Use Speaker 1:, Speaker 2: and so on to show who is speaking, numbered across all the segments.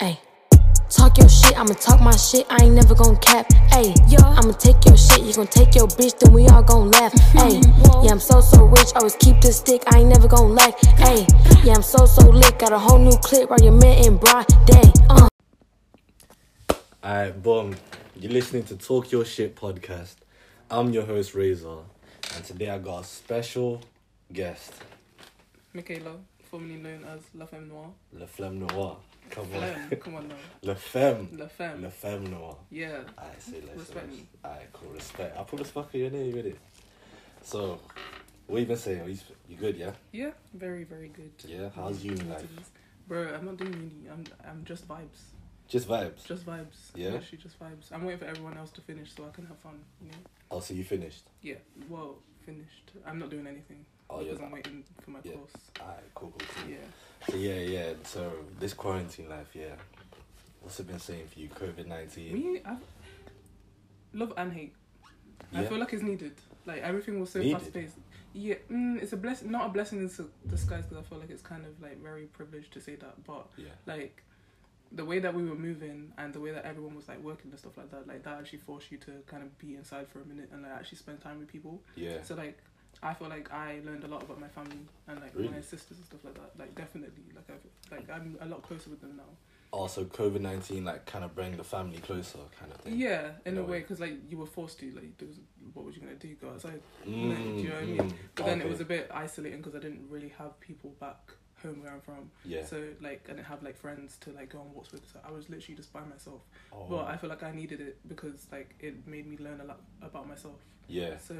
Speaker 1: Ayy. Talk your shit, I'ma talk my shit, I ain't never gon' cap. Ayy, I'ma take your shit, you gon' take your bitch, then we all gon' laugh. Ayy, yeah, I'm so so rich, always keep the stick, I ain't never gon' lack. Ayy, yeah, I'm so so lit, got a whole new clip, right your man in broad day. Uh.
Speaker 2: Alright, boom. You're listening to Talk Your Shit podcast. I'm your host Razor, and today I got a special guest,
Speaker 3: Michaela, formerly known as La Femme Noire.
Speaker 2: Le Femme Noir. Come on,
Speaker 3: Femme, come on now.
Speaker 2: Le Femme,
Speaker 3: La Femme.
Speaker 2: Le Femme Noir.
Speaker 3: yeah.
Speaker 2: I say let's
Speaker 3: Respect me.
Speaker 2: Alright, cool. Respect. I put respect on your name with it. So, what you been saying? You, you good? Yeah.
Speaker 3: Yeah, very, very good.
Speaker 2: Yeah. How's uni life?
Speaker 3: Bro, I'm not doing uni. I'm, I'm just vibes.
Speaker 2: Just vibes.
Speaker 3: Just vibes.
Speaker 2: Yeah?
Speaker 3: Actually, just vibes. I'm waiting for everyone else to finish so I can have fun, you know?
Speaker 2: Oh, so you finished?
Speaker 3: Yeah, well, finished. I'm not doing anything.
Speaker 2: Oh, you're
Speaker 3: Because I'm waiting for my
Speaker 2: Yeah.
Speaker 3: course.
Speaker 2: Alright, cool, cool, cool.
Speaker 3: Yeah.
Speaker 2: So yeah, yeah. So this quarantine life, yeah. What's it been saying for you? COVID nineteen.
Speaker 3: Me, I love and hate. I feel like it's needed. Like everything was so
Speaker 2: Needed?
Speaker 3: fast paced. Yeah, mm, it's a blessing. Not a blessing in s- disguise because I feel like it's kind of like very privileged to say that. But
Speaker 2: Yeah.
Speaker 3: like the way that we were moving and the way that everyone was like working and stuff like that, like that actually forced you to kind of be inside for a minute and like actually spend time with people.
Speaker 2: Yeah.
Speaker 3: So like I feel like I learned a lot about my family and like my
Speaker 2: Really?
Speaker 3: sisters and stuff like that. Like definitely, like I've like I'm a lot closer with them now.
Speaker 2: also COVID nineteen like kind of bring the family closer, kind of thing.
Speaker 3: Yeah, in,
Speaker 2: In
Speaker 3: a
Speaker 2: a
Speaker 3: way,
Speaker 2: way.
Speaker 3: because like you were forced to like, there was, what was you gonna do? Go outside.
Speaker 2: Mm,
Speaker 3: do you know what I mean?
Speaker 2: mm.
Speaker 3: But then
Speaker 2: Okay.
Speaker 3: it was a bit isolating because I didn't really have people back home where I'm from.
Speaker 2: yeah.
Speaker 3: So like I didn't have like friends to like go on walks with. So I was literally just by myself.
Speaker 2: Oh,
Speaker 3: But I feel like I needed it because like it made me learn a lot about myself.
Speaker 2: yeah,
Speaker 3: So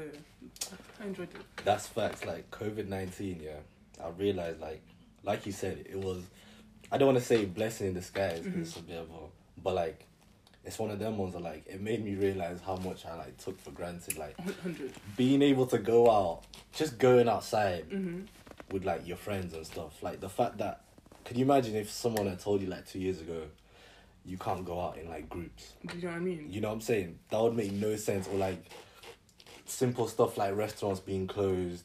Speaker 3: I enjoyed it.
Speaker 2: that's facts. Like COVID nineteen, yeah. I realized like, like you said, it was. I don't want to say blessing in disguise. 'cause It's a bit of a, but like, it's one of them ones that like it made me realize how much I like took for granted. Like
Speaker 3: Hundred.
Speaker 2: being able to go out, just going outside
Speaker 3: Mhm.
Speaker 2: with like your friends and stuff. Like the fact that, can you imagine if someone had told you like two years ago, you can't go out in like groups.
Speaker 3: Do you know what I mean?
Speaker 2: You know what I'm saying? That would make no sense. Or like simple stuff like restaurants being closed,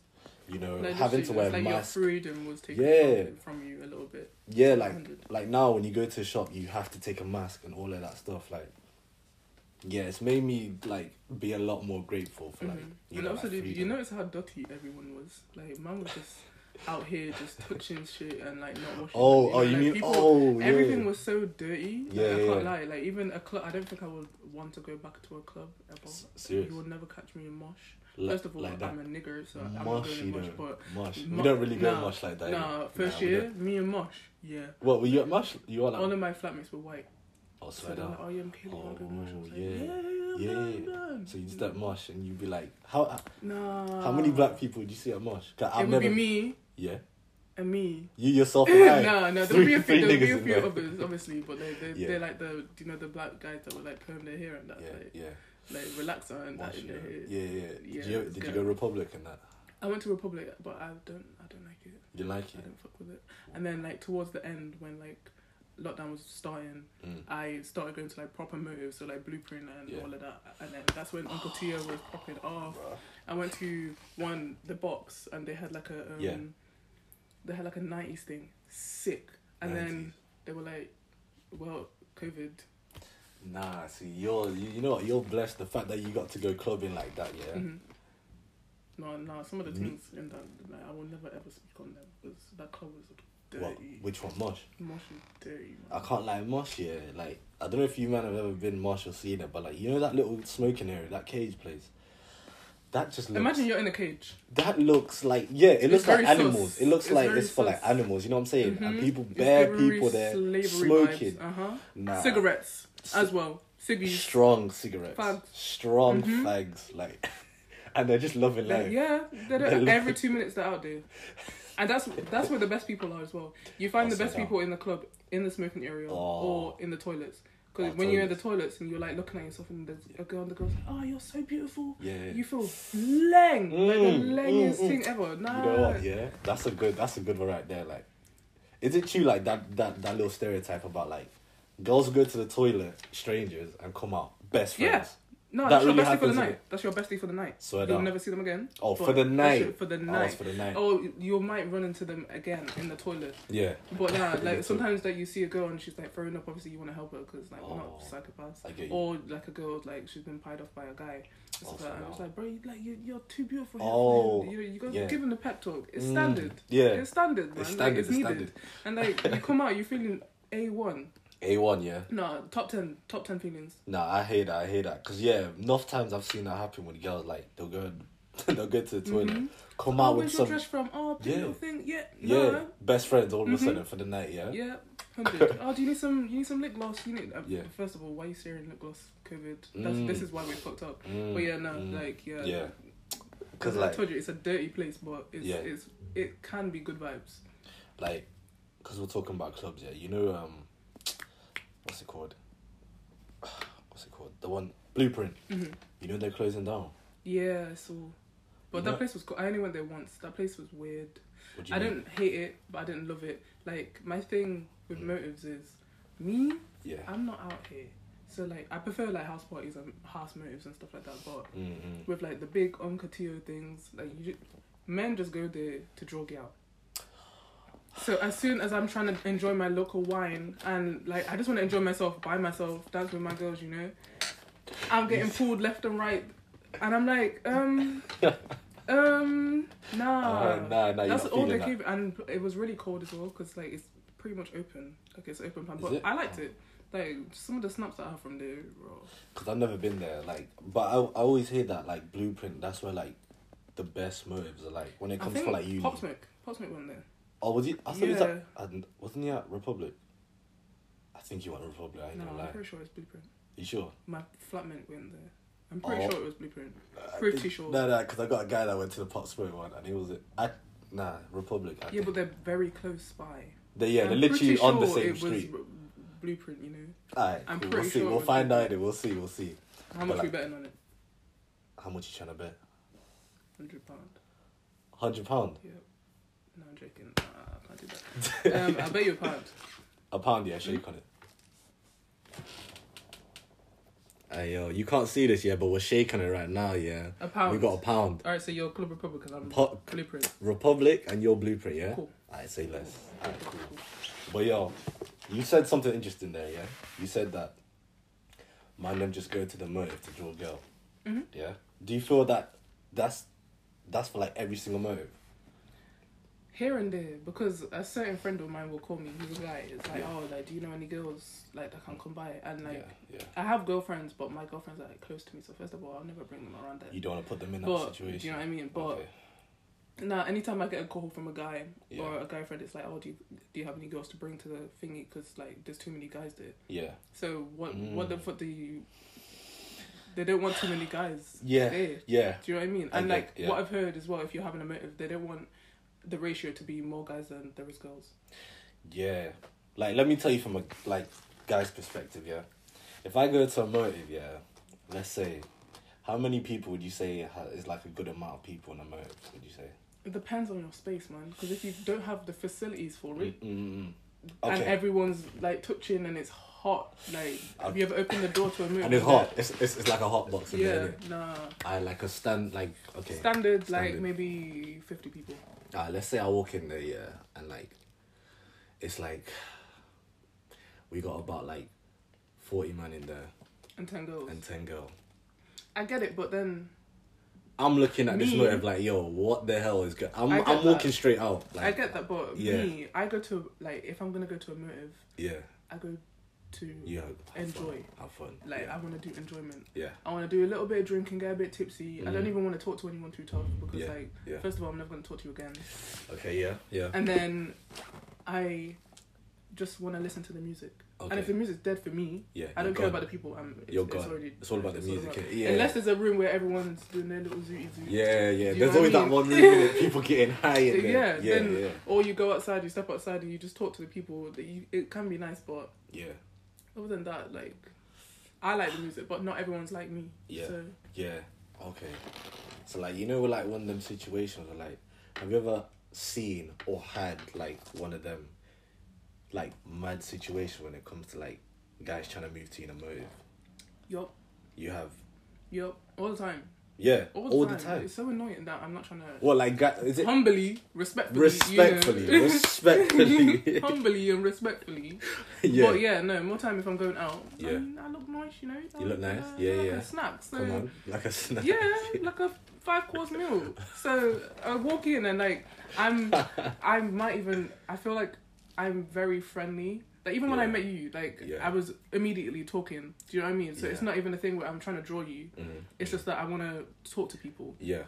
Speaker 2: you know,
Speaker 3: Like,
Speaker 2: having to
Speaker 3: literally,
Speaker 2: wear
Speaker 3: it's like
Speaker 2: masks.
Speaker 3: your freedom was taken
Speaker 2: Yeah.
Speaker 3: from- from you a little bit.
Speaker 2: Yeah, like
Speaker 3: 100.
Speaker 2: like now when you go to a shop, you have to take a mask and all of that stuff. Like, yeah, it's made me like be a lot more grateful for like.
Speaker 3: Mhm.
Speaker 2: You
Speaker 3: and
Speaker 2: know,
Speaker 3: also,
Speaker 2: like,
Speaker 3: did you
Speaker 2: freedom.
Speaker 3: notice how dirty everyone was? Like, man was just out here just touching shit and like not washing.
Speaker 2: Oh, oh,
Speaker 3: know,
Speaker 2: you
Speaker 3: like,
Speaker 2: mean
Speaker 3: people-
Speaker 2: oh, yeah.
Speaker 3: Everything was so dirty. Like,
Speaker 2: Yeah,
Speaker 3: I can't
Speaker 2: yeah.
Speaker 3: lie. Like even a club, I don't think I would want to go back to a club ever.
Speaker 2: S- serious.
Speaker 3: You will never catch me in mosh.
Speaker 2: Like-
Speaker 3: First of all,
Speaker 2: like that.
Speaker 3: I'm a nigger, so I'm not
Speaker 2: Mosh,
Speaker 3: going
Speaker 2: you
Speaker 3: in mosh.
Speaker 2: know.
Speaker 3: But
Speaker 2: Mosh.
Speaker 3: Mo-
Speaker 2: we don't really go
Speaker 3: nah,
Speaker 2: mush like that.
Speaker 3: nah,
Speaker 2: innit?
Speaker 3: first
Speaker 2: we
Speaker 3: year,
Speaker 2: don't.
Speaker 3: me and mosh, yeah.
Speaker 2: What were you at mush? You were like.
Speaker 3: All of my flatmates were white,
Speaker 2: oh,
Speaker 3: so
Speaker 2: swear
Speaker 3: they're
Speaker 2: down.
Speaker 3: like, "Oh, yeah, I'm killing
Speaker 2: Oh,
Speaker 3: go mosh." I was like,
Speaker 2: yeah.
Speaker 3: yeah,
Speaker 2: Yeah.
Speaker 3: man, man."
Speaker 2: So you just at mosh and you'd be like, how
Speaker 3: Nah.
Speaker 2: how many black people do you see at mosh? 'Cause
Speaker 3: It
Speaker 2: I've
Speaker 3: would
Speaker 2: never.
Speaker 3: be me
Speaker 2: Yeah,
Speaker 3: and me.
Speaker 2: you yourself and I.
Speaker 3: no, no,
Speaker 2: Three-
Speaker 3: there'll be a
Speaker 2: three
Speaker 3: few, there'll be
Speaker 2: niggas
Speaker 3: a
Speaker 2: in
Speaker 3: few
Speaker 2: there.
Speaker 3: others, obviously, but they, they,
Speaker 2: Yeah.
Speaker 3: they're like the, do you know, the black guys that would like perm their hair and that,
Speaker 2: Yeah,
Speaker 3: like,
Speaker 2: yeah.
Speaker 3: like relaxer and that
Speaker 2: Mosh,
Speaker 3: in
Speaker 2: you
Speaker 3: their
Speaker 2: know.
Speaker 3: hair.
Speaker 2: yeah, yeah.
Speaker 3: Yeah,
Speaker 2: Did you did you
Speaker 3: go.
Speaker 2: go Republic and that?
Speaker 3: I went to Republic, but I don't, I don't like it.
Speaker 2: You didn't like
Speaker 3: I
Speaker 2: it?
Speaker 3: don't fuck with it. And then like towards the end, when like lockdown was starting,
Speaker 2: Mm.
Speaker 3: I started going to like proper motives, so like Blueprint and
Speaker 2: Yeah.
Speaker 3: all of that. And then that's when Uncle Tio was popping off.
Speaker 2: Bruh.
Speaker 3: I went to one the box and they had like a um,
Speaker 2: Yeah.
Speaker 3: they had like a nineties thing, sick. And then they were like, well, COVID.
Speaker 2: Nah, see, you're you, you know what? You're blessed. The fact that you got to go clubbing like that, yeah.
Speaker 3: Mhm. No, no, some of the
Speaker 2: Mm.
Speaker 3: things in that like, I will never ever speak on them because that club was
Speaker 2: What?
Speaker 3: dirty,
Speaker 2: Which one, mosh?
Speaker 3: mushy, dirty.
Speaker 2: I
Speaker 3: man.
Speaker 2: can't lie, Mosh, yeah. Like, I don't know if you man have ever been Mosh or seen it, but like, you know that little smoking area, that cage place? That just looks.
Speaker 3: Imagine you're in a cage.
Speaker 2: that looks like, yeah, it looks
Speaker 3: It's
Speaker 2: like
Speaker 3: very
Speaker 2: animals.
Speaker 3: sus.
Speaker 2: It looks
Speaker 3: It's
Speaker 2: like
Speaker 3: very
Speaker 2: it's for like
Speaker 3: sus.
Speaker 2: animals, you know what I'm saying? And
Speaker 3: Mhm.
Speaker 2: people,
Speaker 3: It's
Speaker 2: bare
Speaker 3: very
Speaker 2: people there
Speaker 3: slavery
Speaker 2: smoking.
Speaker 3: Uh huh.
Speaker 2: Nah.
Speaker 3: Cigarettes
Speaker 2: C-
Speaker 3: as well. Ciggies.
Speaker 2: Strong cigarettes.
Speaker 3: Fags.
Speaker 2: Strong
Speaker 3: Mhm.
Speaker 2: fags. Like, and they're just loving
Speaker 3: Like,
Speaker 2: life.
Speaker 3: yeah, they
Speaker 2: They're
Speaker 3: don't,
Speaker 2: looking-
Speaker 3: every two minutes they're out there, and that's that's where the best people are as well. You find
Speaker 2: I'll
Speaker 3: the
Speaker 2: sit
Speaker 3: best
Speaker 2: down.
Speaker 3: people in the club, in the smoking area,
Speaker 2: Oh.
Speaker 3: or in the toilets. Because
Speaker 2: Oh,
Speaker 3: when you're in the toilets and you're like looking at yourself, and there's a girl, and the girl's like, "Oh, you're so beautiful.
Speaker 2: Yeah.
Speaker 3: You feel leng, like
Speaker 2: Mm,
Speaker 3: the lengest
Speaker 2: mm, mm.
Speaker 3: thing ever." Nah.
Speaker 2: You know what? Yeah, that's a good. That's a good one right there. Like, is it true? Like that that that little stereotype about like girls go to the toilet, strangers, and come out best
Speaker 3: Yeah.
Speaker 2: friends.
Speaker 3: No,
Speaker 2: That
Speaker 3: that's
Speaker 2: really
Speaker 3: your bestie for the
Speaker 2: happens,
Speaker 3: night.
Speaker 2: isn't
Speaker 3: That's your bestie for the night.
Speaker 2: Swear
Speaker 3: You'll
Speaker 2: down.
Speaker 3: never see them again.
Speaker 2: Oh, for
Speaker 3: but
Speaker 2: the
Speaker 3: that's
Speaker 2: night.
Speaker 3: it, For the
Speaker 2: Oh,
Speaker 3: night.
Speaker 2: it's for the night.
Speaker 3: Oh, you might run into them again in the toilet.
Speaker 2: Yeah.
Speaker 3: But nah,
Speaker 2: Me too.
Speaker 3: like sometimes like you see a girl and she's like throwing up. Obviously, you want to help her because like we're not
Speaker 2: Oh,
Speaker 3: psychopaths.
Speaker 2: I get you.
Speaker 3: Or like a girl like she's been pied off by a guy. It's
Speaker 2: Oh,
Speaker 3: like,
Speaker 2: for
Speaker 3: I was
Speaker 2: now.
Speaker 3: like, bro, you, like you, you're too beautiful. Here
Speaker 2: Oh,
Speaker 3: for him. you know, you got
Speaker 2: yeah.
Speaker 3: give him the pep talk. It's
Speaker 2: Mm,
Speaker 3: standard.
Speaker 2: yeah.
Speaker 3: it's standard, man.
Speaker 2: It's
Speaker 3: like,
Speaker 2: standard,
Speaker 3: it's
Speaker 2: it's
Speaker 3: needed.
Speaker 2: standard.
Speaker 3: And like you come out, you're feeling a one.
Speaker 2: A1, yeah.
Speaker 3: No, top ten, top ten feelings.
Speaker 2: Nah, I hate that. I hate that. Cause yeah, enough times I've seen that happen when girls like they'll go, they'll go to the toilet, come
Speaker 3: Oh,
Speaker 2: out with
Speaker 3: where's
Speaker 2: some
Speaker 3: your dress from? Oh,
Speaker 2: Yeah.
Speaker 3: little thing. Yeah,
Speaker 2: yeah
Speaker 3: no.
Speaker 2: best friends all of
Speaker 3: Mm-hmm.
Speaker 2: a sudden for the night. Yeah.
Speaker 3: Yeah, hundred. oh, do you need some? You need some lip gloss. You need. Uh,
Speaker 2: Yeah.
Speaker 3: First of all, why are you staring lip gloss? COVID. That's,
Speaker 2: Mm.
Speaker 3: This is why we fucked up.
Speaker 2: Mm,
Speaker 3: But yeah, no,
Speaker 2: mm.
Speaker 3: like yeah.
Speaker 2: Yeah.
Speaker 3: Because
Speaker 2: Cause
Speaker 3: I
Speaker 2: like,
Speaker 3: told you, it's a dirty place, but it's
Speaker 2: Yeah.
Speaker 3: it's it can be good vibes.
Speaker 2: like, cause we're talking about clubs. Yeah, you know, um, what's it called? What's it called? The one Blueprint.
Speaker 3: Mhm.
Speaker 2: You know they're closing down.
Speaker 3: Yeah. So, but that
Speaker 2: Yeah.
Speaker 3: place was cool. I only went there once. That place was weird.
Speaker 2: What do
Speaker 3: I
Speaker 2: mean?
Speaker 3: didn't hate it, but I didn't love it. Like my thing
Speaker 2: Mm.
Speaker 3: with motives is me.
Speaker 2: Yeah.
Speaker 3: I'm not out here. So like I prefer like house parties and house motives and stuff like that. But
Speaker 2: Mm-hmm.
Speaker 3: with like the big Onkatio things, like you just, men just go there to drug you out. So as soon as I'm trying to enjoy my local wine and like I just want to enjoy myself by myself, dance with my girls, you know, I'm getting pulled left and right, and I'm like, um, um,
Speaker 2: Uh,
Speaker 3: nah,
Speaker 2: nah, nah, you're
Speaker 3: that's
Speaker 2: not
Speaker 3: all they
Speaker 2: feeling
Speaker 3: gave, and it was really cold as well because like it's pretty much open, like it's open plan.
Speaker 2: Is
Speaker 3: But
Speaker 2: it?
Speaker 3: I liked it. Like some of the snaps that I have from there, bro.
Speaker 2: Cause I've never been there. Like, but I, I always hear that like Blueprint. That's where like the best motives are. Like when it
Speaker 3: I
Speaker 2: comes
Speaker 3: think
Speaker 2: to like uni.
Speaker 3: Pop Smoke, Pop Smoke went there.
Speaker 2: Oh, was he? I thought he was
Speaker 3: Yeah.
Speaker 2: at, I didn't- wasn't he at Republic? I think he went to Republic. I ain't
Speaker 3: No,
Speaker 2: gonna
Speaker 3: I'm
Speaker 2: lie.
Speaker 3: pretty sure it's Blueprint.
Speaker 2: You sure?
Speaker 3: My flatmate went there. I'm pretty
Speaker 2: Oh.
Speaker 3: sure it was Blueprint.
Speaker 2: Uh,
Speaker 3: Pretty
Speaker 2: it-
Speaker 3: sure.
Speaker 2: No, no, because I got a guy that went to the Pop Spirit one, and he was at nah Republic. I
Speaker 3: Yeah,
Speaker 2: think.
Speaker 3: but they're very close by.
Speaker 2: they yeah,
Speaker 3: I'm
Speaker 2: they're literally
Speaker 3: pretty
Speaker 2: on the
Speaker 3: sure
Speaker 2: same
Speaker 3: it was
Speaker 2: street.
Speaker 3: R- Blueprint, you know.
Speaker 2: Alright, cool,
Speaker 3: I'm
Speaker 2: we'll
Speaker 3: pretty
Speaker 2: see.
Speaker 3: sure it
Speaker 2: We'll
Speaker 3: was
Speaker 2: find out.
Speaker 3: Blueprint.
Speaker 2: It. We'll see. We'll see.
Speaker 3: How much
Speaker 2: like-
Speaker 3: we betting on it?
Speaker 2: How much you trying to bet?
Speaker 3: Hundred pound.
Speaker 2: Hundred pound.
Speaker 3: Yeah. No, I'm joking. Nah, I can't do that. um, I bet you a pound.
Speaker 2: A pound, yeah, shake on it. Hey yo, you can't see this, yeah, but we're shaking it right now, yeah.
Speaker 3: A pound.
Speaker 2: We got a pound.
Speaker 3: All right, so you're Club Republic because I'm
Speaker 2: Po-
Speaker 3: Blueprint.
Speaker 2: Republic and your blueprint, yeah?
Speaker 3: Cool.
Speaker 2: I say less. Alright, cool. But yo, you said something interesting there, yeah? You said that man them just go to the motive to draw a girl.
Speaker 3: Mm-hmm.
Speaker 2: Yeah? Do you feel that that's that's for like every single motive?
Speaker 3: Here and there, because a certain friend of mine will call me. He's a guy. It's like, oh, like, do you know any girls like that can come by? And like,
Speaker 2: yeah, yeah.
Speaker 3: I have girlfriends, but my girlfriends are like close to me. So first of all, I'll never bring them around there.
Speaker 2: You don't want to put them in that
Speaker 3: but
Speaker 2: situation.
Speaker 3: do you know what I mean? But
Speaker 2: Okay.
Speaker 3: Nah, anytime I get a call from a guy
Speaker 2: Yeah.
Speaker 3: or a guy friend, it's like, oh, do you, do you have any girls to bring to the thingy? Because like, there's too many guys there.
Speaker 2: Yeah.
Speaker 3: So what
Speaker 2: Mm.
Speaker 3: what the fuck do you? They don't want too many guys.
Speaker 2: Yeah.
Speaker 3: There.
Speaker 2: Yeah.
Speaker 3: Do you know what I mean?
Speaker 2: I
Speaker 3: And
Speaker 2: get-
Speaker 3: like
Speaker 2: yeah.
Speaker 3: what I've heard as well, if you're having a motive, they don't want the ratio to be more guys than there is girls.
Speaker 2: Yeah. Like let me tell you from a like guy's perspective, yeah. If I go to a motive, yeah, let's say how many people would you say ha- is like a good amount of people in a motive, would you say?
Speaker 3: It depends on your space, man. Because if you don't have the facilities for it,
Speaker 2: Mm-mm.
Speaker 3: Mm-hmm. and
Speaker 2: Mm, Okay.
Speaker 3: everyone's like touching and it's hot, like have you ever opened the door to a
Speaker 2: And,
Speaker 3: motive?
Speaker 2: it's hot. It's, it's it's like a hot box in
Speaker 3: Yeah,
Speaker 2: there.
Speaker 3: nah.
Speaker 2: I like a stand like okay.
Speaker 3: Standard, like
Speaker 2: Standard.
Speaker 3: maybe fifty people.
Speaker 2: Ah, let's say I walk in there, yeah, and like, it's like, we got about like, forty men in there
Speaker 3: and ten girls.
Speaker 2: and ten girl.
Speaker 3: I get it, but then
Speaker 2: I'm looking at this
Speaker 3: Me-
Speaker 2: motive like, yo, what the hell is going? I'm
Speaker 3: I
Speaker 2: I'm
Speaker 3: get
Speaker 2: walking
Speaker 3: that.
Speaker 2: straight out. Like,
Speaker 3: I get that, but
Speaker 2: yeah.
Speaker 3: me, I go to like if I'm gonna go to a motive,
Speaker 2: Yeah,
Speaker 3: I go to
Speaker 2: yeah. Have
Speaker 3: Enjoy.
Speaker 2: Fun. Have fun.
Speaker 3: like
Speaker 2: yeah.
Speaker 3: I want to do enjoyment.
Speaker 2: yeah,
Speaker 3: I want to do a little bit of drinking, get a bit tipsy. I don't
Speaker 2: Mhm.
Speaker 3: even want to talk to anyone too tough because
Speaker 2: Yeah,
Speaker 3: like
Speaker 2: yeah.
Speaker 3: first of all, I'm never gonna talk to you again,
Speaker 2: Okay. Yeah. Yeah.
Speaker 3: and then I just want to listen to the music.
Speaker 2: Okay.
Speaker 3: And if the music's dead for me,
Speaker 2: Yeah,
Speaker 3: I don't
Speaker 2: you're
Speaker 3: care
Speaker 2: gone.
Speaker 3: about the people. I'm, it's,
Speaker 2: You're
Speaker 3: It's,
Speaker 2: gone.
Speaker 3: already,
Speaker 2: It's all about the
Speaker 3: it's
Speaker 2: music, yeah.
Speaker 3: Unless there's a room where everyone's doing their little zooty zoo.
Speaker 2: yeah. Yeah.
Speaker 3: you
Speaker 2: There's always
Speaker 3: know what I
Speaker 2: that
Speaker 3: mean?
Speaker 2: one room with people getting high in there.
Speaker 3: yeah,
Speaker 2: Yeah.
Speaker 3: then
Speaker 2: yeah.
Speaker 3: or you go outside, you step outside, and you just talk to the people. That you, it can be nice, but
Speaker 2: Yeah.
Speaker 3: other than that, like I like the music, but not everyone's like me.
Speaker 2: Yeah.
Speaker 3: So
Speaker 2: Yeah. Okay. So like you know like one of them situations where like have you ever seen or had like one of them like mad situation when it comes to like guys trying to move to you in a motive?
Speaker 3: yup.
Speaker 2: You have
Speaker 3: Yep, all the time.
Speaker 2: Yeah,
Speaker 3: All the, time. It's so annoying that I'm not trying to
Speaker 2: Well, like, gu- is it
Speaker 3: humbly, respectfully,
Speaker 2: respectfully,
Speaker 3: you know.
Speaker 2: respectfully?
Speaker 3: humbly and respectfully.
Speaker 2: yeah,
Speaker 3: But yeah, no, more time if I'm going out.
Speaker 2: Yeah.
Speaker 3: And I look nice, you know. I
Speaker 2: look nice,
Speaker 3: uh,
Speaker 2: yeah,
Speaker 3: like
Speaker 2: yeah.
Speaker 3: A snack. So
Speaker 2: come on, like a snack.
Speaker 3: yeah, like a five course meal. So I walk in and like I'm, I might even I feel like I'm very friendly. Like even when I
Speaker 2: Yeah.
Speaker 3: met you, like
Speaker 2: Yeah.
Speaker 3: I was immediately talking. Do you know what I mean? So it's
Speaker 2: Yeah.
Speaker 3: not even a thing where I'm trying to draw you.
Speaker 2: Mhm.
Speaker 3: It's just that I want to talk to people.
Speaker 2: yeah.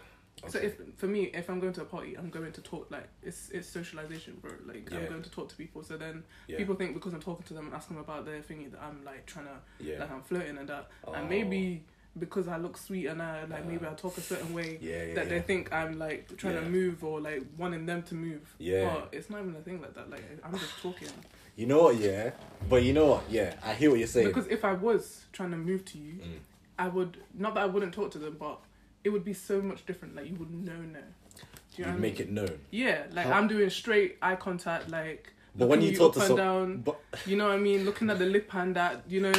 Speaker 3: So
Speaker 2: Okay.
Speaker 3: if for me, if I'm going to a party, I'm going to talk. Like it's it's socialization, bro. Like I'm
Speaker 2: Yeah.
Speaker 3: going to talk to people. So then
Speaker 2: yeah.
Speaker 3: people think because I'm talking to them and asking them about their thingy that I'm like trying to
Speaker 2: yeah.
Speaker 3: like I'm flirting and that,
Speaker 2: Oh.
Speaker 3: and maybe because I look sweet and I like maybe
Speaker 2: Uh,
Speaker 3: I talk a certain way
Speaker 2: yeah, yeah,
Speaker 3: that
Speaker 2: yeah.
Speaker 3: they think I'm like trying to
Speaker 2: Yeah.
Speaker 3: move or like wanting them to move.
Speaker 2: Yeah.
Speaker 3: but it's not even a thing like that. Like I'm just talking
Speaker 2: You know what? Yeah, but you know what? Yeah, I hear what you're saying.
Speaker 3: because if I was trying to move to you,
Speaker 2: Mm.
Speaker 3: I would not that I wouldn't talk to them, but it would be so much different. Like you would know no. Do
Speaker 2: you
Speaker 3: you know what I
Speaker 2: make
Speaker 3: mean?
Speaker 2: it known.
Speaker 3: Yeah, like
Speaker 2: How-
Speaker 3: I'm doing straight eye contact, like.
Speaker 2: But when
Speaker 3: looking
Speaker 2: you talk
Speaker 3: up
Speaker 2: to
Speaker 3: and
Speaker 2: some-
Speaker 3: down,
Speaker 2: But
Speaker 3: you know what I mean, looking at the lip and that, you know,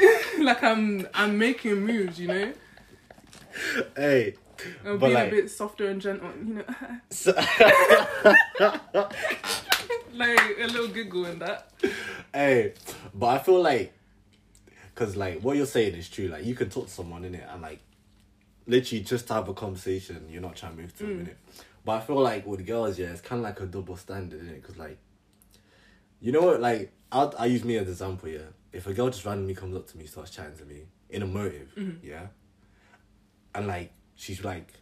Speaker 3: like I'm I'm making moves, you know.
Speaker 2: hey,
Speaker 3: Or
Speaker 2: But,
Speaker 3: being
Speaker 2: like-
Speaker 3: a bit softer and gentle, you know,
Speaker 2: so,
Speaker 3: like a little giggle and that.
Speaker 2: hey, but I feel like, cause like what you're saying is true. Like you can talk to someone in it and like, literally just to have a conversation. You're not trying to move to them in it. But I feel like with girls, yeah, it's kind of like a double standard in it. Cause like, you know what? Like I'll I use me as an example. Yeah, if a girl just randomly comes up to me, starts chatting to me in a motive, yeah, and like she's like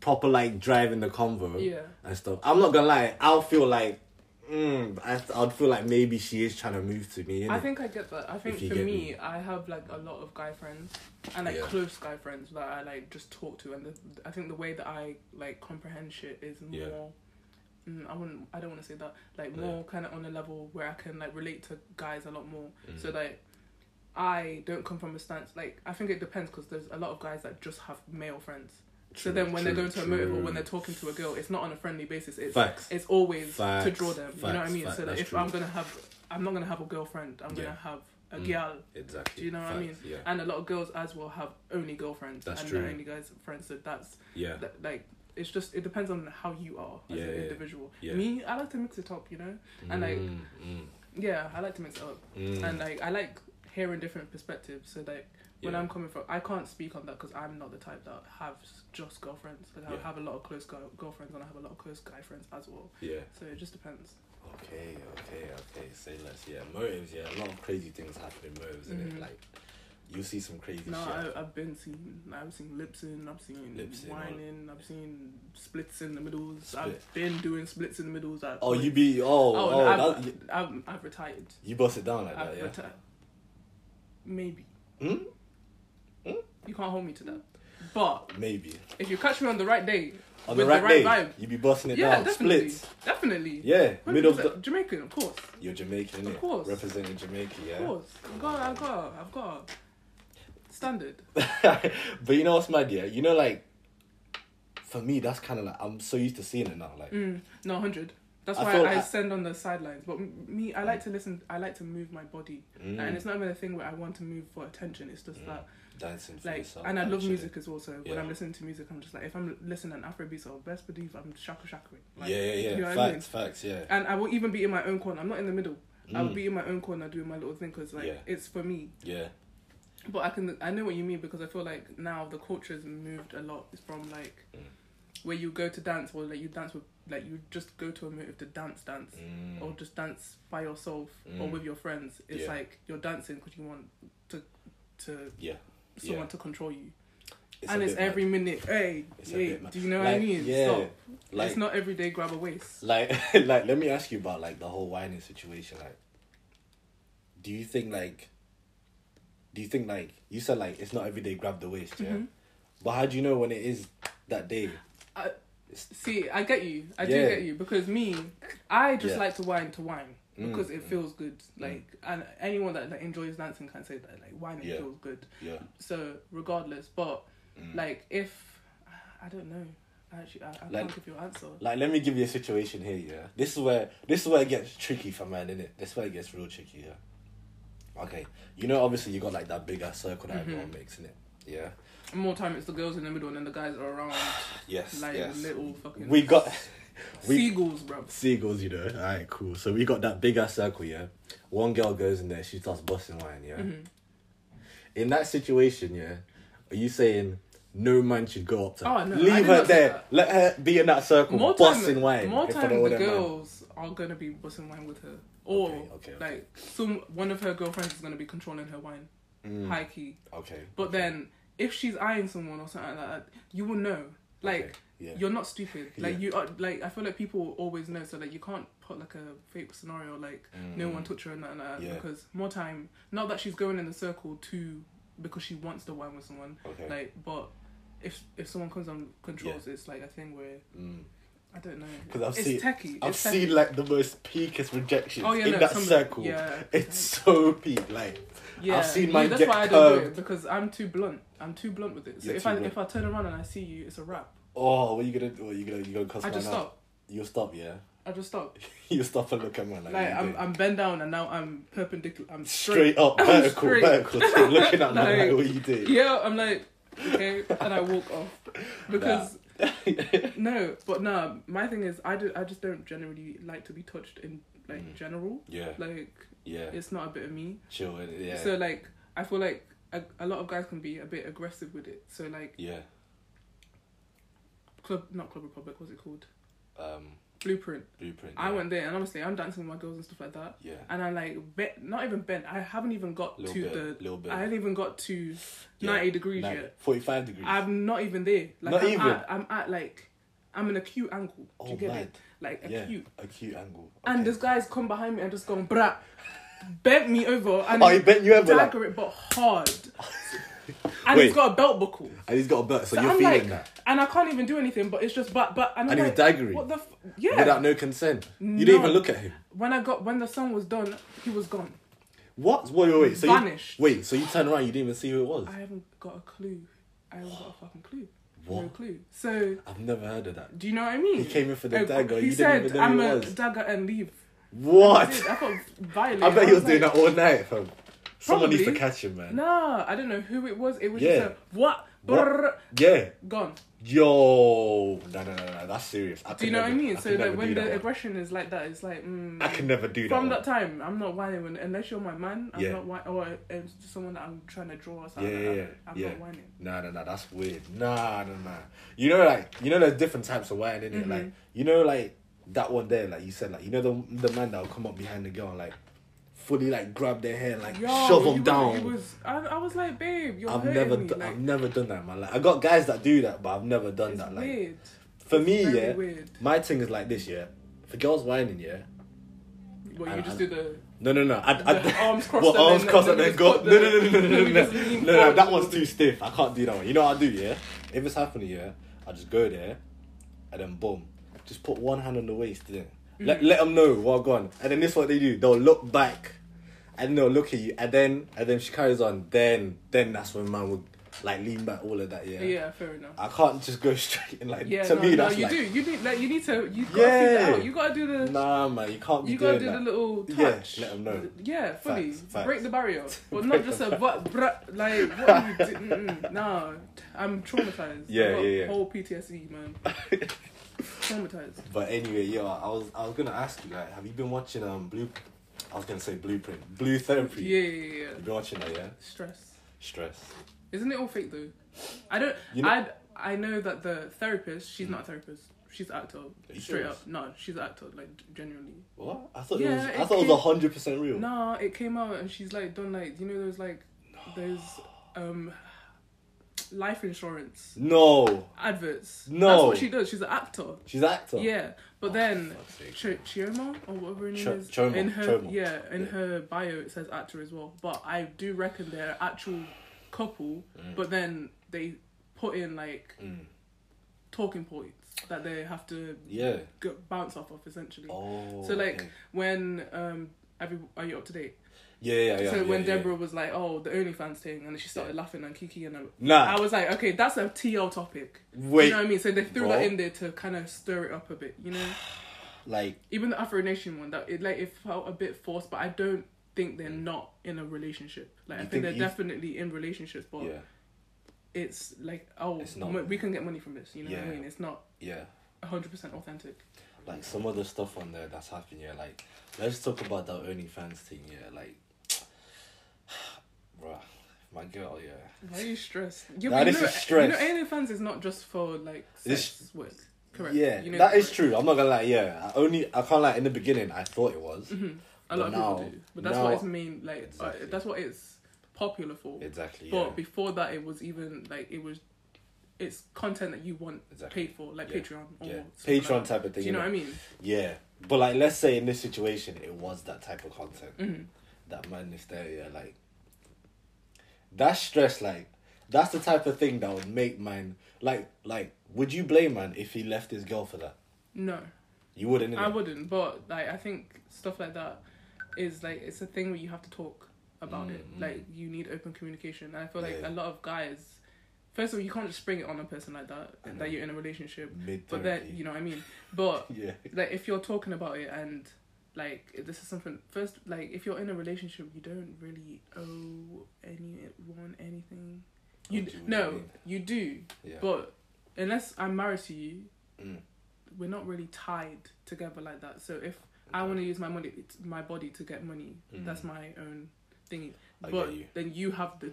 Speaker 2: proper like driving the convo
Speaker 3: Yeah.
Speaker 2: and stuff. I'm not gonna lie, I'll feel like. Mm, I, I'd feel like maybe she is trying to move to me. innit?
Speaker 3: I think I get that. I think
Speaker 2: you
Speaker 3: for
Speaker 2: get
Speaker 3: me,
Speaker 2: me.
Speaker 3: I have like a lot of guy friends and like
Speaker 2: Yeah.
Speaker 3: close guy friends that I like just talk to, and the, I think the way that I like comprehend shit is more.
Speaker 2: Yeah.
Speaker 3: Mm, I wouldn't. I don't want to say that. Like
Speaker 2: Yeah.
Speaker 3: more kind of on a level where I can like relate to guys a lot more. So
Speaker 2: Mm.
Speaker 3: like, I don't come from a stance. Like I think it depends because there's a lot of guys that just have male friends. so
Speaker 2: True,
Speaker 3: then when they're
Speaker 2: true,
Speaker 3: going to a motive or
Speaker 2: true.
Speaker 3: when they're talking to a girl, it's not on a friendly basis. It's
Speaker 2: Facts.
Speaker 3: it's always to
Speaker 2: Facts,
Speaker 3: draw them. you know what I
Speaker 2: facts,
Speaker 3: mean?
Speaker 2: facts,
Speaker 3: so that
Speaker 2: that's
Speaker 3: if
Speaker 2: true.
Speaker 3: I'm gonna have, I'm not gonna have a girlfriend. I'm
Speaker 2: Yeah.
Speaker 3: gonna have a
Speaker 2: Mm.
Speaker 3: girl.
Speaker 2: Exactly.
Speaker 3: Do you know what I mean?
Speaker 2: Yeah.
Speaker 3: And a lot of girls as well have only girlfriends
Speaker 2: That's
Speaker 3: and
Speaker 2: true.
Speaker 3: not only guys friends. So that's
Speaker 2: yeah.
Speaker 3: that, like it's just it depends on how you are as
Speaker 2: Yeah,
Speaker 3: an
Speaker 2: yeah,
Speaker 3: individual.
Speaker 2: yeah.
Speaker 3: Me, I like to mix it up. You know, and, like-
Speaker 2: Mm, mm,
Speaker 3: yeah, I like to mix it up,
Speaker 2: mm.
Speaker 3: and uh, like I like hearing different perspectives. So like. When
Speaker 2: Yeah.
Speaker 3: I'm coming from, I can't speak on that because I'm not the type that have just girlfriends. Like I
Speaker 2: Yeah.
Speaker 3: have a lot of close girl- girlfriends and I have a lot of close guy friends as well.
Speaker 2: yeah.
Speaker 3: So it just depends.
Speaker 2: Okay, okay, okay. Say less. Yeah, motives. Yeah, a lot of crazy things happen in motives, and
Speaker 3: Mhm.
Speaker 2: it like you see some crazy
Speaker 3: No,
Speaker 2: shit.
Speaker 3: I, I've been seen. I've seen lips in. I've seen
Speaker 2: Lips in, all-
Speaker 3: whining. I've seen splits in the middles.
Speaker 2: Split.
Speaker 3: I've been doing splits in the middles. At
Speaker 2: oh, you be oh
Speaker 3: Oh,
Speaker 2: oh,
Speaker 3: no,
Speaker 2: that,
Speaker 3: I've,
Speaker 2: you,
Speaker 3: I've, I've retired.
Speaker 2: you bust it down like
Speaker 3: I've
Speaker 2: that. Yeah.
Speaker 3: retired. Maybe
Speaker 2: Hmm?
Speaker 3: you can't hold me to that. But
Speaker 2: Maybe
Speaker 3: if you catch me on the right day,
Speaker 2: on
Speaker 3: with
Speaker 2: the right,
Speaker 3: the
Speaker 2: day,
Speaker 3: right vibe,
Speaker 2: you be busting it
Speaker 3: yeah,
Speaker 2: down.
Speaker 3: definitely,
Speaker 2: Split.
Speaker 3: definitely.
Speaker 2: Yeah, middle of the.
Speaker 3: 100% Jamaican, of course,
Speaker 2: You're Jamaican,
Speaker 3: Of
Speaker 2: innit?
Speaker 3: course.
Speaker 2: Representing Jamaica, yeah.
Speaker 3: of course. I've got, I've got, I've got standard.
Speaker 2: but you know what's mad, yeah? You know, like, for me, that's kind of like, I'm so used to seeing it now. Like,
Speaker 3: Mm, no, hundred. That's
Speaker 2: I
Speaker 3: why
Speaker 2: feel
Speaker 3: I,
Speaker 2: I-
Speaker 3: stand on the sidelines. But m- me, I like to listen. I like to move my body,
Speaker 2: mm,
Speaker 3: and it's not even a thing where I want to move for attention. It's just
Speaker 2: Mm.
Speaker 3: that,
Speaker 2: dancing for
Speaker 3: like,
Speaker 2: yourself.
Speaker 3: and I
Speaker 2: that
Speaker 3: love
Speaker 2: shit.
Speaker 3: music as well. So when
Speaker 2: Yeah.
Speaker 3: I'm listening to music, I'm just like, if I'm listening to Afrobeats, I'll best believe I'm shaka shakering. Like,
Speaker 2: yeah, yeah, yeah.
Speaker 3: you know
Speaker 2: facts,
Speaker 3: what I mean?
Speaker 2: facts, yeah.
Speaker 3: And I will even be in my own corner. I'm not in the middle. I will
Speaker 2: Mm,
Speaker 3: be in my own corner doing my little thing because like
Speaker 2: Yeah.
Speaker 3: it's for me.
Speaker 2: Yeah,
Speaker 3: But I can I know what you mean because I feel like now the culture's moved a lot from like
Speaker 2: Mm.
Speaker 3: where you go to dance or like you dance with like you just go to a motive to dance dance
Speaker 2: mm,
Speaker 3: or just dance by yourself or
Speaker 2: Mm.
Speaker 3: with your friends. It's
Speaker 2: Yeah.
Speaker 3: like you're dancing because you want to to
Speaker 2: yeah.
Speaker 3: someone
Speaker 2: Yeah.
Speaker 3: to control you,
Speaker 2: a
Speaker 3: and it's
Speaker 2: bit mad.
Speaker 3: every minute. Hey,
Speaker 2: It's a
Speaker 3: hey
Speaker 2: bit mad.
Speaker 3: do you know what I
Speaker 2: Like,
Speaker 3: mean?
Speaker 2: yeah,
Speaker 3: Stop.
Speaker 2: Like,
Speaker 3: it's not every day grab a waist.
Speaker 2: like, like, let me ask you about, like, the whole whining situation. Like, do you think, like, do you think, like, you said, like, it's not every day grab the waist, yeah?
Speaker 3: Mhm.
Speaker 2: But how do you know when it is that day?
Speaker 3: See, I get you. I do
Speaker 2: Yeah.
Speaker 3: get you because me, I just
Speaker 2: Yeah.
Speaker 3: like to whine to whine
Speaker 2: Mm,
Speaker 3: because it
Speaker 2: mm.
Speaker 3: feels good. Like, and anyone that like, enjoys dancing can say that. Like, whining
Speaker 2: Yeah.
Speaker 3: feels good.
Speaker 2: Yeah.
Speaker 3: So regardless, but
Speaker 2: Mm.
Speaker 3: like if I don't know, I actually I, I
Speaker 2: Like-
Speaker 3: can't give you an answer.
Speaker 2: Like, let me give you a situation here, yeah. This is where this is where it gets tricky for man, innit? This is where it
Speaker 3: Mm-hmm.
Speaker 2: gets real tricky, yeah. Okay, you know, obviously you got like that big ass circle that everyone makes, innit? Yeah.
Speaker 3: More time it's the girls in the middle and then the guys are around
Speaker 2: Yes.
Speaker 3: like
Speaker 2: yes.
Speaker 3: little fucking
Speaker 2: we got we-
Speaker 3: seagulls, bro.
Speaker 2: seagulls, you know. Alright, cool. So we got that big ass circle, yeah. One girl goes in there, she starts busting wine, yeah.
Speaker 3: Mm-hmm.
Speaker 2: In that situation, yeah, are you saying no man should go up to her?
Speaker 3: Oh, no, I did
Speaker 2: Leave her
Speaker 3: not say
Speaker 2: there.
Speaker 3: that.
Speaker 2: Let her be in that circle,
Speaker 3: More
Speaker 2: busting
Speaker 3: time,
Speaker 2: wine.
Speaker 3: more
Speaker 2: in front
Speaker 3: time
Speaker 2: of all
Speaker 3: the
Speaker 2: them man.
Speaker 3: girls are gonna be busting wine with her, or
Speaker 2: Okay, okay, okay.
Speaker 3: like some one of her girlfriends is gonna be controlling her wine,
Speaker 2: Mm.
Speaker 3: high key.
Speaker 2: Okay.
Speaker 3: But
Speaker 2: okay,
Speaker 3: then if she's eyeing someone or something like that, you will know. Like
Speaker 2: okay, yeah.
Speaker 3: you're not stupid. Like
Speaker 2: Yeah.
Speaker 3: you are. Like I feel like people always know, so like you can't put like a fake scenario like no one touched her and that, and that
Speaker 2: Mm. Yeah.
Speaker 3: because more time. Not that she's going in the circle to because she wants the wine with someone.
Speaker 2: Okay.
Speaker 3: Like, but if if someone comes on controls, it's like a thing where
Speaker 2: Mm.
Speaker 3: I don't know.
Speaker 2: 'Cause I've
Speaker 3: it's
Speaker 2: seen-
Speaker 3: techie.
Speaker 2: I've
Speaker 3: it's
Speaker 2: seen
Speaker 3: techie.
Speaker 2: like the most peakest rejections
Speaker 3: Oh, yeah,
Speaker 2: in
Speaker 3: no,
Speaker 2: that
Speaker 3: some-
Speaker 2: circle.
Speaker 3: yeah.
Speaker 2: It's so peak, like
Speaker 3: Yeah,
Speaker 2: I've seen
Speaker 3: yeah,
Speaker 2: mine
Speaker 3: that's
Speaker 2: get
Speaker 3: why I don't do
Speaker 2: curved.
Speaker 3: it because I'm too blunt. I'm too blunt with it. So
Speaker 2: You're
Speaker 3: if
Speaker 2: too
Speaker 3: I
Speaker 2: blunt.
Speaker 3: if I turn around and I see you, it's a wrap.
Speaker 2: oh, what are you gonna do? What are you gonna you gonna cuss
Speaker 3: I
Speaker 2: man
Speaker 3: just
Speaker 2: out?
Speaker 3: stop.
Speaker 2: You'll stop, yeah.
Speaker 3: I just stop.
Speaker 2: You'll stop and look at man like,
Speaker 3: Like
Speaker 2: what are you
Speaker 3: I'm
Speaker 2: doing?
Speaker 3: I'm bent down and now I'm perpendicular. I'm
Speaker 2: straight
Speaker 3: straight.
Speaker 2: up vertical,
Speaker 3: Straight.
Speaker 2: vertical, to looking at man like,
Speaker 3: Like-
Speaker 2: what are you doing?
Speaker 3: Yeah, I'm like okay, and I walk off because no, but nah. My thing is I do I just don't generally like to be touched in like
Speaker 2: Mm.
Speaker 3: general.
Speaker 2: yeah,
Speaker 3: Like
Speaker 2: yeah,
Speaker 3: it's not a bit of me.
Speaker 2: chill, and- yeah,
Speaker 3: So like I feel like a, a lot of guys can be a bit aggressive with it. So like
Speaker 2: yeah.
Speaker 3: club, not Club Republic, what's it called?
Speaker 2: Um,
Speaker 3: Blueprint.
Speaker 2: blueprint.
Speaker 3: I
Speaker 2: yeah.
Speaker 3: went there and honestly, I'm dancing with my girls and stuff like that.
Speaker 2: Yeah,
Speaker 3: And I'm like, be- not even bent. I haven't even got
Speaker 2: little
Speaker 3: to
Speaker 2: bit,
Speaker 3: the.
Speaker 2: little bit.
Speaker 3: I haven't even got to
Speaker 2: Yeah,
Speaker 3: 90 degrees
Speaker 2: like
Speaker 3: yet.
Speaker 2: Forty-five degrees.
Speaker 3: I'm not even there. Like
Speaker 2: Not
Speaker 3: I'm
Speaker 2: even?
Speaker 3: At, I'm at like, I'm in a cute angle. Do
Speaker 2: oh
Speaker 3: you get
Speaker 2: mad.
Speaker 3: it? Like a
Speaker 2: yeah,
Speaker 3: cute.
Speaker 2: acute angle.
Speaker 3: And
Speaker 2: Okay.
Speaker 3: this guy's come behind me and just going brah, bent me over and
Speaker 2: Oh, he bent you over, like-
Speaker 3: dagger it but hard. and
Speaker 2: Wait.
Speaker 3: he's got a belt buckle.
Speaker 2: and he's got a butt, so,
Speaker 3: So
Speaker 2: you're
Speaker 3: I'm
Speaker 2: feeling
Speaker 3: like,
Speaker 2: that
Speaker 3: and I can't even do anything. But it's just but but and, I'm
Speaker 2: And he was
Speaker 3: like,
Speaker 2: daggering.
Speaker 3: What the f- yeah?
Speaker 2: without no consent. You didn't
Speaker 3: No.
Speaker 2: even look at him.
Speaker 3: when I got when the song was done, he was gone.
Speaker 2: What? Wait, wait, wait. So you-
Speaker 3: Vanished.
Speaker 2: wait, so you turned around, you didn't even see who it was.
Speaker 3: I haven't got a clue. I haven't got a fucking clue. No
Speaker 2: What?
Speaker 3: clue. So
Speaker 2: I've never heard of that.
Speaker 3: do you know what I mean?
Speaker 2: He came in for the
Speaker 3: Uh,
Speaker 2: dagger,
Speaker 3: He
Speaker 2: you didn't
Speaker 3: said,
Speaker 2: even know
Speaker 3: "I'm
Speaker 2: who it
Speaker 3: a
Speaker 2: was."
Speaker 3: dagger and leave." I,
Speaker 2: What?
Speaker 3: did. I felt violated.
Speaker 2: I bet he was
Speaker 3: like,
Speaker 2: doing that all night, fam. Someone needs to
Speaker 3: Probably.
Speaker 2: catch him, man.
Speaker 3: Nah, I don't know who it was. It was
Speaker 2: Yeah.
Speaker 3: just a what?
Speaker 2: What?
Speaker 3: Brrr,
Speaker 2: Yeah.
Speaker 3: gone.
Speaker 2: Yo, no, no, no, no, that's serious. I
Speaker 3: Do you
Speaker 2: could
Speaker 3: know what I
Speaker 2: never-
Speaker 3: mean?
Speaker 2: could
Speaker 3: So
Speaker 2: never
Speaker 3: like
Speaker 2: do
Speaker 3: when
Speaker 2: that
Speaker 3: the
Speaker 2: one.
Speaker 3: aggression is like that, it's like mm,
Speaker 2: I can never do that.
Speaker 3: from
Speaker 2: one.
Speaker 3: that time, I'm not whining when, unless you're my man. I'm
Speaker 2: Yeah.
Speaker 3: not whining, or uh, someone that I'm trying to draw. Or
Speaker 2: Yeah,
Speaker 3: something
Speaker 2: yeah,
Speaker 3: like
Speaker 2: yeah.
Speaker 3: that. I'm
Speaker 2: yeah.
Speaker 3: not whining.
Speaker 2: Nah, nah, nah. That's weird. Nah, nah, nah. You know, like you know, there's different types of wine in it. Like
Speaker 3: Mm-hmm.
Speaker 2: you know, like that one there, like you said, like you know, the the man that'll come up behind the girl and like fully like grab their hair, and, like
Speaker 3: Yo,
Speaker 2: shove them
Speaker 3: he was-
Speaker 2: down.
Speaker 3: he was- I, I was like, babe, you're
Speaker 2: I've
Speaker 3: hurting
Speaker 2: never,
Speaker 3: me.
Speaker 2: d-
Speaker 3: like,
Speaker 2: I've never done that, man. Like I got guys that do that, but I've never done
Speaker 3: it's
Speaker 2: that. Like
Speaker 3: weird.
Speaker 2: for
Speaker 3: It's
Speaker 2: me,
Speaker 3: very
Speaker 2: yeah,
Speaker 3: weird.
Speaker 2: my thing is like this, yeah. For girls whining, yeah.
Speaker 3: Well,
Speaker 2: I-
Speaker 3: you just
Speaker 2: I-
Speaker 3: do the
Speaker 2: No, no, no. I,
Speaker 3: The
Speaker 2: I,
Speaker 3: arms crossed
Speaker 2: well,
Speaker 3: and then-
Speaker 2: arms crossed and then
Speaker 3: then
Speaker 2: go.
Speaker 3: just
Speaker 2: No,
Speaker 3: put
Speaker 2: no, no,
Speaker 3: the-
Speaker 2: no, no, no,
Speaker 3: you
Speaker 2: no,
Speaker 3: just
Speaker 2: no,
Speaker 3: lean
Speaker 2: no. That
Speaker 3: forward.
Speaker 2: one's too stiff. I can't do that one. You know what I do? Yeah, if it's happening, yeah, I just go there, and then boom, just put one hand on the waist. Then
Speaker 3: Mm-hmm.
Speaker 2: let let them know what gone. And then this is what they do. They'll look back, and they'll look at you, and then and then she carries on. Then then that's when man would like lean back, all of that. Yeah.
Speaker 3: yeah, fair enough.
Speaker 2: I can't just go straight and like.
Speaker 3: yeah,
Speaker 2: to
Speaker 3: no,
Speaker 2: me,
Speaker 3: no,
Speaker 2: that's
Speaker 3: you
Speaker 2: like,
Speaker 3: do. You need like you need to. You gotta figure
Speaker 2: Yeah.
Speaker 3: it out. You gotta do the.
Speaker 2: Nah, man, you can't be
Speaker 3: You gotta
Speaker 2: doing
Speaker 3: do
Speaker 2: that.
Speaker 3: the little
Speaker 2: Yeah,
Speaker 3: touch.
Speaker 2: let 'em know.
Speaker 3: Yeah, fully
Speaker 2: Facts, facts.
Speaker 3: break the barrier, but not just a but bruh, like what are you do- mm-mm, Nah, I'm traumatized.
Speaker 2: Yeah,
Speaker 3: I got
Speaker 2: yeah, yeah.
Speaker 3: Whole PTSD, man. traumatized.
Speaker 2: But anyway, yo, I was I was gonna ask you like, have you been watching um blue? I was gonna say blueprint, blue therapy.
Speaker 3: Yeah, yeah, yeah.
Speaker 2: You been watching that, yeah?
Speaker 3: Stress.
Speaker 2: Stress.
Speaker 3: Isn't it all fake though? I don't.
Speaker 2: You know-
Speaker 3: I I know that the therapist. She's not a therapist. She's an actor.
Speaker 2: you
Speaker 3: Straight
Speaker 2: serious?
Speaker 3: up. No, she's an actor. Like genuinely.
Speaker 2: What? I thought
Speaker 3: Yeah,
Speaker 2: it was. I
Speaker 3: it
Speaker 2: thought it
Speaker 3: came-
Speaker 2: was hundred percent real.
Speaker 3: Nah, it came out and she's like done like you know those like those um life insurance
Speaker 2: No,
Speaker 3: adverts.
Speaker 2: No.
Speaker 3: That's what she does. She's an actor.
Speaker 2: she's an actor.
Speaker 3: Yeah, but then
Speaker 2: Oh, fuck's sake.
Speaker 3: Ch- Chioma or whatever her name
Speaker 2: Ch-
Speaker 3: is
Speaker 2: Chioma,
Speaker 3: in her
Speaker 2: Chioma.
Speaker 3: yeah in
Speaker 2: Yeah.
Speaker 3: her bio it says actor as well. But I do reckon they're actual couple.
Speaker 2: Mm.
Speaker 3: But then they put in like talking points that they have to
Speaker 2: Yeah.
Speaker 3: go, bounce off of essentially.
Speaker 2: Oh.
Speaker 3: so like
Speaker 2: okay.
Speaker 3: when um every, are you up to date?
Speaker 2: Yeah, yeah, Oh, yeah.
Speaker 3: so
Speaker 2: yeah,
Speaker 3: when
Speaker 2: yeah.
Speaker 3: Deborah was like, "Oh, the OnlyFans thing," and she started laughing and Kiki and
Speaker 2: Nah.
Speaker 3: I was like, "Okay, that's a TL topic."
Speaker 2: Wait.
Speaker 3: you know what I mean? So they threw that
Speaker 2: What?
Speaker 3: in there to kind of stir it up a bit, you know.
Speaker 2: like,
Speaker 3: Even the Afro Nation one, that it like it felt a bit forced, but I don't think they're not in a relationship. Like I
Speaker 2: Mm. You
Speaker 3: think,
Speaker 2: think
Speaker 3: they're
Speaker 2: you-
Speaker 3: definitely in relationships, but
Speaker 2: yeah,
Speaker 3: it's like oh
Speaker 2: It's not-
Speaker 3: mo- we can get money from this. You know what I
Speaker 2: Yeah.
Speaker 3: mean? It's not
Speaker 2: Yeah.
Speaker 3: hundred percent authentic.
Speaker 2: Like some of the stuff on there that's happened, yeah. Like, let's talk about that OnlyFans thing, yeah. Like, bruh, my girl, yeah.
Speaker 3: Why are you stressed? Yeah,
Speaker 2: Nah,
Speaker 3: but
Speaker 2: this
Speaker 3: you know,
Speaker 2: is stress.
Speaker 3: You know, OnlyFans is not just for like
Speaker 2: This-
Speaker 3: sex work. Correct.
Speaker 2: Yeah,
Speaker 3: you know
Speaker 2: that is
Speaker 3: correct.
Speaker 2: true. I'm not gonna lie. Yeah, I only I can't lie. In the beginning, I thought it was
Speaker 3: Mm-hmm. A
Speaker 2: But
Speaker 3: lot of
Speaker 2: now-
Speaker 3: people do, but that's what
Speaker 2: now-
Speaker 3: it's mean. Like uh,
Speaker 2: Exactly.
Speaker 3: that's what it's popular for.
Speaker 2: exactly.
Speaker 3: But
Speaker 2: Yeah,
Speaker 3: before that, it was even like it was, it's content that you want
Speaker 2: Exactly.
Speaker 3: paid for, like
Speaker 2: Yeah.
Speaker 3: Patreon or
Speaker 2: yeah.
Speaker 3: something like
Speaker 2: Patreon
Speaker 3: that.
Speaker 2: type of
Speaker 3: Do
Speaker 2: thing.
Speaker 3: you know what I
Speaker 2: innit?
Speaker 3: mean?
Speaker 2: Yeah, but like, let's say in this situation, it was that type of content.
Speaker 3: Mm-hmm.
Speaker 2: That madness there, yeah. Like, that stress, like, that's the type of thing that would make man like like. Would you blame man if he left his girl for that?
Speaker 3: No,
Speaker 2: You wouldn't.
Speaker 3: I
Speaker 2: innit?
Speaker 3: wouldn't. But like, I think stuff like that is like it's a thing where you have to talk about it.
Speaker 2: Mm, mm.
Speaker 3: Like you need open communication, and I feel like
Speaker 2: Yeah.
Speaker 3: a lot of guys. First of all, you can't just spring it on a person like that
Speaker 2: I know.
Speaker 3: that you're in a relationship.
Speaker 2: Mid
Speaker 3: But
Speaker 2: therapy.
Speaker 3: then you know what I mean. But
Speaker 2: Yeah.
Speaker 3: like if you're talking about it and like this is something first like if you're in a relationship you don't really owe anyone anything you
Speaker 2: Or do you
Speaker 3: no
Speaker 2: really?
Speaker 3: you do
Speaker 2: Yeah.
Speaker 3: but unless i'm married to you
Speaker 2: Mm.
Speaker 3: we're not really tied together like that so if i want to use my money it's my body to get money
Speaker 2: Mm.
Speaker 3: that's my own thingy
Speaker 2: I
Speaker 3: but
Speaker 2: get you.
Speaker 3: then you have the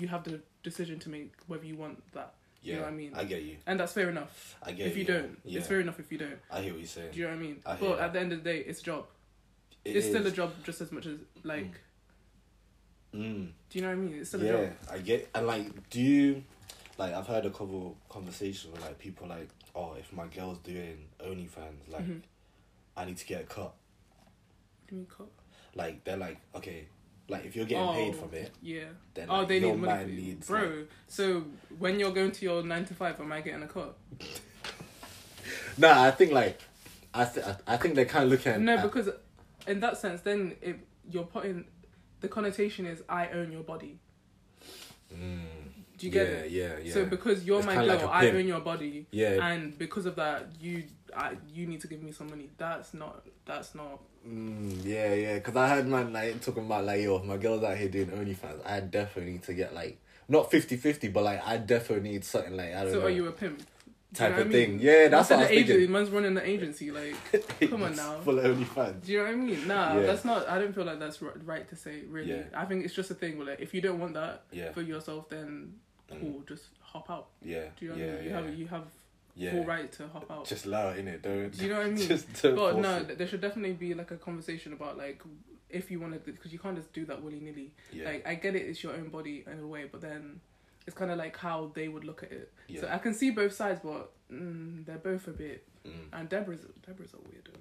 Speaker 3: you have the decision to make whether you want that
Speaker 2: yeah.
Speaker 3: you know what I mean?
Speaker 2: I get you.
Speaker 3: and that's fair enough
Speaker 2: I get
Speaker 3: if you
Speaker 2: yeah.
Speaker 3: don't
Speaker 2: yeah.
Speaker 3: it's fair enough if you don't
Speaker 2: I hear what you're saying.
Speaker 3: do you know what i mean
Speaker 2: I hear
Speaker 3: but
Speaker 2: that.
Speaker 3: at the end of the day it's a job
Speaker 2: It
Speaker 3: it's still a
Speaker 2: is.
Speaker 3: job just as much as like
Speaker 2: Mm.
Speaker 3: do you know what I mean? It's still
Speaker 2: yeah,
Speaker 3: a job.
Speaker 2: I get and like do you like I've heard a couple conversations with like people like, Oh, if my girl's doing OnlyFans, like
Speaker 3: Mhm.
Speaker 2: I need to get a cut.
Speaker 3: Give me a cup.
Speaker 2: Like they're like, Okay, like if you're getting
Speaker 3: Oh,
Speaker 2: paid from it,
Speaker 3: Yeah.
Speaker 2: then
Speaker 3: oh,
Speaker 2: like,
Speaker 3: they
Speaker 2: your
Speaker 3: need money.
Speaker 2: man
Speaker 3: for you.
Speaker 2: needs
Speaker 3: Bro,
Speaker 2: like-
Speaker 3: so when you're going to your nine to five, am I getting a cut?
Speaker 2: Nah, I think like I th- I- I think they kinda look at
Speaker 3: No,
Speaker 2: at-
Speaker 3: because in that sense, then it, you're putting the connotation is I own your body. Do you get
Speaker 2: Mm. yeah,
Speaker 3: it?
Speaker 2: yeah, yeah.
Speaker 3: So because you're
Speaker 2: It's
Speaker 3: my
Speaker 2: kinda like
Speaker 3: girl,
Speaker 2: a
Speaker 3: I
Speaker 2: pimp.
Speaker 3: own your body,
Speaker 2: Yeah.
Speaker 3: and because of that, you I, you need to give me some money. That's not that's not
Speaker 2: Mm, yeah, yeah, because I heard man like talking about like yo, if my girl's out here doing OnlyFans, I definitely need to get like not 50-50, but like I definitely need something like I don't
Speaker 3: So
Speaker 2: know.
Speaker 3: are you a pimp? Do you
Speaker 2: Uh-huh. Type
Speaker 3: know what
Speaker 2: of
Speaker 3: I
Speaker 2: thing.
Speaker 3: mean?
Speaker 2: Yeah, that's
Speaker 3: Man's
Speaker 2: what
Speaker 3: an
Speaker 2: I was thinking.
Speaker 3: agency- Man's running an agency. Like, come on
Speaker 2: It's
Speaker 3: now.
Speaker 2: Full of OnlyFans.
Speaker 3: Do you know what I mean? Nah,
Speaker 2: Yeah.
Speaker 3: that's not. I don't feel like that's ri- right to say. Really,
Speaker 2: Yeah.
Speaker 3: I think it's just a thing. Where like, if you don't want that
Speaker 2: Yeah.
Speaker 3: for yourself, then cool, just hop out.
Speaker 2: Yeah.
Speaker 3: Do you know what
Speaker 2: yeah,
Speaker 3: I mean? You
Speaker 2: yeah.
Speaker 3: have you have
Speaker 2: yeah.
Speaker 3: full right to hop out.
Speaker 2: Just loud in it, don't.
Speaker 3: Do you know what I mean?
Speaker 2: Just don't
Speaker 3: but
Speaker 2: force
Speaker 3: no,
Speaker 2: it.
Speaker 3: th- there should definitely be like a conversation about like if you want to, because you can't just do that willy nilly.
Speaker 2: Yeah.
Speaker 3: Like I get it, it's your own body in a way, but then it's kind of like how they would look at it. So
Speaker 2: Yeah.
Speaker 3: I can see both sides, but mm, they're both a bit.
Speaker 2: Mm.
Speaker 3: And Deborah's Deborah's a weirdo.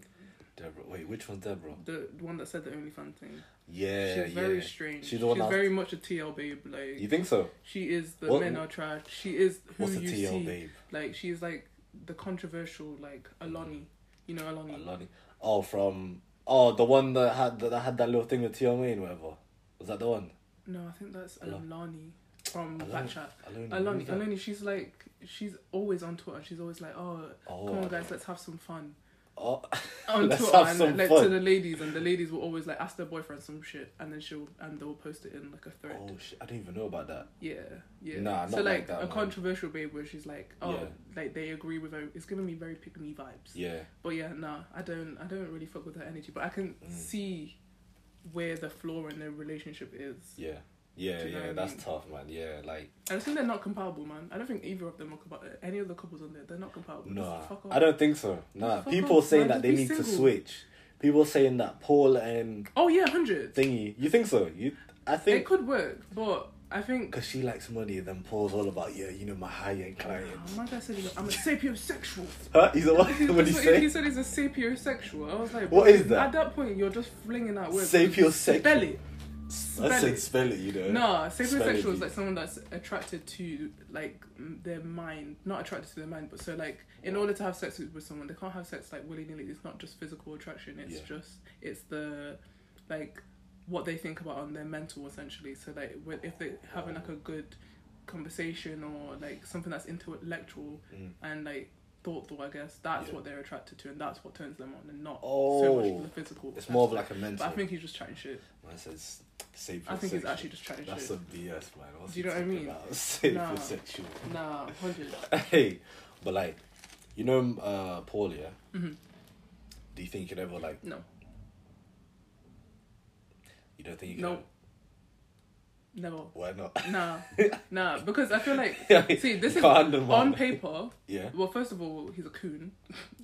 Speaker 2: Deborah, wait, which one's Deborah?
Speaker 3: The the one that said the OnlyFans thing.
Speaker 2: Yeah,
Speaker 3: She's
Speaker 2: yeah.
Speaker 3: very strange.
Speaker 2: She's
Speaker 3: She's,
Speaker 2: the one that-
Speaker 3: very much a TL babe. Like
Speaker 2: you think so?
Speaker 3: she is the
Speaker 2: What-
Speaker 3: men are trash. She is who
Speaker 2: What's a
Speaker 3: you
Speaker 2: TL
Speaker 3: see.
Speaker 2: babe?
Speaker 3: Like she is like the controversial like Aloni. You know Aloni.
Speaker 2: Alani. Oh, from oh the one that had that had that little thing with TL May and whatever. Was that the one?
Speaker 3: No, I think that's
Speaker 2: Alon-
Speaker 3: Alani from
Speaker 2: Aloni.
Speaker 3: Backchat.
Speaker 2: Aloni.
Speaker 3: Aloni,
Speaker 2: who's that?
Speaker 3: Aloni, she's like she's always on Twitter. She's always like, oh,
Speaker 2: Oh,
Speaker 3: come on
Speaker 2: I-
Speaker 3: guys, let's have some fun
Speaker 2: Oh,
Speaker 3: on
Speaker 2: Let's
Speaker 3: Twitter
Speaker 2: have
Speaker 3: and
Speaker 2: some
Speaker 3: like to
Speaker 2: fun.
Speaker 3: the ladies, and the ladies will always like ask their boyfriend some shit, and then she'll and they'll post it in like a thread.
Speaker 2: oh shit! I didn't even know about that.
Speaker 3: Yeah, yeah.
Speaker 2: Nah,
Speaker 3: so
Speaker 2: not
Speaker 3: like,
Speaker 2: like that,
Speaker 3: a
Speaker 2: man.
Speaker 3: controversial babe where she's like, oh,
Speaker 2: Yeah.
Speaker 3: like they agree with her. It's giving me very pick me vibes.
Speaker 2: Yeah,
Speaker 3: But yeah, nah, I don't, I don't really fuck with her energy. But I can
Speaker 2: Mm.
Speaker 3: see where the flaw in their relationship is.
Speaker 2: yeah, yeah,
Speaker 3: Do you know
Speaker 2: yeah.
Speaker 3: what I
Speaker 2: that's
Speaker 3: mean?
Speaker 2: tough, man. Yeah, like
Speaker 3: And I think they're not compatible, man. I don't think either of them are compatible. Any of the couples on there, they're not compatible.
Speaker 2: No,
Speaker 3: Just fuck off.
Speaker 2: I don't think so. Nah,
Speaker 3: Fuck
Speaker 2: people
Speaker 3: off,
Speaker 2: saying
Speaker 3: man.
Speaker 2: that
Speaker 3: Just
Speaker 2: they
Speaker 3: be
Speaker 2: need to
Speaker 3: single.
Speaker 2: switch. People saying that Paul and
Speaker 3: Oh yeah, hundred.
Speaker 2: thingy. You think so? You, I
Speaker 3: It
Speaker 2: think
Speaker 3: could work, but I think.
Speaker 2: because she likes money. Then Paul's all about yeah, you know my high end clients.
Speaker 3: Oh, my guy said he's a- I'm a sapiosexual.
Speaker 2: Huh? He's a what? What he
Speaker 3: That's what he
Speaker 2: say?
Speaker 3: said he's a sapiosexual. I was like,
Speaker 2: What
Speaker 3: bro,
Speaker 2: is that?
Speaker 3: At that point, you're just flinging out words.
Speaker 2: Sapiosexual.
Speaker 3: Spell it.
Speaker 2: I
Speaker 3: spell
Speaker 2: said
Speaker 3: it.
Speaker 2: spell it. You know.
Speaker 3: No,
Speaker 2: Spell it,
Speaker 3: sapiosexual
Speaker 2: you-
Speaker 3: is like someone that's attracted to like m- their mind, not attracted to their mind, but so like in order to have sex with with someone, they can't have sex like willy nilly. It's not just physical attraction. It's
Speaker 2: Yeah.
Speaker 3: just it's the like what they think about on their mental essentially. So like when- if they're having like a good conversation or like something that's intellectual
Speaker 2: Mm.
Speaker 3: and like thoughtful, I guess that's
Speaker 2: Yeah.
Speaker 3: what they're attracted to and that's what turns them on, and not so
Speaker 2: Oh.
Speaker 3: much the physical.
Speaker 2: It's more of like a mental.
Speaker 3: But I think he's just chatting shit.
Speaker 2: I says Safe
Speaker 3: I
Speaker 2: and
Speaker 3: think it's
Speaker 2: sexual.
Speaker 3: actually just trying to
Speaker 2: That's
Speaker 3: shoot.
Speaker 2: some BS, man. What's
Speaker 3: Do you know what I
Speaker 2: talking
Speaker 3: mean?
Speaker 2: About? Safe
Speaker 3: Nah.
Speaker 2: and sexual.
Speaker 3: Nah, hundred.
Speaker 2: hey, but like, you know, uh, Paul, yeah.
Speaker 3: Mhm.
Speaker 2: Do you think you could ever like?
Speaker 3: No,
Speaker 2: You don't think you could?
Speaker 3: No.
Speaker 2: ever-
Speaker 3: never.
Speaker 2: Why not?
Speaker 3: Nah, nah. Because I feel like see this
Speaker 2: You
Speaker 3: is
Speaker 2: can't undermine.
Speaker 3: on paper.
Speaker 2: Yeah,
Speaker 3: Well, first of all, he's a coon.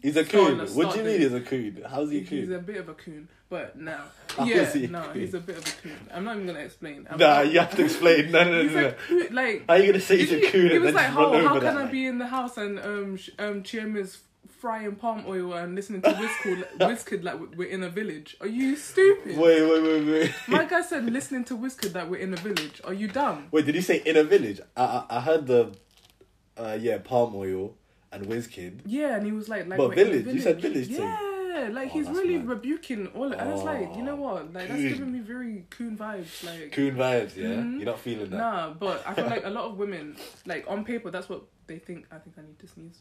Speaker 2: he's a
Speaker 3: Start
Speaker 2: coon.
Speaker 3: on the
Speaker 2: What
Speaker 3: start
Speaker 2: do you mean
Speaker 3: date.
Speaker 2: he's a coon? How's he a
Speaker 3: He's
Speaker 2: coon?
Speaker 3: a bit of a coon, but no,
Speaker 2: How
Speaker 3: yeah,
Speaker 2: is he a
Speaker 3: no,
Speaker 2: coon?
Speaker 3: he's a bit of a coon. I'm not even gonna explain. I'm
Speaker 2: nah,
Speaker 3: not-
Speaker 2: you have to explain. No, no, no,
Speaker 3: He's
Speaker 2: no.
Speaker 3: a
Speaker 2: no.
Speaker 3: coon, like
Speaker 2: How are you gonna say he's
Speaker 3: He-
Speaker 2: a coon
Speaker 3: He
Speaker 2: and
Speaker 3: was
Speaker 2: then
Speaker 3: like,
Speaker 2: just
Speaker 3: "How,
Speaker 2: run
Speaker 3: how
Speaker 2: over
Speaker 3: can
Speaker 2: that?
Speaker 3: I
Speaker 2: like-
Speaker 3: be in the house and um sh- um Chiema's frying palm oil and listening to Wizkid like, Wizkid like we- we're in a village? Are you stupid?"
Speaker 2: Wait, wait, wait, wait.
Speaker 3: My guy said listening to Wizkid that we're in a village. Are you dumb?
Speaker 2: Wait, did you say in a village? I I, I heard the, uh, yeah, palm oil and Wizkid.
Speaker 3: Yeah, and he was like, like
Speaker 2: But
Speaker 3: we're in a
Speaker 2: village, you said village too.
Speaker 3: Yeah, like
Speaker 2: Oh,
Speaker 3: he's
Speaker 2: that's
Speaker 3: really
Speaker 2: mad.
Speaker 3: rebuking all. And it's like, you know
Speaker 2: Oh,
Speaker 3: what? Like that's
Speaker 2: coon.
Speaker 3: giving me very coon vibes. Like
Speaker 2: Coon vibes, yeah.
Speaker 3: Mhm.
Speaker 2: You're not feeling that.
Speaker 3: Nah, but I feel like a lot of women, like on paper, that's what they think. I think I need to sneeze.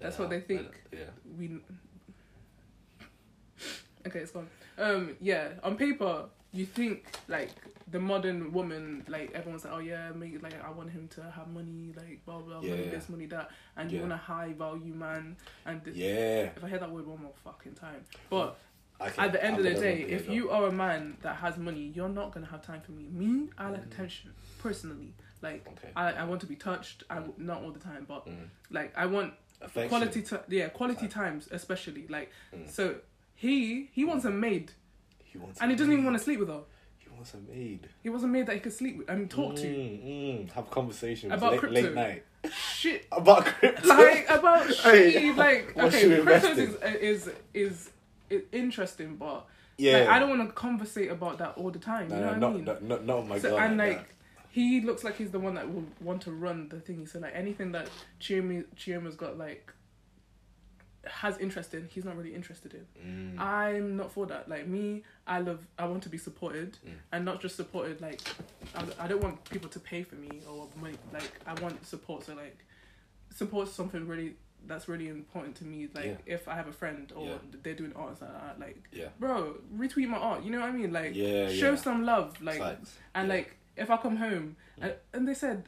Speaker 3: That's what
Speaker 2: Yeah,
Speaker 3: they think.
Speaker 2: Yeah.
Speaker 3: We. Okay, it's gone. Um, yeah, on paper, you think like the modern woman, like everyone's like, oh yeah, make like I want him to have money, like blah blah, money
Speaker 2: Yeah.
Speaker 3: this, money that, and you
Speaker 2: Yeah.
Speaker 3: want a high value man, and this.
Speaker 2: Yeah.
Speaker 3: If I hear that word one more fucking time, but
Speaker 2: Okay,
Speaker 3: at the end
Speaker 2: I'm
Speaker 3: of the
Speaker 2: gonna
Speaker 3: day,
Speaker 2: look
Speaker 3: if
Speaker 2: it
Speaker 3: you
Speaker 2: up.
Speaker 3: are a man that has money, you're not gonna have time for me. Me, I like attention personally. Like
Speaker 2: Mm. Okay.
Speaker 3: I, I want to be touched. I w- not all the time, but
Speaker 2: Mm.
Speaker 3: like I want
Speaker 2: Affection.
Speaker 3: quality. T- yeah, quality times especially. Like
Speaker 2: Mm.
Speaker 3: so, he he wants a maid,
Speaker 2: He wants
Speaker 3: and
Speaker 2: a
Speaker 3: he doesn't even
Speaker 2: maid.
Speaker 3: want to sleep with her.
Speaker 2: He wants a maid.
Speaker 3: He wants a maid that he could sleep with and talk to.
Speaker 2: Mm, mm, have conversations
Speaker 3: About
Speaker 2: late,
Speaker 3: crypto.
Speaker 2: late night
Speaker 3: Shit.
Speaker 2: about crypto.
Speaker 3: Like about
Speaker 2: Hey,
Speaker 3: she like
Speaker 2: what
Speaker 3: okay,
Speaker 2: should we
Speaker 3: crypto
Speaker 2: invest
Speaker 3: is, is is is interesting, but
Speaker 2: yeah,
Speaker 3: like, I don't want to conversate about that all the time.
Speaker 2: No,
Speaker 3: you know
Speaker 2: no,
Speaker 3: what I
Speaker 2: not,
Speaker 3: mean?
Speaker 2: no, no, not on my
Speaker 3: so,
Speaker 2: god.
Speaker 3: and
Speaker 2: like
Speaker 3: like he looks like he's the one that will want to run the thingy. So like anything that Chioma Chioma's got like has interest in, he's not really interested in.
Speaker 2: that. Mm.
Speaker 3: I'm not for that. Like me, I love. I want to be supported,
Speaker 2: Mm.
Speaker 3: and not just supported. Like I, I don't want people to pay for me or money. Like I want support. So like support something really that's really important to me. Like if I have a friend or
Speaker 2: Yeah.
Speaker 3: they're doing art, so I- like
Speaker 2: yeah,
Speaker 3: bro, retweet my art. You know what I mean? Like
Speaker 2: Yeah,
Speaker 3: show
Speaker 2: yeah.
Speaker 3: some love. Like
Speaker 2: Facts.
Speaker 3: and
Speaker 2: Yeah.
Speaker 3: like if I come home and, and they said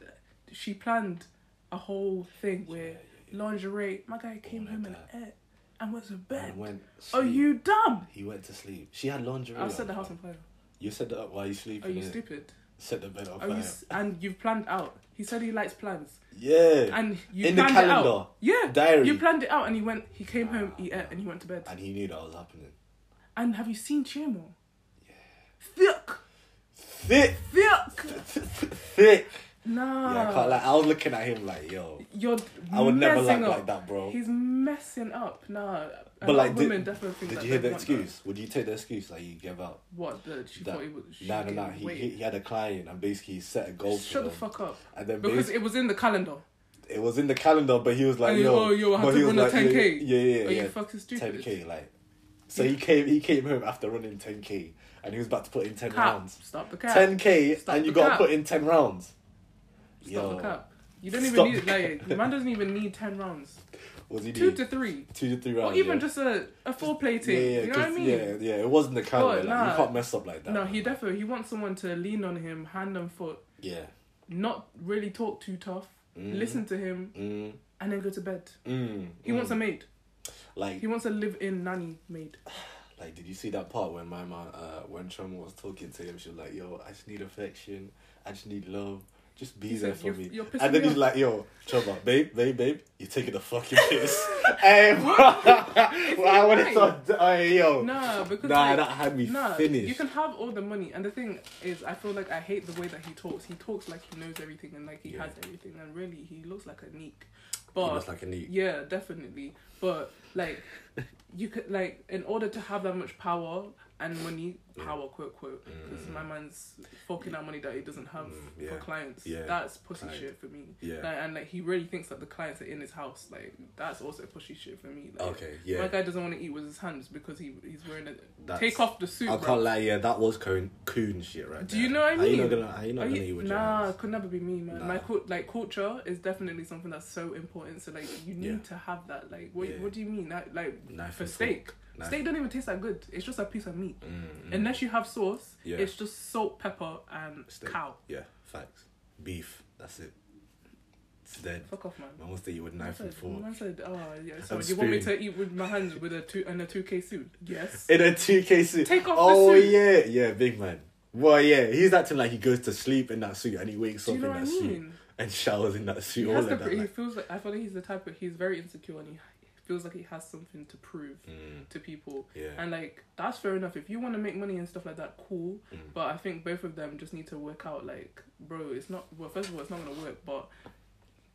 Speaker 3: she planned a whole thing
Speaker 2: yeah,
Speaker 3: where
Speaker 2: yeah.
Speaker 3: lingerie. My guy came
Speaker 2: like
Speaker 3: home
Speaker 2: that.
Speaker 3: and ate and went to bed.
Speaker 2: And went
Speaker 3: Are
Speaker 2: sleep.
Speaker 3: you dumb?
Speaker 2: He went to sleep. She had lingerie.
Speaker 3: I've set
Speaker 2: on.
Speaker 3: the house on fire.
Speaker 2: You set that up while you
Speaker 3: Are
Speaker 2: sleeping.
Speaker 3: you
Speaker 2: innit?
Speaker 3: stupid?
Speaker 2: Set the bed on
Speaker 3: Are
Speaker 2: fire.
Speaker 3: you s- and you've planned out. He said he likes plans,
Speaker 2: yeah.
Speaker 3: and you
Speaker 2: In the
Speaker 3: planned it
Speaker 2: calendar.
Speaker 3: out. Yeah,
Speaker 2: Diary.
Speaker 3: you planned it out, and he went. He came home, he ate, and he went to bed.
Speaker 2: and he knew that was happening.
Speaker 3: And have you seen Chimo? Yeah. Thick,
Speaker 2: Thick,
Speaker 3: thick.
Speaker 2: thick.
Speaker 3: Nah.
Speaker 2: Yeah, I can't, like I was looking at him like, yo,
Speaker 3: You're
Speaker 2: I would never
Speaker 3: messing
Speaker 2: like
Speaker 3: up.
Speaker 2: like that, bro.
Speaker 3: He's messing up. Nah.
Speaker 2: But, like, did-
Speaker 3: women definitely think
Speaker 2: Did
Speaker 3: that
Speaker 2: you hear
Speaker 3: they
Speaker 2: the
Speaker 3: want
Speaker 2: excuse? Would you take the excuse like you gave out?
Speaker 3: that. What? That she
Speaker 2: That-
Speaker 3: thought it was. She
Speaker 2: No, no, no.
Speaker 3: didn't
Speaker 2: He,
Speaker 3: wait.
Speaker 2: he he had a client and basically he set a goal for Uh,
Speaker 3: Shut the
Speaker 2: them.
Speaker 3: fuck up.
Speaker 2: And then
Speaker 3: Because
Speaker 2: basically,
Speaker 3: it was in the calendar.
Speaker 2: it was in the calendar, but he was like,
Speaker 3: And you-
Speaker 2: yo,
Speaker 3: oh, yo, I have
Speaker 2: but
Speaker 3: to
Speaker 2: he was
Speaker 3: run a
Speaker 2: like,
Speaker 3: 10K.
Speaker 2: Yeah, yeah, yeah.
Speaker 3: Are you
Speaker 2: yeah,
Speaker 3: fucking stupid?
Speaker 2: 10k, like. So he came, he came home after running 10k, and he was about to put in 10
Speaker 3: Cap.
Speaker 2: rounds.
Speaker 3: Stop the cap.
Speaker 2: 10k,
Speaker 3: Stop
Speaker 2: and you
Speaker 3: the
Speaker 2: got to
Speaker 3: cap.
Speaker 2: put in 10 rounds.
Speaker 3: Stop the cap. You don't
Speaker 2: Stop
Speaker 3: even need
Speaker 2: the
Speaker 3: like the man doesn't even need ten rounds.
Speaker 2: was he
Speaker 3: Two
Speaker 2: doing
Speaker 3: to three.
Speaker 2: two to three rounds?
Speaker 3: Or even
Speaker 2: yeah.
Speaker 3: just a, a four play
Speaker 2: yeah,
Speaker 3: thing.
Speaker 2: yeah,
Speaker 3: you know what I
Speaker 2: 'cause-
Speaker 3: mean?
Speaker 2: Yeah, yeah. It wasn't the calendar.
Speaker 3: But,
Speaker 2: like,
Speaker 3: nah.
Speaker 2: you can't mess up like that.
Speaker 3: No, he
Speaker 2: man.
Speaker 3: definitely he wants someone to lean on him hand and foot,
Speaker 2: Yeah.
Speaker 3: not really talk too tough,
Speaker 2: Mm.
Speaker 3: listen to him,
Speaker 2: Mm,
Speaker 3: and then go to bed.
Speaker 2: mm,
Speaker 3: He
Speaker 2: mm.
Speaker 3: wants a maid.
Speaker 2: like
Speaker 3: He wants a live-in nanny maid.
Speaker 2: Like, did you see that part when my mom, uh, when Trump was talking to him, she was like, "Yo, I just need affection. I just need love. Just be
Speaker 3: He
Speaker 2: there
Speaker 3: said,
Speaker 2: for
Speaker 3: "You're-
Speaker 2: me."
Speaker 3: you're pissing
Speaker 2: and then
Speaker 3: me
Speaker 2: he's
Speaker 3: off.
Speaker 2: like, "Yo, Trump, babe, babe, babe, you're taking the fucking piss." hey, bro. I would have
Speaker 3: lying?
Speaker 2: thought, hey, yo,
Speaker 3: No, because
Speaker 2: nah,
Speaker 3: like,
Speaker 2: that had me
Speaker 3: no,
Speaker 2: finished.
Speaker 3: you can have all the money. And the thing is, I feel like I hate the way that he talks. He talks like he knows everything and like he
Speaker 2: Yeah.
Speaker 3: has everything, and really he looks like a neek.
Speaker 2: He
Speaker 3: But
Speaker 2: looks like a neat.
Speaker 3: yeah, definitely. But like, you could like in order to have that much power and money,
Speaker 2: Mm.
Speaker 3: power quote quote, because my man's forking out money that he doesn't have
Speaker 2: Mm,
Speaker 3: for
Speaker 2: yeah.
Speaker 3: clients.
Speaker 2: Yeah.
Speaker 3: That's pussy
Speaker 2: Client.
Speaker 3: shit for me.
Speaker 2: Yeah.
Speaker 3: Like, and like he really thinks that the clients are in his house. Like that's also pussy shit for me. Like,
Speaker 2: Okay, yeah.
Speaker 3: My guy doesn't want to eat with his hands because he he's wearing a
Speaker 2: That's-
Speaker 3: take off the suit.
Speaker 2: I
Speaker 3: bro.
Speaker 2: can't lie, yeah, that was coon, coon shit, right?
Speaker 3: Do
Speaker 2: there.
Speaker 3: you know what I
Speaker 2: How you not
Speaker 3: mean?
Speaker 2: gonna, how you not
Speaker 3: Are
Speaker 2: gonna
Speaker 3: you-
Speaker 2: eat with your
Speaker 3: nah,
Speaker 2: hands?
Speaker 3: could never be me, man.
Speaker 2: Nah.
Speaker 3: My cul- like culture is definitely something that's so important. So like you need
Speaker 2: Yeah.
Speaker 3: to have that. Like what
Speaker 2: Yeah.
Speaker 3: what do you mean? Like, like
Speaker 2: Knife
Speaker 3: for
Speaker 2: and
Speaker 3: steak,
Speaker 2: Nah.
Speaker 3: Steak don't even taste that good. It's just a piece of meat.
Speaker 2: Mm, mm.
Speaker 3: Unless you have sauce,
Speaker 2: Yeah.
Speaker 3: it's just salt, pepper, and
Speaker 2: Steak.
Speaker 3: cow.
Speaker 2: Yeah, facts. Beef. That's it. It's dead.
Speaker 3: Fuck off, man.
Speaker 2: Man will say you with
Speaker 3: I
Speaker 2: knife and
Speaker 3: said,
Speaker 2: fork.
Speaker 3: I said, oh yeah. So
Speaker 2: And
Speaker 3: you want me
Speaker 2: spoon.
Speaker 3: to eat with my hands with a two and a two K suit? Yes.
Speaker 2: In a two K suit.
Speaker 3: Take off the
Speaker 2: oh
Speaker 3: suit.
Speaker 2: yeah, yeah, big man. Well, yeah, he's acting like he goes to sleep in that suit and he wakes
Speaker 3: Do
Speaker 2: up
Speaker 3: you know
Speaker 2: in
Speaker 3: what I
Speaker 2: that suit
Speaker 3: mean?
Speaker 2: and showers in that
Speaker 3: He
Speaker 2: suit. All
Speaker 3: has
Speaker 2: of
Speaker 3: to.
Speaker 2: that.
Speaker 3: Pr- he
Speaker 2: Like,
Speaker 3: feels like I feel like he's the type of he's very insecure and he feels like he has something to prove
Speaker 2: mm,
Speaker 3: to people.
Speaker 2: yeah.
Speaker 3: And like that's fair enough. If you want to make money and stuff like that, cool.
Speaker 2: Mm.
Speaker 3: But I think both of them just need to work out. Like, bro, it's not. Well, first of all, it's not gonna work. But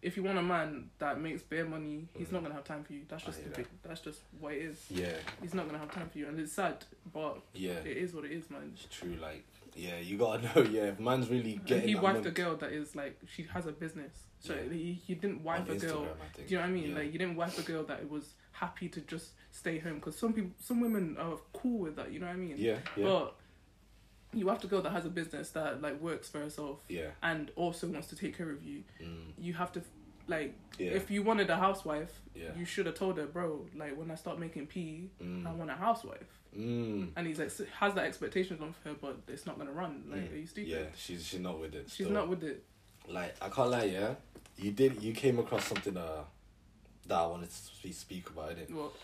Speaker 3: if you want a man that makes bare money, he's
Speaker 2: Mm.
Speaker 3: not gonna have time for you. That's
Speaker 2: I
Speaker 3: just the
Speaker 2: hear
Speaker 3: big, that's just what it is.
Speaker 2: yeah,
Speaker 3: He's not gonna have time for you, and it's sad. But
Speaker 2: yeah.
Speaker 3: it is what it is, man.
Speaker 2: It's true. Like, yeah, you gotta know. Yeah, if man's really
Speaker 3: And
Speaker 2: getting.
Speaker 3: he
Speaker 2: that
Speaker 3: wifed
Speaker 2: money
Speaker 3: a girl that is like she has a business. So
Speaker 2: Yeah.
Speaker 3: he, he didn't
Speaker 2: on
Speaker 3: wife a girl.
Speaker 2: Instagram, I think.
Speaker 3: Do you know what I mean?
Speaker 2: Yeah.
Speaker 3: Like you didn't wife a girl that was happy to just stay home because some people, some women are cool with that. You know what I mean?
Speaker 2: yeah, yeah,
Speaker 3: But you have to go that has a business that like works for herself
Speaker 2: yeah.
Speaker 3: and also wants to take care of you.
Speaker 2: Mm,
Speaker 3: You have to like
Speaker 2: yeah.
Speaker 3: if you wanted a housewife,
Speaker 2: Yeah.
Speaker 3: you should have told her, bro. Like when I start making pee, I
Speaker 2: mm,
Speaker 3: want a housewife.
Speaker 2: mm.
Speaker 3: And he's like s- has that expectations on her, but it's not gonna run. Like
Speaker 2: Mm.
Speaker 3: are you stupid?
Speaker 2: Yeah, she's she's not with it.
Speaker 3: She's
Speaker 2: still.
Speaker 3: not with it.
Speaker 2: like I can't lie, yeah. You did you came across something uh that I wanted to speak, speak about, it.
Speaker 3: Well,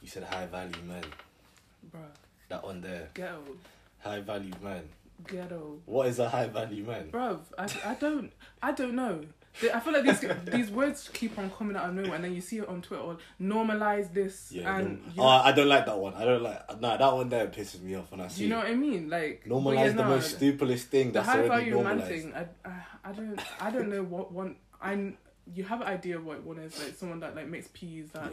Speaker 2: You said high value man.
Speaker 3: bruh,
Speaker 2: That on there.
Speaker 3: ghetto,
Speaker 2: High value man.
Speaker 3: ghetto.
Speaker 2: What is a high value man?
Speaker 3: Bruv, I, I don't I don't know. The- I feel like these these words keep on coming out of nowhere, and then you see it on Twitter. Or normalize this,
Speaker 2: Yeah.
Speaker 3: and
Speaker 2: don't-
Speaker 3: you
Speaker 2: oh, I don't like that one. I don't like nah that one there pisses me off when I
Speaker 3: Do
Speaker 2: see
Speaker 3: you know
Speaker 2: it.
Speaker 3: what I mean? Like but
Speaker 2: Normalize
Speaker 3: yeah,
Speaker 2: the
Speaker 3: nah,
Speaker 2: most stupidest thing
Speaker 3: The
Speaker 2: that's
Speaker 3: high
Speaker 2: already
Speaker 3: value man
Speaker 2: normalized.
Speaker 3: thing. I, I I don't I don't know what one I you have an idea of what one is like someone that like makes peas
Speaker 2: Yeah.
Speaker 3: that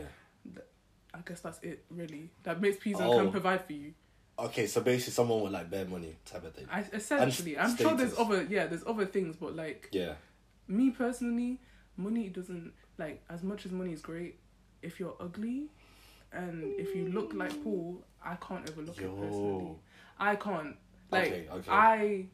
Speaker 3: I guess that's it really that makes peas and
Speaker 2: Oh.
Speaker 3: can provide for you.
Speaker 2: Okay, so basically someone with like bare money type of thing.
Speaker 3: I essentially I'm sure there's
Speaker 2: status.
Speaker 3: other yeah there's other things but like
Speaker 2: Yeah.
Speaker 3: me personally, money doesn't like as much as money is great. If you're ugly, and if you look like Paul, I can't overlook it personally.
Speaker 2: Yo.
Speaker 3: I can't like
Speaker 2: okay, okay.
Speaker 3: I.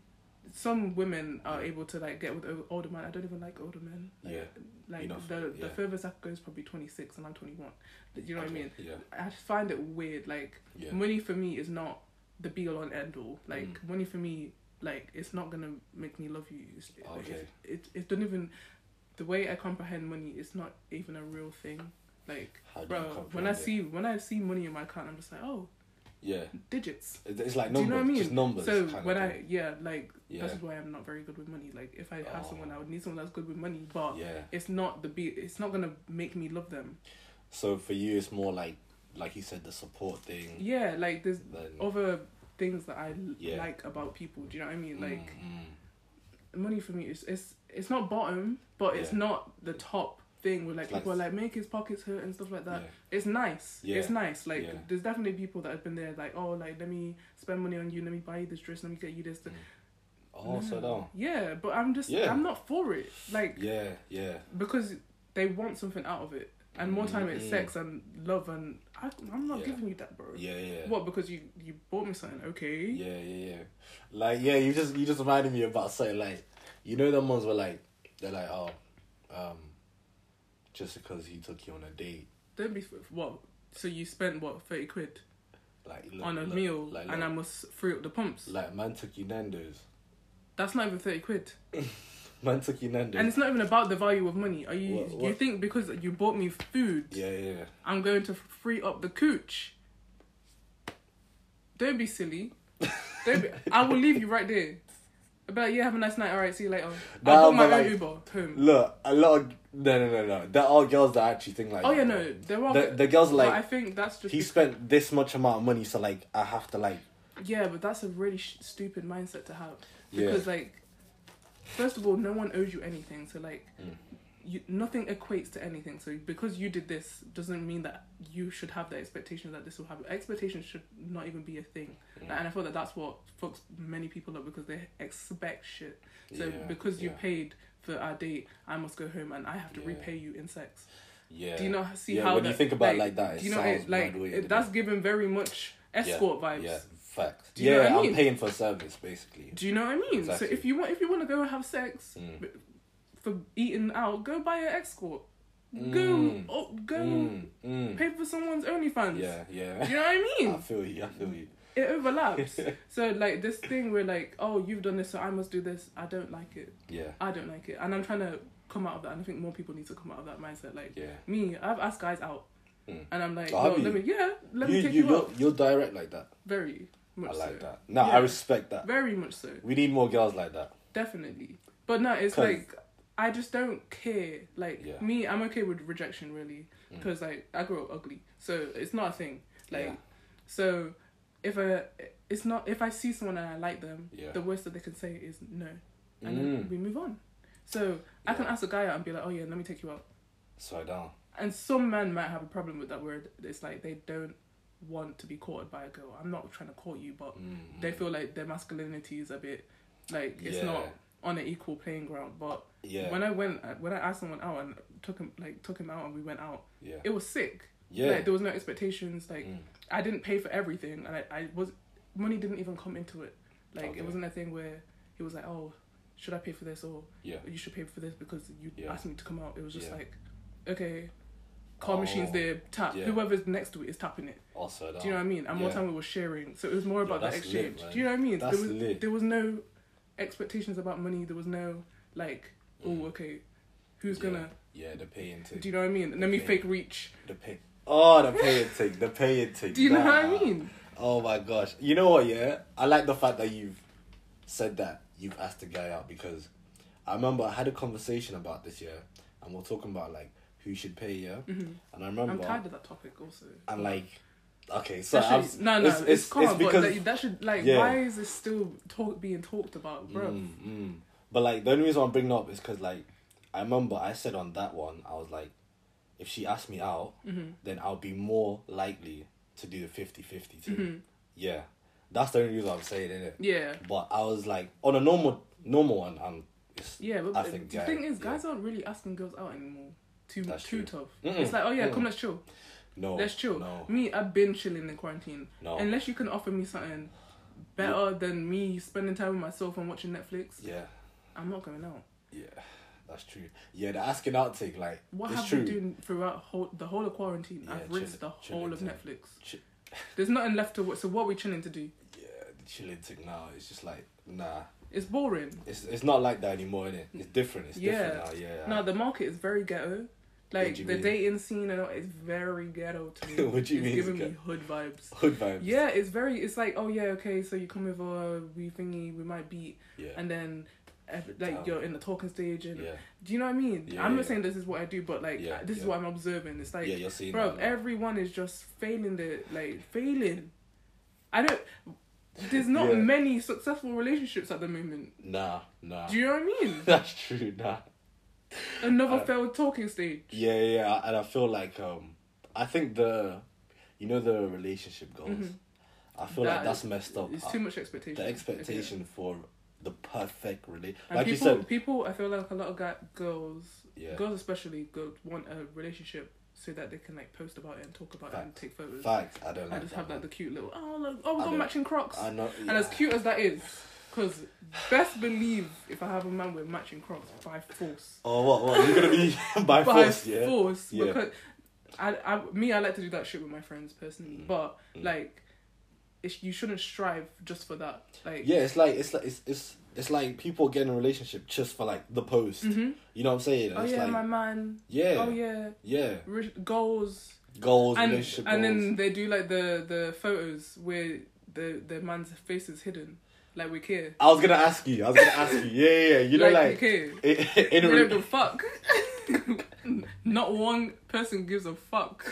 Speaker 3: Some women are able to like get with o- older men. I don't even like older men. Like,
Speaker 2: Yeah.
Speaker 3: Like
Speaker 2: Enough,
Speaker 3: the the
Speaker 2: yeah.
Speaker 3: furthest I could go is probably twenty six, and I'm twenty one. You know what I
Speaker 2: Okay,
Speaker 3: mean?
Speaker 2: Yeah.
Speaker 3: I just find it weird. Like
Speaker 2: Yeah.
Speaker 3: money for me is not the be all and end all. Like
Speaker 2: Mm.
Speaker 3: money for me, like it's not gonna make me love you. It's, like,
Speaker 2: Okay.
Speaker 3: It, it it don't even the way I comprehend money is not even a real thing. Like
Speaker 2: How do you
Speaker 3: bro,
Speaker 2: comprehend
Speaker 3: when I
Speaker 2: it?
Speaker 3: see when I see money in my account, I'm just like, oh,
Speaker 2: Yeah.
Speaker 3: digits.
Speaker 2: It- It's like
Speaker 3: Do you
Speaker 2: numbers,
Speaker 3: know what I mean?
Speaker 2: just numbers.
Speaker 3: So
Speaker 2: kind of
Speaker 3: when
Speaker 2: thing.
Speaker 3: I yeah, like
Speaker 2: Yeah.
Speaker 3: this is why I'm not very good with money. Like if I have
Speaker 2: Oh.
Speaker 3: someone, I would need someone that's good with money, but
Speaker 2: Yeah.
Speaker 3: it's not the be. It's not gonna make me love them.
Speaker 2: So for you, it's more like, like you said, the support thing.
Speaker 3: Yeah, like there's
Speaker 2: Then,
Speaker 3: other things that I l-
Speaker 2: Yeah.
Speaker 3: like about people. Do you know what I mean?
Speaker 2: Mm,
Speaker 3: Like
Speaker 2: mm.
Speaker 3: money for me is it's it's not bottom, but it's
Speaker 2: Yeah.
Speaker 3: not the top thing where like
Speaker 2: It's like-
Speaker 3: people are like make his pockets hurt and stuff like that.
Speaker 2: Yeah.
Speaker 3: It's nice.
Speaker 2: Yeah.
Speaker 3: It's nice. Like
Speaker 2: Yeah.
Speaker 3: there's definitely people that have been there like oh like let me spend money on you, let me buy you this dress, let me get you this. th-
Speaker 2: Oh, so down.
Speaker 3: Yeah, but I'm just
Speaker 2: Mm. Yeah.
Speaker 3: I'm not for it. Like
Speaker 2: Yeah, yeah.
Speaker 3: because they want something out of it. And more time it's
Speaker 2: Mm.
Speaker 3: sex and love and I, I'm not
Speaker 2: Yeah.
Speaker 3: giving you that, bro.
Speaker 2: Yeah, yeah.
Speaker 3: What? Because you you bought me something, okay?
Speaker 2: Yeah, yeah, yeah. Like, yeah, you just you just reminded me about something like, you know, them ones were like, they're like, oh, um, just because he took you on a date,
Speaker 3: Don't be f- what? So you spent what thirty quid
Speaker 2: like look,
Speaker 3: on a
Speaker 2: look,
Speaker 3: meal,
Speaker 2: like,
Speaker 3: and
Speaker 2: look,
Speaker 3: I must free up the pumps.
Speaker 2: like man took you Nando's,
Speaker 3: That's not even thirty quid,
Speaker 2: man took you Nando's.
Speaker 3: and it's not even about the value of money. Are you
Speaker 2: What-
Speaker 3: you
Speaker 2: what-
Speaker 3: think because you bought me food,
Speaker 2: yeah, yeah, yeah.
Speaker 3: I'm going to free up the cooch? Don't be silly. Don't be, I will leave you right there. But yeah, have a nice night. All right, see you later.
Speaker 2: Nah,
Speaker 3: I bought my
Speaker 2: but
Speaker 3: own
Speaker 2: like-
Speaker 3: Uber home.
Speaker 2: Look, a lot of no, no, no, no. There are girls that actually think like.
Speaker 3: Oh yeah,
Speaker 2: that,
Speaker 3: no, there are.
Speaker 2: The, the girls are
Speaker 3: but I
Speaker 2: like
Speaker 3: think that's just
Speaker 2: he
Speaker 3: because-
Speaker 2: spent this much amount of money, so like I have to like
Speaker 3: Yeah, but that's a really sh- stupid mindset to have
Speaker 2: Yeah.
Speaker 3: because, like, first of all, no one owes you anything, so like,
Speaker 2: Mm.
Speaker 3: you nothing equates to anything. So because you did this doesn't mean that you should have the expectation that this will happen. Expectations should not even be a thing,
Speaker 2: Mm.
Speaker 3: and I feel that that's what fucks many people up because they expect shit. So
Speaker 2: Yeah,
Speaker 3: because you
Speaker 2: yeah.
Speaker 3: paid for our date, I must go home and I have to
Speaker 2: Yeah.
Speaker 3: repay you in sex.
Speaker 2: Yeah.
Speaker 3: Do you know see
Speaker 2: yeah,
Speaker 3: how
Speaker 2: when
Speaker 3: that,
Speaker 2: you think about it like that, it
Speaker 3: do you know
Speaker 2: sounds
Speaker 3: it, like
Speaker 2: mad weird,
Speaker 3: it,
Speaker 2: innit?
Speaker 3: that's given very much escort vibes.
Speaker 2: Yeah, facts.
Speaker 3: Do you know
Speaker 2: yeah,
Speaker 3: what I mean?
Speaker 2: I'm paying for service basically.
Speaker 3: Do you know what I mean?
Speaker 2: Exactly.
Speaker 3: So if you want, if you want to go and have sex
Speaker 2: Mm.
Speaker 3: b- for eating out, go buy an escort.
Speaker 2: Mm.
Speaker 3: Go, oh, go,
Speaker 2: Mm, mm.
Speaker 3: pay for someone's OnlyFans.
Speaker 2: Yeah,
Speaker 3: Do you
Speaker 2: yeah.
Speaker 3: know what I
Speaker 2: I
Speaker 3: mean?
Speaker 2: feel you. I feel you.
Speaker 3: It overlaps. so like this thing where like, oh, you've done this, so I must do this. I don't like it.
Speaker 2: Yeah,
Speaker 3: I don't like it, and I'm trying to come out of that. And I think more people need to come out of that mindset. Like
Speaker 2: yeah.
Speaker 3: me, I've asked guys out,
Speaker 2: Mm.
Speaker 3: and I'm like,
Speaker 2: Oh, have
Speaker 3: well,
Speaker 2: you?
Speaker 3: let me, yeah, let
Speaker 2: you,
Speaker 3: me take
Speaker 2: you,
Speaker 3: you,
Speaker 2: you're,
Speaker 3: out.
Speaker 2: you're direct like that.
Speaker 3: Very much.
Speaker 2: I like
Speaker 3: so.
Speaker 2: that. No, I
Speaker 3: Yeah.
Speaker 2: respect that.
Speaker 3: Very much so.
Speaker 2: We need more girls like that.
Speaker 3: definitely. But no, it's
Speaker 2: 'Cause-
Speaker 3: like I just don't care. Like
Speaker 2: Yeah. Mm.
Speaker 3: me, I'm okay with rejection really, because like I grew up ugly, so it's not a thing. Like,
Speaker 2: Yeah.
Speaker 3: so if I, it's not if I see someone and I like them,
Speaker 2: Yeah.
Speaker 3: the worst that they can say is no, and then
Speaker 2: Mm.
Speaker 3: we move on. So I can
Speaker 2: Yeah.
Speaker 3: ask a guy out and be like, oh yeah, let me take you out.
Speaker 2: Slow down.
Speaker 3: And some men might have a problem with that word. It's like they don't want to be courted by a girl. I'm not trying to court you, but
Speaker 2: Mm.
Speaker 3: they feel like their masculinity is a bit like it's
Speaker 2: Yeah.
Speaker 3: not on an equal playing ground. But
Speaker 2: Yeah.
Speaker 3: when I went, when I asked someone out and took him like took him out and we went out,
Speaker 2: yeah.
Speaker 3: it was sick.
Speaker 2: yeah.
Speaker 3: Like, there was no expectations. Like
Speaker 2: Mm.
Speaker 3: I didn't pay for everything, and I, I was money didn't even come into it. Like
Speaker 2: Okay.
Speaker 3: it wasn't a thing where he was like, oh, should I pay for this or
Speaker 2: Yeah.
Speaker 3: you should pay for this because you
Speaker 2: Yeah.
Speaker 3: asked me to come out. It was just
Speaker 2: Yeah.
Speaker 3: like, okay. Card machines
Speaker 2: Oh.
Speaker 3: there, tap.
Speaker 2: Yeah.
Speaker 3: Whoever's next to it is tapping it.
Speaker 2: Oh, slow down.
Speaker 3: Do you know what I mean? And more
Speaker 2: Yeah.
Speaker 3: time we were sharing, so it was more
Speaker 2: Yo,
Speaker 3: about that
Speaker 2: that's lit,
Speaker 3: exchange.
Speaker 2: man.
Speaker 3: Do you know what I mean?
Speaker 2: That's
Speaker 3: there was
Speaker 2: lit.
Speaker 3: there was no expectations about money. There was no like, oh okay, who's gonna?
Speaker 2: Mm. Yeah, the pay and take.
Speaker 3: Do you know what I mean? Let me
Speaker 2: Yeah.
Speaker 3: fake reach.
Speaker 2: The pay. Oh, the pay and take. The pay and take.
Speaker 3: Do you know what
Speaker 2: Nah.
Speaker 3: I mean?
Speaker 2: Oh my gosh. You know what, yeah? I like the fact that you've said that you've asked the guy out because I remember I had a conversation about this, yeah? And we're talking about like who should pay, yeah? And I
Speaker 3: Mm-hmm. I'm
Speaker 2: remember.
Speaker 3: tired of that topic also.
Speaker 2: and like, okay, so
Speaker 3: That
Speaker 2: I'm,
Speaker 3: should, no, no, it's, calm, but like, that should like
Speaker 2: Yeah.
Speaker 3: why is this still talk being talked about, bro?
Speaker 2: Mm, mm. But like the only reason I'm bringing it up is because like I remember I said on that one I was like, if she asks me out,
Speaker 3: Mm-hmm.
Speaker 2: then I'll be more likely to do the 50-50 thing.
Speaker 3: Mm-hmm.
Speaker 2: Yeah, that's the only reason I'm saying it.
Speaker 3: Yeah,
Speaker 2: But I was like on a normal normal one, I'm. It's,
Speaker 3: yeah. But
Speaker 2: I
Speaker 3: the-
Speaker 2: think,
Speaker 3: the
Speaker 2: yeah,
Speaker 3: thing is,
Speaker 2: yeah.
Speaker 3: guys aren't really asking girls out anymore. Too
Speaker 2: That's
Speaker 3: too
Speaker 2: true.
Speaker 3: tough.
Speaker 2: Mm-mm.
Speaker 3: It's like oh yeah,
Speaker 2: Mm.
Speaker 3: come let's chill.
Speaker 2: no,
Speaker 3: Let's chill.
Speaker 2: Oh, No,
Speaker 3: Me, I've been chilling in quarantine.
Speaker 2: No.
Speaker 3: Unless you can offer me something better than me spending time with myself and watching Netflix,
Speaker 2: yeah,
Speaker 3: I'm not going out.
Speaker 2: yeah, that's true. Yeah, the asking out thing like
Speaker 3: What
Speaker 2: it's
Speaker 3: have
Speaker 2: true.
Speaker 3: we done throughout whole, the whole of quarantine?
Speaker 2: Yeah,
Speaker 3: I've
Speaker 2: chill-
Speaker 3: rinsed the
Speaker 2: chilling
Speaker 3: whole of
Speaker 2: time.
Speaker 3: Netflix.
Speaker 2: Chi-
Speaker 3: There's nothing left to watch. So what are we chilling to do?
Speaker 2: yeah, the chilling thing now it's just like nah.
Speaker 3: It's boring.
Speaker 2: It's it's not like that anymore, innit? It's different. It's
Speaker 3: Yeah.
Speaker 2: different now. Yeah.
Speaker 3: Now the market is very ghetto. Like
Speaker 2: What do
Speaker 3: the
Speaker 2: you mean?
Speaker 3: dating scene and all, it's very ghetto to me.
Speaker 2: What do you mean
Speaker 3: it's
Speaker 2: it's
Speaker 3: giving me
Speaker 2: ghetto?
Speaker 3: hood vibes.
Speaker 2: hood vibes.
Speaker 3: Yeah, it's very. It's like, oh yeah, okay. So you come over, we thingy, we might beat,
Speaker 2: Yeah.
Speaker 3: and then ev- like
Speaker 2: Damn.
Speaker 3: you're in the talking stage and
Speaker 2: yeah.
Speaker 3: do you know what I mean?
Speaker 2: Yeah,
Speaker 3: I'm not
Speaker 2: yeah.
Speaker 3: saying this is what I do, but like
Speaker 2: Yeah,
Speaker 3: this is
Speaker 2: yeah.
Speaker 3: what I'm observing. It's like,
Speaker 2: yeah, you're seeing
Speaker 3: bro,
Speaker 2: that. now.
Speaker 3: everyone is just failing the like failing. I don't. There's not
Speaker 2: Yeah.
Speaker 3: many successful relationships at the moment.
Speaker 2: Nah, nah.
Speaker 3: Do you know what I mean?
Speaker 2: That's true, nah.
Speaker 3: Another
Speaker 2: I-
Speaker 3: failed talking stage.
Speaker 2: Yeah, yeah, and I feel like um I think the you know the relationship goals. I feel like
Speaker 3: Mm-hmm. That
Speaker 2: that's
Speaker 3: is-
Speaker 2: messed up.
Speaker 3: It's
Speaker 2: Uh,
Speaker 3: too much expectation.
Speaker 2: the
Speaker 3: Okay.
Speaker 2: expectation for the perfect relationship.
Speaker 3: And
Speaker 2: Like you
Speaker 3: people,
Speaker 2: said,
Speaker 3: people, I feel like a lot of guy, girls,
Speaker 2: Yeah.
Speaker 3: girls especially, go, want a relationship so that they can like post about it and talk about it and
Speaker 2: Facts.
Speaker 3: take photos.
Speaker 2: facts. I don't
Speaker 3: I
Speaker 2: like
Speaker 3: just
Speaker 2: that.
Speaker 3: have like the
Speaker 2: man.
Speaker 3: cute little oh look oh we
Speaker 2: I
Speaker 3: got
Speaker 2: don't-
Speaker 3: matching Crocs.
Speaker 2: I know.
Speaker 3: And as cute as that is, because best believe if I have a man with matching Crocs by force,
Speaker 2: Oh, what? What? You're gonna be by,
Speaker 3: by
Speaker 2: force, yeah.
Speaker 3: force,
Speaker 2: Yeah.
Speaker 3: because I, I, me, I like to do that shit with my friends personally,
Speaker 2: Mm.
Speaker 3: but like, it's, you shouldn't strive just for that. Like,
Speaker 2: Yeah, it's like it's like it's it's it's like people get in a relationship just for like the post.
Speaker 3: Mhm.
Speaker 2: You know what I'm saying?
Speaker 3: oh
Speaker 2: it's
Speaker 3: yeah,
Speaker 2: like
Speaker 3: my man.
Speaker 2: yeah,
Speaker 3: Oh yeah,
Speaker 2: yeah.
Speaker 3: Re- goals.
Speaker 2: Goals,
Speaker 3: And
Speaker 2: relationship
Speaker 3: and
Speaker 2: goals.
Speaker 3: then they do like the the photos where the the man's face is hidden, like we care.
Speaker 2: I was gonna ask you. I was gonna ask you. Yeah, yeah. yeah. You know,
Speaker 3: like we
Speaker 2: like,
Speaker 3: care.
Speaker 2: in, in a
Speaker 3: We
Speaker 2: re-
Speaker 3: don't give a fuck. Not one person gives a fuck.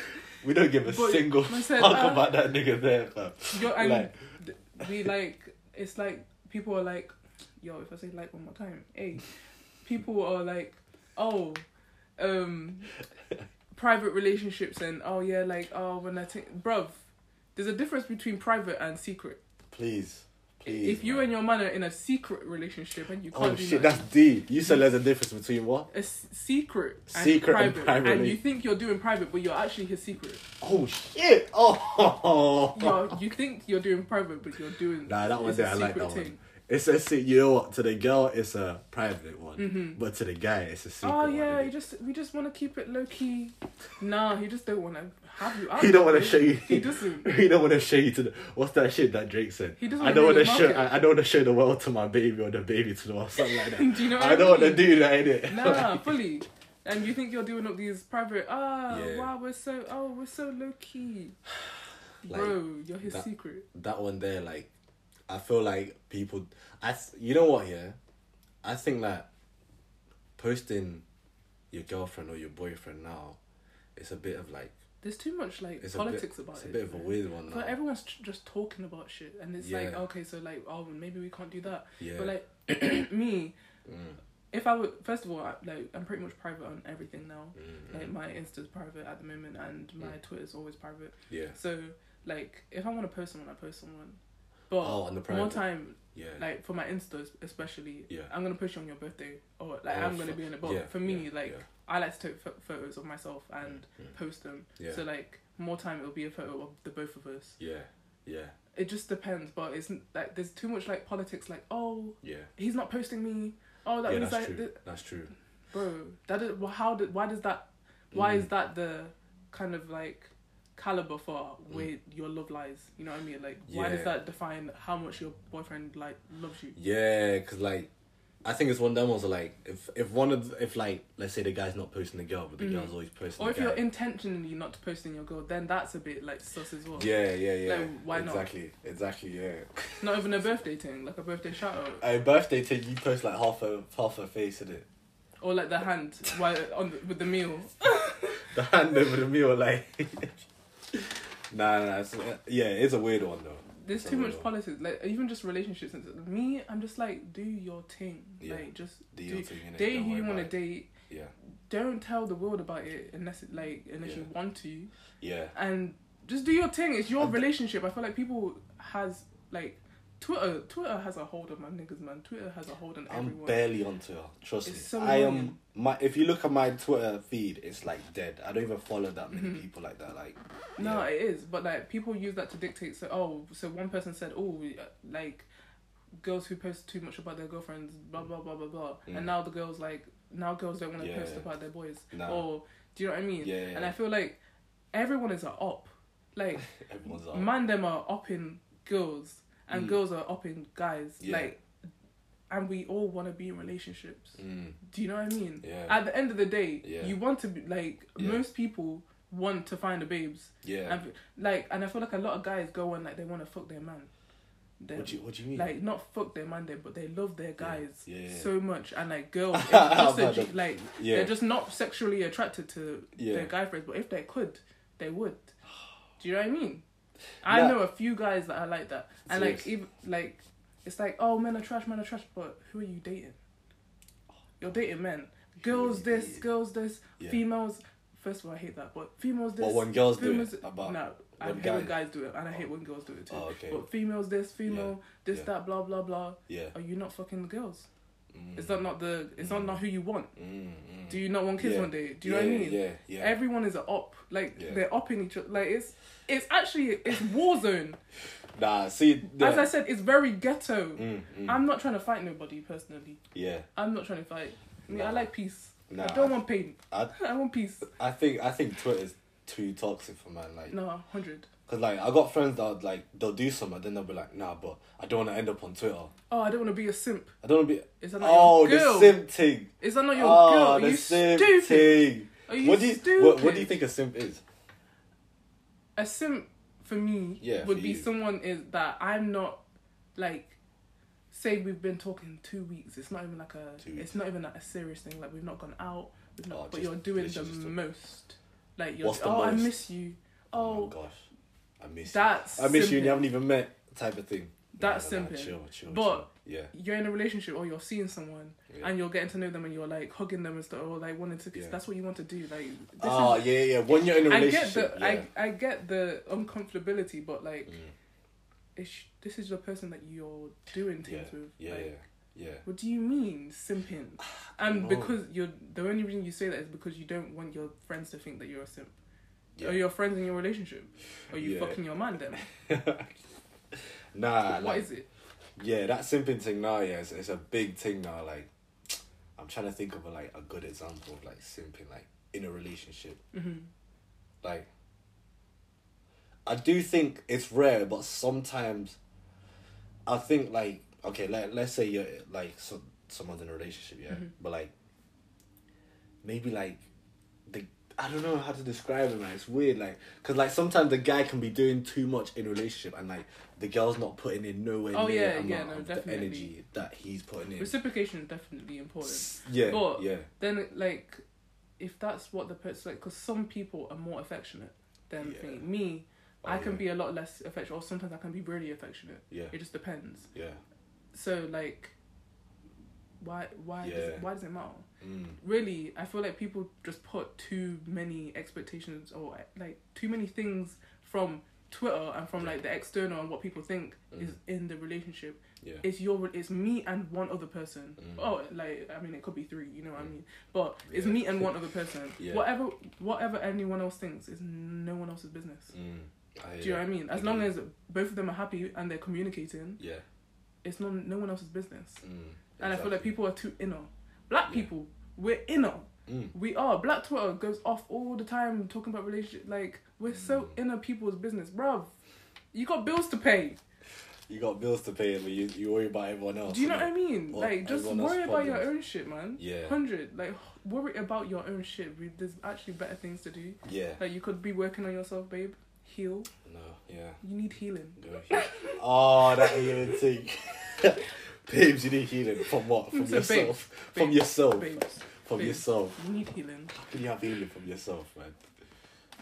Speaker 2: we don't give a
Speaker 3: But
Speaker 2: single
Speaker 3: I said,
Speaker 2: fuck
Speaker 3: uh,
Speaker 2: about that nigga there, fam.
Speaker 3: Yo, and
Speaker 2: Like-
Speaker 3: th- we like it's like people are like, yo, if I say like one more time, hey, people are like, oh, um, private relationships and oh yeah, like oh when I think, bruv, there's a difference between private and secret.
Speaker 2: Please, please.
Speaker 3: If you
Speaker 2: man.
Speaker 3: and your man are in a secret relationship and you can't
Speaker 2: oh
Speaker 3: do
Speaker 2: shit, that's
Speaker 3: nothing-
Speaker 2: deep. You said there's a difference between what?
Speaker 3: a s- secret, and
Speaker 2: Secret and
Speaker 3: private,
Speaker 2: private
Speaker 3: and you
Speaker 2: relation-
Speaker 3: think you're doing private, but you're actually his secret.
Speaker 2: Oh shit. Oh.
Speaker 3: you you think you're doing private, but you're doing.
Speaker 2: Nah, that one
Speaker 3: it's a
Speaker 2: there. I like
Speaker 3: secret
Speaker 2: that one. It's a se- you know what to the girl it's a private one, but to the guy it's a secret.
Speaker 3: Mm-hmm. Oh
Speaker 2: one,
Speaker 3: yeah,
Speaker 2: innit?
Speaker 3: you just we just want to keep it low key. Nah, he just don't want to have you out.
Speaker 2: He don't
Speaker 3: there,
Speaker 2: want to
Speaker 3: babe.
Speaker 2: show you.
Speaker 3: He doesn't.
Speaker 2: He don't want to show you to the. What's that shit that Drake said?
Speaker 3: He doesn't
Speaker 2: I don't
Speaker 3: wanna
Speaker 2: want to
Speaker 3: ruin
Speaker 2: show.
Speaker 3: the market.
Speaker 2: I, I don't want to show the world to my baby or the baby to the world, something like that.
Speaker 3: Do you know what
Speaker 2: I
Speaker 3: I
Speaker 2: don't want to
Speaker 3: mean?
Speaker 2: do that innit?
Speaker 3: Nah, fully. And you think you're doing up these private? Ah,
Speaker 2: Yeah.
Speaker 3: wow, we're so oh we're so low key.
Speaker 2: Like,
Speaker 3: Bro, you're his
Speaker 2: that-
Speaker 3: secret.
Speaker 2: that one there, like, I feel like people. I th- you know what? Yeah, I think that posting your girlfriend or your boyfriend now, it's a bit of like
Speaker 3: There's too much like
Speaker 2: it's
Speaker 3: politics
Speaker 2: a bit,
Speaker 3: about
Speaker 2: it's
Speaker 3: it.
Speaker 2: a bit of a weird one. Now.
Speaker 3: But everyone's tr- just talking about shit, and it's like,
Speaker 2: Yeah.
Speaker 3: okay, so like, oh, maybe we can't do that.
Speaker 2: yeah, Mm.
Speaker 3: But like me, if I would, first of all, I, like I'm pretty much private on everything now.
Speaker 2: Mm,
Speaker 3: Like my Insta's private at the moment, and my Twitter's always private.
Speaker 2: yeah,
Speaker 3: So like, if I want to post someone, I post someone. But
Speaker 2: Oh, on the
Speaker 3: more
Speaker 2: private.
Speaker 3: time,
Speaker 2: yeah.
Speaker 3: like for my Insta especially,
Speaker 2: Yeah.
Speaker 3: I'm gonna push you on your birthday, or like
Speaker 2: Oh,
Speaker 3: I'm gonna
Speaker 2: fu-
Speaker 3: be in it. But
Speaker 2: yeah,
Speaker 3: for me,
Speaker 2: yeah,
Speaker 3: like
Speaker 2: yeah. Mm,
Speaker 3: I like to take pho- photos of myself and post them.
Speaker 2: Yeah.
Speaker 3: So like more time, it'll be a photo of the both of us.
Speaker 2: yeah, yeah,
Speaker 3: It just depends, but it's n- like there's too much like politics. Like oh,
Speaker 2: yeah.
Speaker 3: he's not posting me. Oh, that
Speaker 2: yeah,
Speaker 3: means
Speaker 2: that's
Speaker 3: like,
Speaker 2: true.
Speaker 3: th-
Speaker 2: that's true.
Speaker 3: bro, that is well, how did why does that why
Speaker 2: Mm.
Speaker 3: is that the kind of like caliber for where your love lies? You know what I mean? Like why
Speaker 2: Mm. Yeah.
Speaker 3: does that define how much your boyfriend like loves you?
Speaker 2: Yeah, cause like, I think it's one of them ones. that, Like, if if one of the, if like let's say the guy's not posting the girl, but the girl's always posting.
Speaker 3: Mm-hmm. Or
Speaker 2: the
Speaker 3: if
Speaker 2: guy.
Speaker 3: you're intentionally not posting your girl, then that's a bit like sus as well.
Speaker 2: Yeah, yeah, yeah.
Speaker 3: Like, why not?
Speaker 2: Exactly, exactly. Yeah.
Speaker 3: Not even a birthday thing, like a birthday shout out.
Speaker 2: A birthday thing, you post like half a half a face in it.
Speaker 3: Or like the hand while on the, with the meal.
Speaker 2: The hand over the meal, like. nah, nah. It's, uh, yeah, it's a weird one though.
Speaker 3: There's
Speaker 2: It's a
Speaker 3: too
Speaker 2: weird
Speaker 3: much
Speaker 2: one.
Speaker 3: politics, like even just relationships. and- Me, I'm just like, do your thing.
Speaker 2: Yeah.
Speaker 3: Like just
Speaker 2: Do
Speaker 3: do,
Speaker 2: your thing, innit?
Speaker 3: date
Speaker 2: Don't
Speaker 3: who
Speaker 2: worry
Speaker 3: you want to
Speaker 2: about it.
Speaker 3: date.
Speaker 2: Yeah,
Speaker 3: don't tell the world about it unless it, like unless you
Speaker 2: Yeah.
Speaker 3: want to
Speaker 2: yeah.
Speaker 3: and just do your thing it's your
Speaker 2: And-
Speaker 3: relationship i feel like people has like twitter twitter has a hold on my niggas man twitter has a hold on
Speaker 2: I'm
Speaker 3: everyone
Speaker 2: barely on Twitter. Trust
Speaker 3: It's
Speaker 2: me.
Speaker 3: so
Speaker 2: I am
Speaker 3: annoying.
Speaker 2: my. If you look at my Twitter feed, it's like dead. I don't even follow that many people like that. Like,
Speaker 3: Mm-hmm. no
Speaker 2: yeah.
Speaker 3: it is but like people use that to dictate so oh so one person said oh we, uh, like girls who post too much about their girlfriends blah blah blah blah blah and now the girls like now girls don't want to
Speaker 2: Mm. Yeah.
Speaker 3: post about their boys
Speaker 2: Nah.
Speaker 3: or do you know what i mean
Speaker 2: Yeah, yeah,
Speaker 3: and
Speaker 2: yeah.
Speaker 3: i feel like everyone is a op like
Speaker 2: everyone's like,
Speaker 3: man them are upping girls and
Speaker 2: Mm.
Speaker 3: girls are upping guys
Speaker 2: Yeah.
Speaker 3: like and we all want to be in relationships
Speaker 2: Mm,
Speaker 3: do you know what i mean
Speaker 2: Yeah.
Speaker 3: at the end of the day
Speaker 2: Yeah.
Speaker 3: you want to be like
Speaker 2: Yeah.
Speaker 3: most people want to find the babes
Speaker 2: yeah.
Speaker 3: and like and i feel like a lot of guys go on like they want to fuck their man They-
Speaker 2: What do you What do you mean?
Speaker 3: like not fuck their man, they but they love their guys
Speaker 2: Yeah, yeah.
Speaker 3: so much, and like girls, it's just
Speaker 2: I've heard
Speaker 3: that-
Speaker 2: of-
Speaker 3: like
Speaker 2: yeah.
Speaker 3: they're just not sexually attracted to
Speaker 2: Yeah.
Speaker 3: their guy friends. But if they could, they would. Do you know what I mean? I
Speaker 2: Nah.
Speaker 3: know a few guys that are like that, and like
Speaker 2: Serious.
Speaker 3: even like it's like oh men are trash, men are trash, but who are you dating? You're dating men, girls
Speaker 2: you
Speaker 3: this,
Speaker 2: dating?
Speaker 3: girls this,
Speaker 2: Yeah.
Speaker 3: females. First of all, I hate that, but females this.
Speaker 2: Well, when girls do
Speaker 3: females,
Speaker 2: it, about
Speaker 3: no, I
Speaker 2: when
Speaker 3: hate when
Speaker 2: guys-
Speaker 3: guys do it, and I hate when girls do it too.
Speaker 2: Oh, okay.
Speaker 3: But females this, female this,
Speaker 2: yeah.
Speaker 3: that, blah blah blah.
Speaker 2: yeah.
Speaker 3: Are you not fucking the girls?
Speaker 2: Mm,
Speaker 3: Is that not the? Is that not who you want?
Speaker 2: mm, mm.
Speaker 3: Do you not want kids
Speaker 2: Yeah.
Speaker 3: one day? Do you
Speaker 2: yeah,
Speaker 3: know what I mean?
Speaker 2: Yeah, yeah.
Speaker 3: Everyone is a op. Like
Speaker 2: Yeah.
Speaker 3: they're opping each other. Like it's it's actually it's war zone.
Speaker 2: nah, see, the,
Speaker 3: As I said, it's very ghetto.
Speaker 2: mm, mm,
Speaker 3: I'm not trying to fight nobody personally.
Speaker 2: yeah,
Speaker 3: I'm not trying to fight. I, mean, I
Speaker 2: Nah.
Speaker 3: like peace.
Speaker 2: Nah,
Speaker 3: I don't
Speaker 2: I-
Speaker 3: want pain.
Speaker 2: I,
Speaker 3: I want peace.
Speaker 2: I think, I think Twitter's too toxic for man. Like,
Speaker 3: No, hundred.
Speaker 2: cause like I got friends that are, like they'll do something, and then they'll be like, nah, but I don't want to end up on Twitter.
Speaker 3: Oh, I don't want to be a simp.
Speaker 2: I don't want to be.
Speaker 3: Is that not
Speaker 2: Oh,
Speaker 3: your
Speaker 2: the
Speaker 3: girl?
Speaker 2: simp thing.
Speaker 3: Is that not your
Speaker 2: oh,
Speaker 3: girl? Are
Speaker 2: the
Speaker 3: you
Speaker 2: simp
Speaker 3: stupid?
Speaker 2: thing.
Speaker 3: Are you
Speaker 2: what do you What, what do you
Speaker 3: stupid?
Speaker 2: think a simp is?
Speaker 3: a simp for me
Speaker 2: Yeah,
Speaker 3: would
Speaker 2: for
Speaker 3: be
Speaker 2: you.
Speaker 3: someone is that I'm not like say we've been talking two weeks. It's not even like a
Speaker 2: Two weeks.
Speaker 3: it's not even like a serious thing. Like we've not gone out. We've not,
Speaker 2: Oh,
Speaker 3: but
Speaker 2: just
Speaker 3: you're doing the
Speaker 2: literally just talk-
Speaker 3: most. Like you're
Speaker 2: What's the
Speaker 3: oh I
Speaker 2: most?
Speaker 3: miss you.
Speaker 2: Oh,
Speaker 3: Oh,
Speaker 2: my gosh, I miss
Speaker 3: that's
Speaker 2: you. I miss you, and
Speaker 3: simping.
Speaker 2: you haven't even met. Type of thing.
Speaker 3: That's
Speaker 2: nah, nah,
Speaker 3: simping.
Speaker 2: chill, chill,
Speaker 3: But-
Speaker 2: chill. yeah,
Speaker 3: you're in a relationship or you're seeing someone
Speaker 2: Yeah.
Speaker 3: and you're getting to know them and you're like hugging them and stuff or like wanting to kiss.
Speaker 2: Yeah.
Speaker 3: That's what you want to do. Like this
Speaker 2: oh
Speaker 3: is,
Speaker 2: yeah, yeah. When you're in a
Speaker 3: I get
Speaker 2: relationship,
Speaker 3: the
Speaker 2: yeah.
Speaker 3: I I get the uncomfortability, but like
Speaker 2: Mm.
Speaker 3: it's, this is the person that you're doing
Speaker 2: yeah,
Speaker 3: things with.
Speaker 2: yeah,
Speaker 3: like,
Speaker 2: yeah, yeah.
Speaker 3: What do you mean simping? And
Speaker 2: No.
Speaker 3: because you're the only reason you say that is because you don't want your friends to think that you're a simp.
Speaker 2: Yeah.
Speaker 3: Are your friends in your relationship? Are you
Speaker 2: Yeah.
Speaker 3: fucking your man then?
Speaker 2: Nah,
Speaker 3: what
Speaker 2: like,
Speaker 3: is it?
Speaker 2: yeah, that simping thing now, yeah, it's, it's a big thing now. Like, I'm trying to think of a, like a good example of like simping, like in a relationship.
Speaker 3: Mm-hmm.
Speaker 2: Like, I do think it's rare, but sometimes, I think like okay, let let's say you're like so, someone's in a relationship, yeah,
Speaker 3: Mm-hmm.
Speaker 2: but like, maybe like, the I don't know how to describe it, man. It's weird, like, cause like sometimes the guy can be doing too much in a relationship, and like the girl's not putting in nowhere
Speaker 3: Oh,
Speaker 2: near
Speaker 3: yeah,
Speaker 2: amount
Speaker 3: yeah, no,
Speaker 2: of the
Speaker 3: definitely.
Speaker 2: energy that he's putting in.
Speaker 3: Reciprocation is definitely important.
Speaker 2: yeah,
Speaker 3: but
Speaker 2: yeah.
Speaker 3: Then, like, if that's what the person like, because some people are more affectionate than
Speaker 2: Yeah.
Speaker 3: me. me
Speaker 2: Oh,
Speaker 3: I can
Speaker 2: yeah.
Speaker 3: be a lot less affectionate, or sometimes I can be really affectionate.
Speaker 2: Yeah,
Speaker 3: It just depends.
Speaker 2: yeah.
Speaker 3: So, like, why, why, does
Speaker 2: Yeah.
Speaker 3: it, why does it matter?
Speaker 2: Mm.
Speaker 3: really i feel like people just put too many expectations or like too many things from twitter and from
Speaker 2: Yeah.
Speaker 3: like the external and what people think is
Speaker 2: Mm.
Speaker 3: in the relationship
Speaker 2: Yeah.
Speaker 3: it's your it's me and one other person
Speaker 2: Mm.
Speaker 3: oh like i mean it could be three you know what i
Speaker 2: Mm.
Speaker 3: mean but it's
Speaker 2: Yeah.
Speaker 3: me and one other person
Speaker 2: Yeah.
Speaker 3: whatever whatever anyone else thinks is no one else's business
Speaker 2: Mm. I,
Speaker 3: do you know what i mean as
Speaker 2: I
Speaker 3: long
Speaker 2: mean-
Speaker 3: as both of them are happy and they're communicating
Speaker 2: Yeah.
Speaker 3: it's not no one else's business
Speaker 2: Mm.
Speaker 3: and i feel like
Speaker 2: Exactly.
Speaker 3: people are too inner black
Speaker 2: Yeah.
Speaker 3: people we're inner
Speaker 2: Mm.
Speaker 3: we are. Black Twitter goes off all the time talking about relationship. Like we're so
Speaker 2: Mm.
Speaker 3: inner people's business, bruv. You got bills to pay.
Speaker 2: You got bills to pay, but you, you worry about everyone else.
Speaker 3: Do you know what
Speaker 2: innit?
Speaker 3: I mean?
Speaker 2: Well,
Speaker 3: like just
Speaker 2: everyone else's
Speaker 3: worry about your
Speaker 2: problems.
Speaker 3: own shit, man.
Speaker 2: Yeah.
Speaker 3: Hundred. Like worry about your own shit. We- There's actually better things to do.
Speaker 2: Yeah.
Speaker 3: Like you could be working on yourself, babe. Heal.
Speaker 2: No. Yeah.
Speaker 3: You need healing.
Speaker 2: Go here. oh, that healing thing. Babes, you need healing from what? From
Speaker 3: So babes,
Speaker 2: yourself. from
Speaker 3: babes,
Speaker 2: yourself.
Speaker 3: Babes,
Speaker 2: From
Speaker 3: babes.
Speaker 2: yourself.
Speaker 3: you need healing.
Speaker 2: How can you have healing from yourself, man?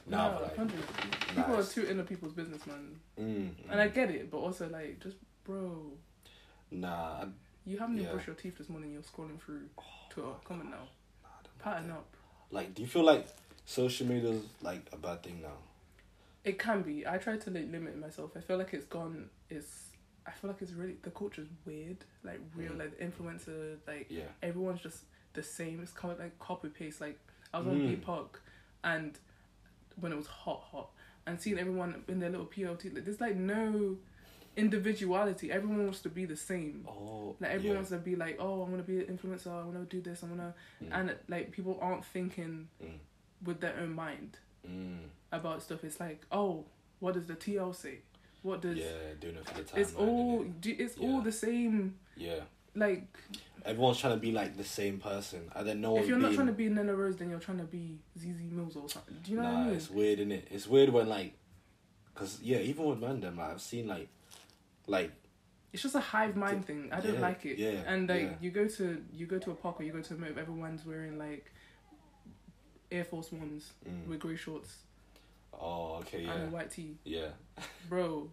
Speaker 2: Nah, but like,
Speaker 3: hundred.
Speaker 2: nah,
Speaker 3: People are
Speaker 2: it's-
Speaker 3: too inner people's business, man.
Speaker 2: mm,
Speaker 3: And I
Speaker 2: mm.
Speaker 3: get it, but also like, just bro,
Speaker 2: nah, I-
Speaker 3: You haven't even
Speaker 2: Yeah. Oh
Speaker 3: brushed your teeth this morning. You're scrolling through Twitter. Come on now,
Speaker 2: nah, I don't
Speaker 3: pattern
Speaker 2: like
Speaker 3: up.
Speaker 2: that. Like, do you feel like social media's like a bad thing now?
Speaker 3: It can be. I try to like, limit myself. I feel like it's gone. It's. I feel like it's really the culture's weird. Like real,
Speaker 2: Mm.
Speaker 3: like the influencer. Like
Speaker 2: Yeah.
Speaker 3: everyone's just the same. It's kind of like copy paste. Like I was on
Speaker 2: Mm.
Speaker 3: P Park, and when it was hot, hot, and seeing everyone in their little PLT. Like, there's like no individuality. Everyone wants to be the same.
Speaker 2: Oh,
Speaker 3: Like everyone wants to be like, oh, I'm gonna be an influencer. I wanna do this. I'm gonna,
Speaker 2: Mm.
Speaker 3: and like people aren't thinking
Speaker 2: Mm.
Speaker 3: with their own mind
Speaker 2: yeah. Mm.
Speaker 3: about stuff. It's like, oh, what does the TL say? What does?
Speaker 2: Yeah, doing it for the time.
Speaker 3: it's all. do- It's all
Speaker 2: Yeah.
Speaker 3: the same.
Speaker 2: Yeah,
Speaker 3: Like
Speaker 2: everyone's trying to be like the same person. I don't know.
Speaker 3: if you're not trying to be Nella Rose, then you're trying to be ZZ Mills or something. Do you know
Speaker 2: nah,
Speaker 3: what I mean?
Speaker 2: it's weird, is it? It's weird when like, cause yeah, even with man, them, like, I've seen like, like
Speaker 3: It's just a hive mind thing. I don't
Speaker 2: yeah,
Speaker 3: like it.
Speaker 2: yeah,
Speaker 3: and like
Speaker 2: yeah.
Speaker 3: you go to you go to a park or you go to a move, everyone's wearing like Air Force Ones
Speaker 2: Mm.
Speaker 3: with grey shorts
Speaker 2: oh okay yeah
Speaker 3: and a white tee.
Speaker 2: yeah
Speaker 3: bro.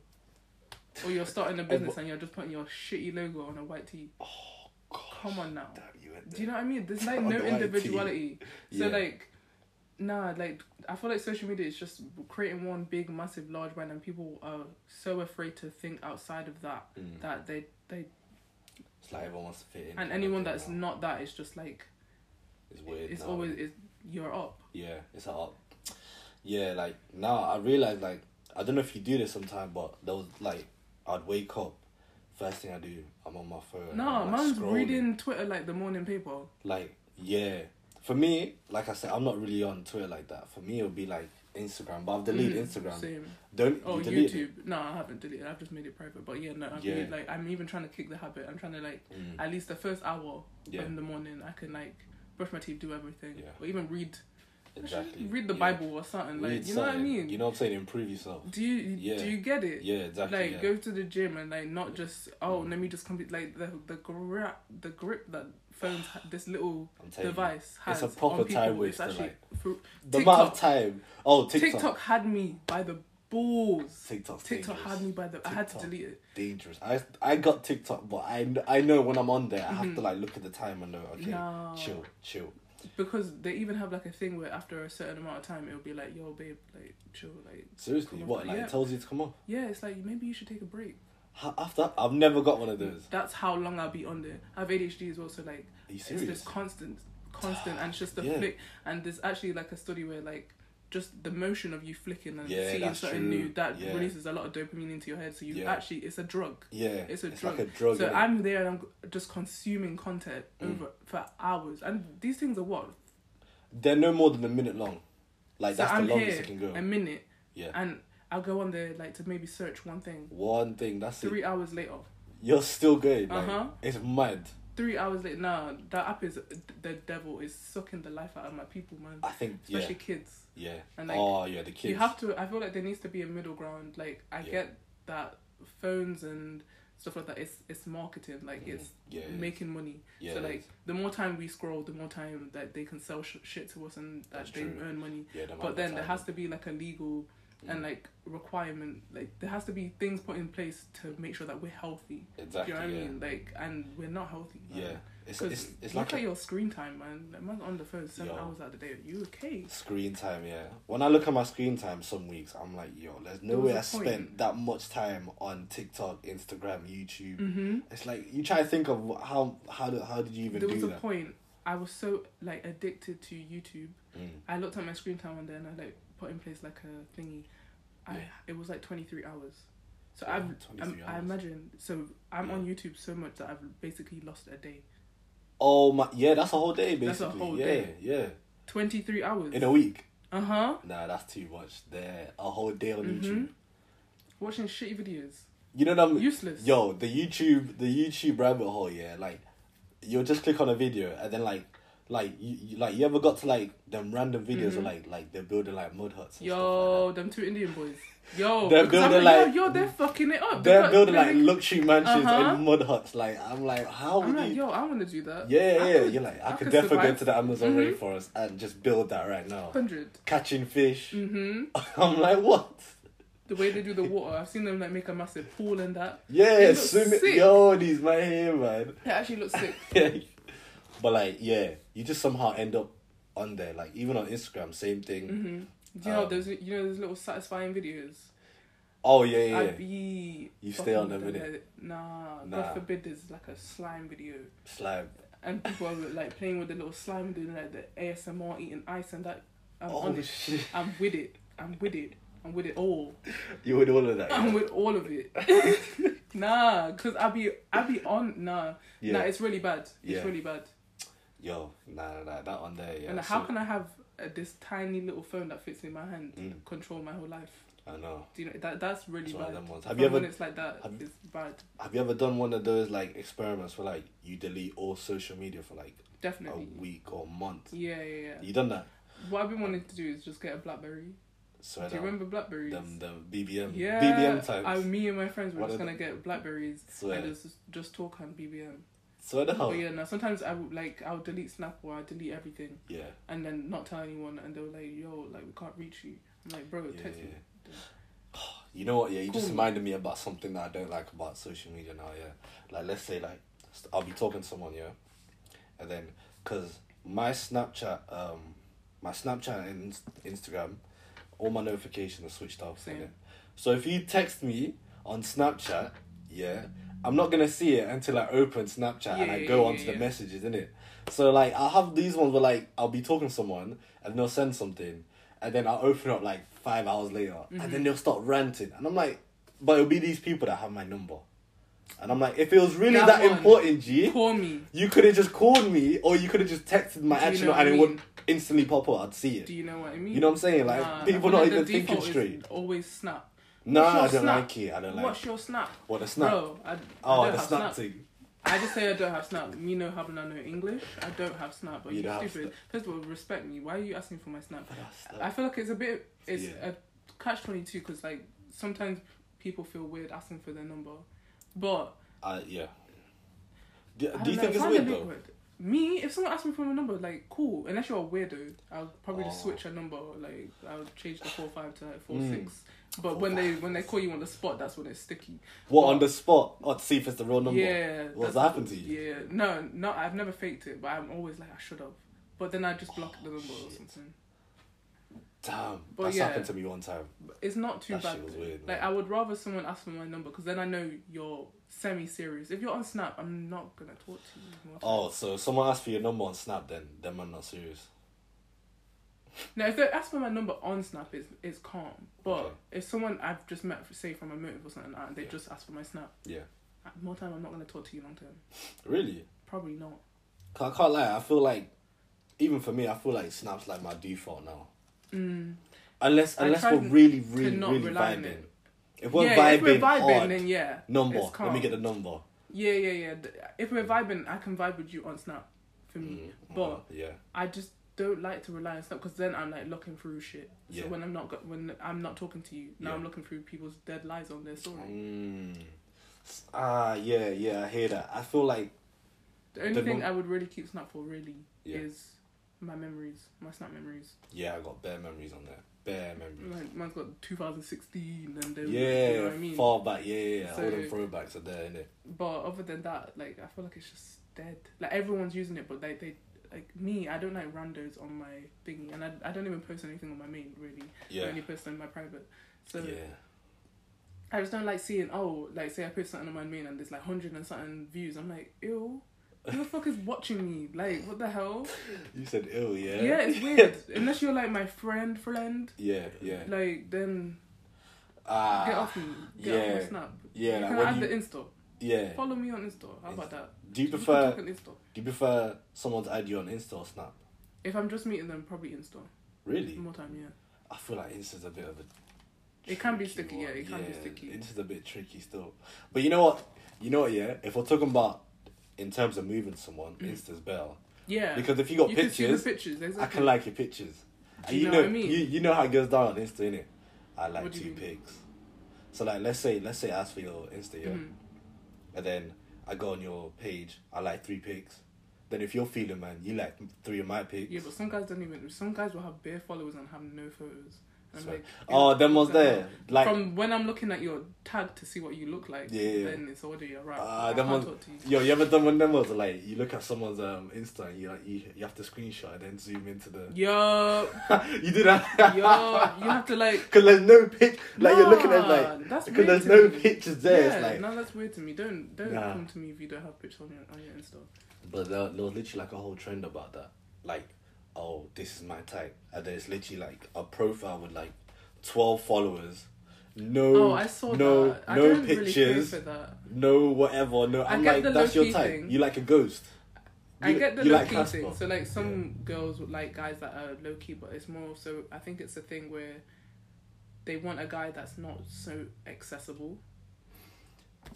Speaker 3: Or you're starting a business and you're just putting your shitty logo on a white tee. Come on now.
Speaker 2: Damn, you went
Speaker 3: Do
Speaker 2: there.
Speaker 3: you know what I mean? There's like
Speaker 2: Oh, On
Speaker 3: no
Speaker 2: the white tee.
Speaker 3: individuality.
Speaker 2: Yeah.
Speaker 3: So like, nah, like I feel like social media is just creating one big, massive, large brand, and people are so afraid to think outside of that
Speaker 2: Mm.
Speaker 3: that they they
Speaker 2: It's like everyone wants to fit in.
Speaker 3: and
Speaker 2: kinda thing
Speaker 3: anyone that's
Speaker 2: now.
Speaker 3: not that is just like
Speaker 2: it's weird.
Speaker 3: it's
Speaker 2: now,
Speaker 3: always
Speaker 2: innit?
Speaker 3: is you're up.
Speaker 2: yeah, it's hard. Yeah, like now I realize like I don't know if you do this sometime, but there was like I'd wake up, first thing I do, I'm on my phone.
Speaker 3: Nah,
Speaker 2: I'm, like,
Speaker 3: man's
Speaker 2: scrolling.
Speaker 3: reading Twitter like the morning paper.
Speaker 2: like yeah for me like i said i'm not really on twitter like that for me it'll be like instagram but i've deleted
Speaker 3: Mm,
Speaker 2: instagram
Speaker 3: Same.
Speaker 2: don't
Speaker 3: Oh,
Speaker 2: you delete it?
Speaker 3: YouTube. No, I haven't deleted. it. I've just made it private. But yeah, no, I've
Speaker 2: Yeah.
Speaker 3: made, like I'm even trying to kick the habit. I'm trying to like
Speaker 2: Mm,
Speaker 3: at least the first hour
Speaker 2: yeah
Speaker 3: in the morning, I can like brush my teeth, do everything,
Speaker 2: Yeah.
Speaker 3: or even read
Speaker 2: exactly
Speaker 3: read the
Speaker 2: Yeah.
Speaker 3: Bible or something. Like
Speaker 2: Read
Speaker 3: you know what I
Speaker 2: something.
Speaker 3: mean?
Speaker 2: you know what i'm saying improve yourself
Speaker 3: do you
Speaker 2: Yeah.
Speaker 3: do you get it?
Speaker 2: yeah exactly
Speaker 3: Like
Speaker 2: yeah.
Speaker 3: go to the gym and like not just oh
Speaker 2: Mm.
Speaker 3: let me just complete like the the grip the grip that phones ha- this little
Speaker 2: i'm telling you
Speaker 3: device has
Speaker 2: it's a proper
Speaker 3: on people
Speaker 2: time
Speaker 3: is
Speaker 2: waster
Speaker 3: actually
Speaker 2: like
Speaker 3: fru-
Speaker 2: the amount of
Speaker 3: TikTok.
Speaker 2: time oh tiktok
Speaker 3: TikTok. had me by the balls.
Speaker 2: TikTok's
Speaker 3: TikTok
Speaker 2: dangerous.
Speaker 3: had me by the. I had to
Speaker 2: TikTok.
Speaker 3: delete it.
Speaker 2: dangerous i i got tiktok but i kn- i know when i'm on there i have
Speaker 3: Mm-hmm.
Speaker 2: to like look at the time and know okay
Speaker 3: No.
Speaker 2: chill chill
Speaker 3: Because they even have like a thing where after a certain amount of time it'll be like, yo babe, like chill, like
Speaker 2: seriously
Speaker 3: Come off
Speaker 2: what
Speaker 3: it,
Speaker 2: like
Speaker 3: yeah.
Speaker 2: it tells you to come on
Speaker 3: yeah, it's like maybe you should take a break.
Speaker 2: How, after i've never got one of those
Speaker 3: That's how long I'll be on there. I have ADHD as well, so like
Speaker 2: are you
Speaker 3: it's
Speaker 2: serious
Speaker 3: just constant constant and it's just a
Speaker 2: Yeah.
Speaker 3: flick and there's actually like a study where like just the motion of you flicking and
Speaker 2: Yeah,
Speaker 3: seeing
Speaker 2: that's
Speaker 3: something
Speaker 2: true.
Speaker 3: new that
Speaker 2: Yeah.
Speaker 3: releases a lot of dopamine into your head. So you
Speaker 2: Yeah.
Speaker 3: actually, it's a drug.
Speaker 2: Yeah,
Speaker 3: It's a
Speaker 2: like
Speaker 3: drug.
Speaker 2: a drug.
Speaker 3: so
Speaker 2: innit?
Speaker 3: I'm there and I'm g- just consuming content
Speaker 2: Mm.
Speaker 3: over for hours, and these things are what.
Speaker 2: They're no more than a minute long. Like
Speaker 3: so
Speaker 2: that's
Speaker 3: I'm
Speaker 2: the longest
Speaker 3: here
Speaker 2: it can go.
Speaker 3: a minute,
Speaker 2: yeah,
Speaker 3: and I'll go on there like to maybe search one thing.
Speaker 2: one thing. That's it.
Speaker 3: Three hours later,
Speaker 2: You're still going. Like,
Speaker 3: Uh-huh.
Speaker 2: It's mad.
Speaker 3: three hours later. Nah, that app is the devil is sucking the life out of my people, man.
Speaker 2: I think. Ah, Yeah.
Speaker 3: Especially kids.
Speaker 2: Yeah.
Speaker 3: And, like,
Speaker 2: oh yeah, the kids.
Speaker 3: You have to. I feel like there needs to be a middle ground. Like I
Speaker 2: Yeah.
Speaker 3: get that phones and stuff like that. It's it's marketing. Like
Speaker 2: Mm.
Speaker 3: it's
Speaker 2: yeah, it is.
Speaker 3: making money.
Speaker 2: Yeah,
Speaker 3: so
Speaker 2: it
Speaker 3: like
Speaker 2: is.
Speaker 3: the more time we scroll, the more time that they can sell sh- shit to us and that
Speaker 2: That's
Speaker 3: they
Speaker 2: true.
Speaker 3: earn money.
Speaker 2: Yeah, the
Speaker 3: But then there has
Speaker 2: advertising.
Speaker 3: to be like a legal and
Speaker 2: Mm.
Speaker 3: like requirement. Like there has to be things put in place to make sure that we're healthy.
Speaker 2: exactly.
Speaker 3: Do you know what
Speaker 2: yeah.
Speaker 3: I mean? Like and we're not healthy. man.
Speaker 2: Yeah. It's
Speaker 3: 'Cause
Speaker 2: it's, it's
Speaker 3: look
Speaker 2: like
Speaker 3: at
Speaker 2: a
Speaker 3: your screen time, man. Like, man's on the phone seven
Speaker 2: Yo.
Speaker 3: hours out of the day. you okay?
Speaker 2: screen time. Yeah. When I look at my screen time, some weeks I'm like, yo, there's no
Speaker 3: There was
Speaker 2: way
Speaker 3: a
Speaker 2: I
Speaker 3: point.
Speaker 2: spent that much time on TikTok, Instagram, YouTube.
Speaker 3: Mm-hmm.
Speaker 2: It's like you try to think of wh- how how do, how did you even
Speaker 3: there
Speaker 2: do
Speaker 3: was a
Speaker 2: that?
Speaker 3: point I was so like addicted to YouTube.
Speaker 2: Mm.
Speaker 3: I looked at my screen time one day and I like put in place like a thingy. I
Speaker 2: Yeah.
Speaker 3: it was like twenty three hours. So
Speaker 2: Yeah,
Speaker 3: I've,
Speaker 2: 23
Speaker 3: I'm, I
Speaker 2: hours.
Speaker 3: imagine so I'm
Speaker 2: Yeah.
Speaker 3: on YouTube so much that I've basically lost a day.
Speaker 2: Oh my, yeah, that's a whole day basically.
Speaker 3: That's a whole
Speaker 2: yeah,
Speaker 3: day.
Speaker 2: yeah.
Speaker 3: Twenty three hours.
Speaker 2: In a week.
Speaker 3: Uh huh.
Speaker 2: Nah, that's too much. There, a whole day on
Speaker 3: Mhm.
Speaker 2: YouTube.
Speaker 3: Watching shitty videos.
Speaker 2: You know what I'm
Speaker 3: Useless.
Speaker 2: Yo, the YouTube, the YouTube rabbit hole. Yeah, like you'll just click on a video and then like, like you, you like you ever got to like them random videos of like like they're building like mud huts. And
Speaker 3: Mm-hmm. Yo,
Speaker 2: stuff
Speaker 3: them two Indian boys. Yo,
Speaker 2: They're
Speaker 3: because I'm
Speaker 2: building,
Speaker 3: yo,
Speaker 2: like-
Speaker 3: yo, they're fucking it
Speaker 2: like
Speaker 3: up.
Speaker 2: that. they're
Speaker 3: Because
Speaker 2: building
Speaker 3: they're
Speaker 2: like luxury mansions
Speaker 3: Uh-huh.
Speaker 2: and mud huts. Like I'm like, how would
Speaker 3: I'm like,
Speaker 2: you?
Speaker 3: yo, I want to do that.
Speaker 2: yeah,
Speaker 3: I
Speaker 2: yeah.
Speaker 3: could-
Speaker 2: you're like, I,
Speaker 3: I
Speaker 2: could
Speaker 3: could
Speaker 2: definitely
Speaker 3: survive.
Speaker 2: go to the Amazon
Speaker 3: Mhm.
Speaker 2: rainforest and just build that right now.
Speaker 3: Hundred.
Speaker 2: Catching fish.
Speaker 3: Mm-hmm.
Speaker 2: I'm like, what?
Speaker 3: The way they do the water, I've seen them like make a massive pool and that.
Speaker 2: Yeah,
Speaker 3: They look
Speaker 2: swimming.
Speaker 3: sick.
Speaker 2: Yo, these man here, man.
Speaker 3: It actually looks sick.
Speaker 2: but like, yeah, you just somehow end up on there. Like even on Instagram, same thing.
Speaker 3: hmm Do you know
Speaker 2: Um,
Speaker 3: those? You know those little satisfying videos.
Speaker 2: Oh yeah, yeah. yeah.
Speaker 3: I'd be.
Speaker 2: You stay on
Speaker 3: fucking
Speaker 2: them,
Speaker 3: with
Speaker 2: innit?
Speaker 3: like, Nah,
Speaker 2: Nah.
Speaker 3: God forbid there's like a slime video
Speaker 2: Slime.
Speaker 3: and people are like playing with the little slime, doing like the ASMR, eating ice and that. I'm
Speaker 2: Oh
Speaker 3: on it.
Speaker 2: shit!
Speaker 3: I'm with it. I'm with it. I'm with it all.
Speaker 2: You would all of that.
Speaker 3: I'm
Speaker 2: Yeah.
Speaker 3: with all of it. nah, cause I be I be on nah.
Speaker 2: Yeah.
Speaker 3: Nah, it's really bad. It's
Speaker 2: Yeah.
Speaker 3: really bad.
Speaker 2: Yo, nah, nah, nah, that on there. Yeah.
Speaker 3: and like, how can I have uh, this tiny little phone that fits in my hand
Speaker 2: Mm.
Speaker 3: control my whole life?
Speaker 2: I? I know.
Speaker 3: Do you know that that's really
Speaker 2: It's one of
Speaker 3: bad.
Speaker 2: them ones.
Speaker 3: If
Speaker 2: Have you
Speaker 3: I'm
Speaker 2: ever-
Speaker 3: honest like that?
Speaker 2: have-
Speaker 3: it's bad.
Speaker 2: Have you ever done one of those like experiments where like you delete all social media for like a
Speaker 3: Definitely.
Speaker 2: week or month?
Speaker 3: Yeah, yeah, yeah.
Speaker 2: You done that?
Speaker 3: What I've been wanting to do is just get a BlackBerry.
Speaker 2: So
Speaker 3: Do you remember Blackberries?
Speaker 2: them them BBM
Speaker 3: yeah.
Speaker 2: BBM times.
Speaker 3: I, me and my friends were
Speaker 2: What
Speaker 3: just
Speaker 2: are
Speaker 3: gonna get Blackberries
Speaker 2: Swear.
Speaker 3: and just just talk on BBM.
Speaker 2: so the
Speaker 3: Oh.
Speaker 2: hell.
Speaker 3: But yeah, no. Sometimes I would like I would delete Snap or I would delete everything
Speaker 2: yeah.
Speaker 3: and then not tell anyone and they were like, "Yo, like we can't reach you." I'm like, "Bro,
Speaker 2: Yeah,
Speaker 3: text me."
Speaker 2: You know what? Yeah, you just
Speaker 3: Cool.
Speaker 2: reminded me about something that I don't like about social media now. Yeah, like let's say like st- I'll be talking to someone, yeah, and then because my Snapchat, um, my Snapchat and Inst- Instagram, all my notifications are switched off.
Speaker 3: Same.
Speaker 2: innit? So if you text me on Snapchat, yeah, I'm not gonna see it until I open Snapchat and
Speaker 3: Yeah,
Speaker 2: I
Speaker 3: yeah,
Speaker 2: go
Speaker 3: yeah,
Speaker 2: onto the
Speaker 3: yeah.
Speaker 2: messages, innit? So like I'll have these ones where like I'll be talking to someone and they'll send something and then I'll open up like five hours later and
Speaker 3: Mm-hmm.
Speaker 2: then they'll start ranting and I'm like but it'll be these people that have my number. And I'm like, if it was really that,
Speaker 3: That one.
Speaker 2: important, G,
Speaker 3: Call me.
Speaker 2: you could have just called me or you could have just texted my
Speaker 3: Do you
Speaker 2: actual
Speaker 3: know what
Speaker 2: and
Speaker 3: I
Speaker 2: it would
Speaker 3: mean?
Speaker 2: instantly pop up, I'd see it.
Speaker 3: Do you know what I mean?
Speaker 2: You know what I'm saying? Like
Speaker 3: Nah,
Speaker 2: people
Speaker 3: I
Speaker 2: not
Speaker 3: feel
Speaker 2: even
Speaker 3: like the
Speaker 2: thinking
Speaker 3: default is
Speaker 2: straight.
Speaker 3: Always snap.
Speaker 2: Nah, I
Speaker 3: What's your
Speaker 2: don't
Speaker 3: snap?
Speaker 2: like it. I don't like
Speaker 3: What's
Speaker 2: it.
Speaker 3: your snap?
Speaker 2: What a snap.
Speaker 3: Bro, I, I
Speaker 2: oh,
Speaker 3: don't
Speaker 2: the
Speaker 3: have
Speaker 2: snap
Speaker 3: snap.
Speaker 2: thing.
Speaker 3: I just say I don't have snap. Me no have no no English. I don't have snap. Are
Speaker 2: You
Speaker 3: you,
Speaker 2: don't have
Speaker 3: stupid? First of all, respect me. Why are you asking for my snap?
Speaker 2: Snap.
Speaker 3: I feel like it's a bit. It's
Speaker 2: Yeah.
Speaker 3: a catch twenty two because like sometimes people feel weird asking for their number, but
Speaker 2: Uh, yeah. Do,
Speaker 3: I
Speaker 2: do
Speaker 3: don't
Speaker 2: you
Speaker 3: know,
Speaker 2: think it's
Speaker 3: find
Speaker 2: weird
Speaker 3: it
Speaker 2: though?
Speaker 3: awkward. Me, if someone asked me for my number, like cool. Unless you're a weirdo, I'll probably
Speaker 2: Oh.
Speaker 3: just switch a number. Like I'll change the four five to like four
Speaker 2: Mm.
Speaker 3: six. But
Speaker 2: Four
Speaker 3: when they
Speaker 2: five.
Speaker 3: when they call you on the spot, that's when it's sticky.
Speaker 2: What on the spot? Oh, to see if it's the real number.
Speaker 3: Yeah.
Speaker 2: What's
Speaker 3: that's-
Speaker 2: happened to you?
Speaker 3: Yeah. No, no, I've never faked it, but I'm always like I should have. But then I just block the number or
Speaker 2: shit.
Speaker 3: something.
Speaker 2: Damn,
Speaker 3: But
Speaker 2: that's
Speaker 3: yeah.
Speaker 2: happened to me one time.
Speaker 3: But it's not too
Speaker 2: That
Speaker 3: bad.
Speaker 2: shit was
Speaker 3: though.
Speaker 2: weird, man.
Speaker 3: like I would rather someone ask for my number because then I know you're semi-serious. If you're on Snap, I'm not gonna talk to you. More
Speaker 2: Oh, so someone asked for your number on Snap, then them man not serious.
Speaker 3: Now, if they ask for my number on Snap, it's, it's calm. But
Speaker 2: Okay.
Speaker 3: if someone I've just met, say from a motive or something, like that, and they
Speaker 2: Yeah.
Speaker 3: just ask for my Snap,
Speaker 2: Yeah.
Speaker 3: at more time, I'm not going to talk to you long term.
Speaker 2: Really?
Speaker 3: Probably not.
Speaker 2: 'Cause I can't lie. I feel like, even for me, I feel like Snap's like my default now. Unless
Speaker 3: Mm. I
Speaker 2: unless
Speaker 3: try
Speaker 2: we're really really
Speaker 3: not
Speaker 2: really
Speaker 3: rely on
Speaker 2: vibing.
Speaker 3: it.
Speaker 2: If we're
Speaker 3: yeah,
Speaker 2: vibing,
Speaker 3: if we're vibing,
Speaker 2: hard,
Speaker 3: then yeah.
Speaker 2: number.
Speaker 3: it's
Speaker 2: Let me
Speaker 3: calm.
Speaker 2: get the number.
Speaker 3: Yeah, yeah, yeah. D- If we're vibing, I can vibe with you on Snap for
Speaker 2: Mm,
Speaker 3: me. But
Speaker 2: Uh, yeah,
Speaker 3: I just don't like to rely on Snap because then I'm like looking through shit.
Speaker 2: Yeah.
Speaker 3: So when I'm not go- when I'm not talking to you, now
Speaker 2: Yeah.
Speaker 3: I'm looking through people's dead lies on their story.
Speaker 2: mm. ah, yeah, yeah. I hear that. I feel like
Speaker 3: The only
Speaker 2: The
Speaker 3: thing
Speaker 2: mo-
Speaker 3: I would really keep Snap for really
Speaker 2: Yeah.
Speaker 3: is my memories, my Snap memories.
Speaker 2: yeah, I got bare memories on there. Bare memories.
Speaker 3: Like mine's got 2016 and then
Speaker 2: Yeah,
Speaker 3: Mm, you know what I mean.
Speaker 2: far back. Yeah, yeah. yeah. All
Speaker 3: So-
Speaker 2: the throwbacks are there, innit?
Speaker 3: But other than that, like I feel like it's just dead. Like everyone's using it, but like they like me, I don't like randos on my thingy, and I, I don't even post anything on my main really. I
Speaker 2: Yeah,
Speaker 3: only post on my private. So
Speaker 2: yeah.
Speaker 3: I just don't like seeing oh like say I post something on my main and there's like hundred and something views. I'm like ew. Who the fuck is watching me? Like, what the hell?
Speaker 2: You said ill, yeah.
Speaker 3: Yeah, it's weird. Unless you're like my friend, friend,
Speaker 2: yeah, yeah.
Speaker 3: like then
Speaker 2: Ah,
Speaker 3: get off me. Get off
Speaker 2: yeah.
Speaker 3: my snap.
Speaker 2: yeah.
Speaker 3: you
Speaker 2: like,
Speaker 3: can
Speaker 2: when
Speaker 3: add
Speaker 2: you-
Speaker 3: the Insta.
Speaker 2: yeah.
Speaker 3: Follow me on Insta. How about
Speaker 2: Insta.
Speaker 3: that?
Speaker 2: Do you
Speaker 3: We can
Speaker 2: prefer
Speaker 3: talk on Insta.
Speaker 2: do you prefer someone to add you on Insta or Snap?
Speaker 3: If I'm just meeting them, probably Insta.
Speaker 2: Really?
Speaker 3: More time, yeah.
Speaker 2: I feel like Insta's a bit of a.
Speaker 3: It can be
Speaker 2: tricky
Speaker 3: sticky, yeah.
Speaker 2: one.
Speaker 3: It can be sticky.
Speaker 2: Insta's a bit tricky still, but you know what? You know what? Yeah, if we're talking about in terms of moving someone,
Speaker 3: Mm.
Speaker 2: Insta's better
Speaker 3: Yeah.
Speaker 2: because if you got
Speaker 3: you can see
Speaker 2: pictures,
Speaker 3: the pictures. Exactly.
Speaker 2: I can like your pictures.
Speaker 3: Do
Speaker 2: And
Speaker 3: you
Speaker 2: you
Speaker 3: know
Speaker 2: know,
Speaker 3: what I mean?
Speaker 2: you you know how it goes down on Insta, innit? I like
Speaker 3: What do
Speaker 2: two
Speaker 3: you mean?
Speaker 2: pics. So like, let's say let's say I ask for your Insta, yeah,
Speaker 3: Mhm.
Speaker 2: and then I go on your page. I like three pics. Then if you're feeling man, you like three of my pics.
Speaker 3: Yeah, but some guys don't even. Some guys will have bare followers and have no photos. And I'm
Speaker 2: So-
Speaker 3: like,
Speaker 2: oh,
Speaker 3: ew,
Speaker 2: them
Speaker 3: what
Speaker 2: was
Speaker 3: the
Speaker 2: there.
Speaker 3: hell?
Speaker 2: Like
Speaker 3: From when I'm looking at your tag to see what you look like,
Speaker 2: Yeah, yeah.
Speaker 3: then it's already alright.
Speaker 2: Ah,
Speaker 3: I
Speaker 2: them ones-
Speaker 3: can't talk to you.
Speaker 2: Yo, you ever done one of them was like you look at someone's um Insta and you like you, you have to screenshot and then zoom into the
Speaker 3: Yo,
Speaker 2: you do that
Speaker 3: yo, you have to like.
Speaker 2: because there's no pic like you're looking at
Speaker 3: nah,
Speaker 2: like
Speaker 3: that's
Speaker 2: because
Speaker 3: weird
Speaker 2: there's
Speaker 3: to
Speaker 2: no
Speaker 3: me.
Speaker 2: pictures there
Speaker 3: Yeah,
Speaker 2: it's like
Speaker 3: no, that's weird to me. Don't don't
Speaker 2: Nah.
Speaker 3: come to me if you don't have pictures on your on your Insta.
Speaker 2: but there, there was literally like a whole trend about that like oh this is my type and there's literally like a profile with like twelve followers no
Speaker 3: Oh, I saw
Speaker 2: no
Speaker 3: that. I
Speaker 2: no
Speaker 3: don't Really
Speaker 2: pictures
Speaker 3: care for that.
Speaker 2: no whatever no
Speaker 3: I
Speaker 2: I'm
Speaker 3: get
Speaker 2: like
Speaker 3: the
Speaker 2: that's your
Speaker 3: low-key
Speaker 2: type
Speaker 3: thing.
Speaker 2: you like a ghost
Speaker 3: I
Speaker 2: You-
Speaker 3: get the
Speaker 2: you
Speaker 3: low
Speaker 2: like
Speaker 3: key
Speaker 2: Casper.
Speaker 3: thing. So like some girls would like guys that are low key, but it's more so. I think it's a thing where they want a guy that's not so accessible.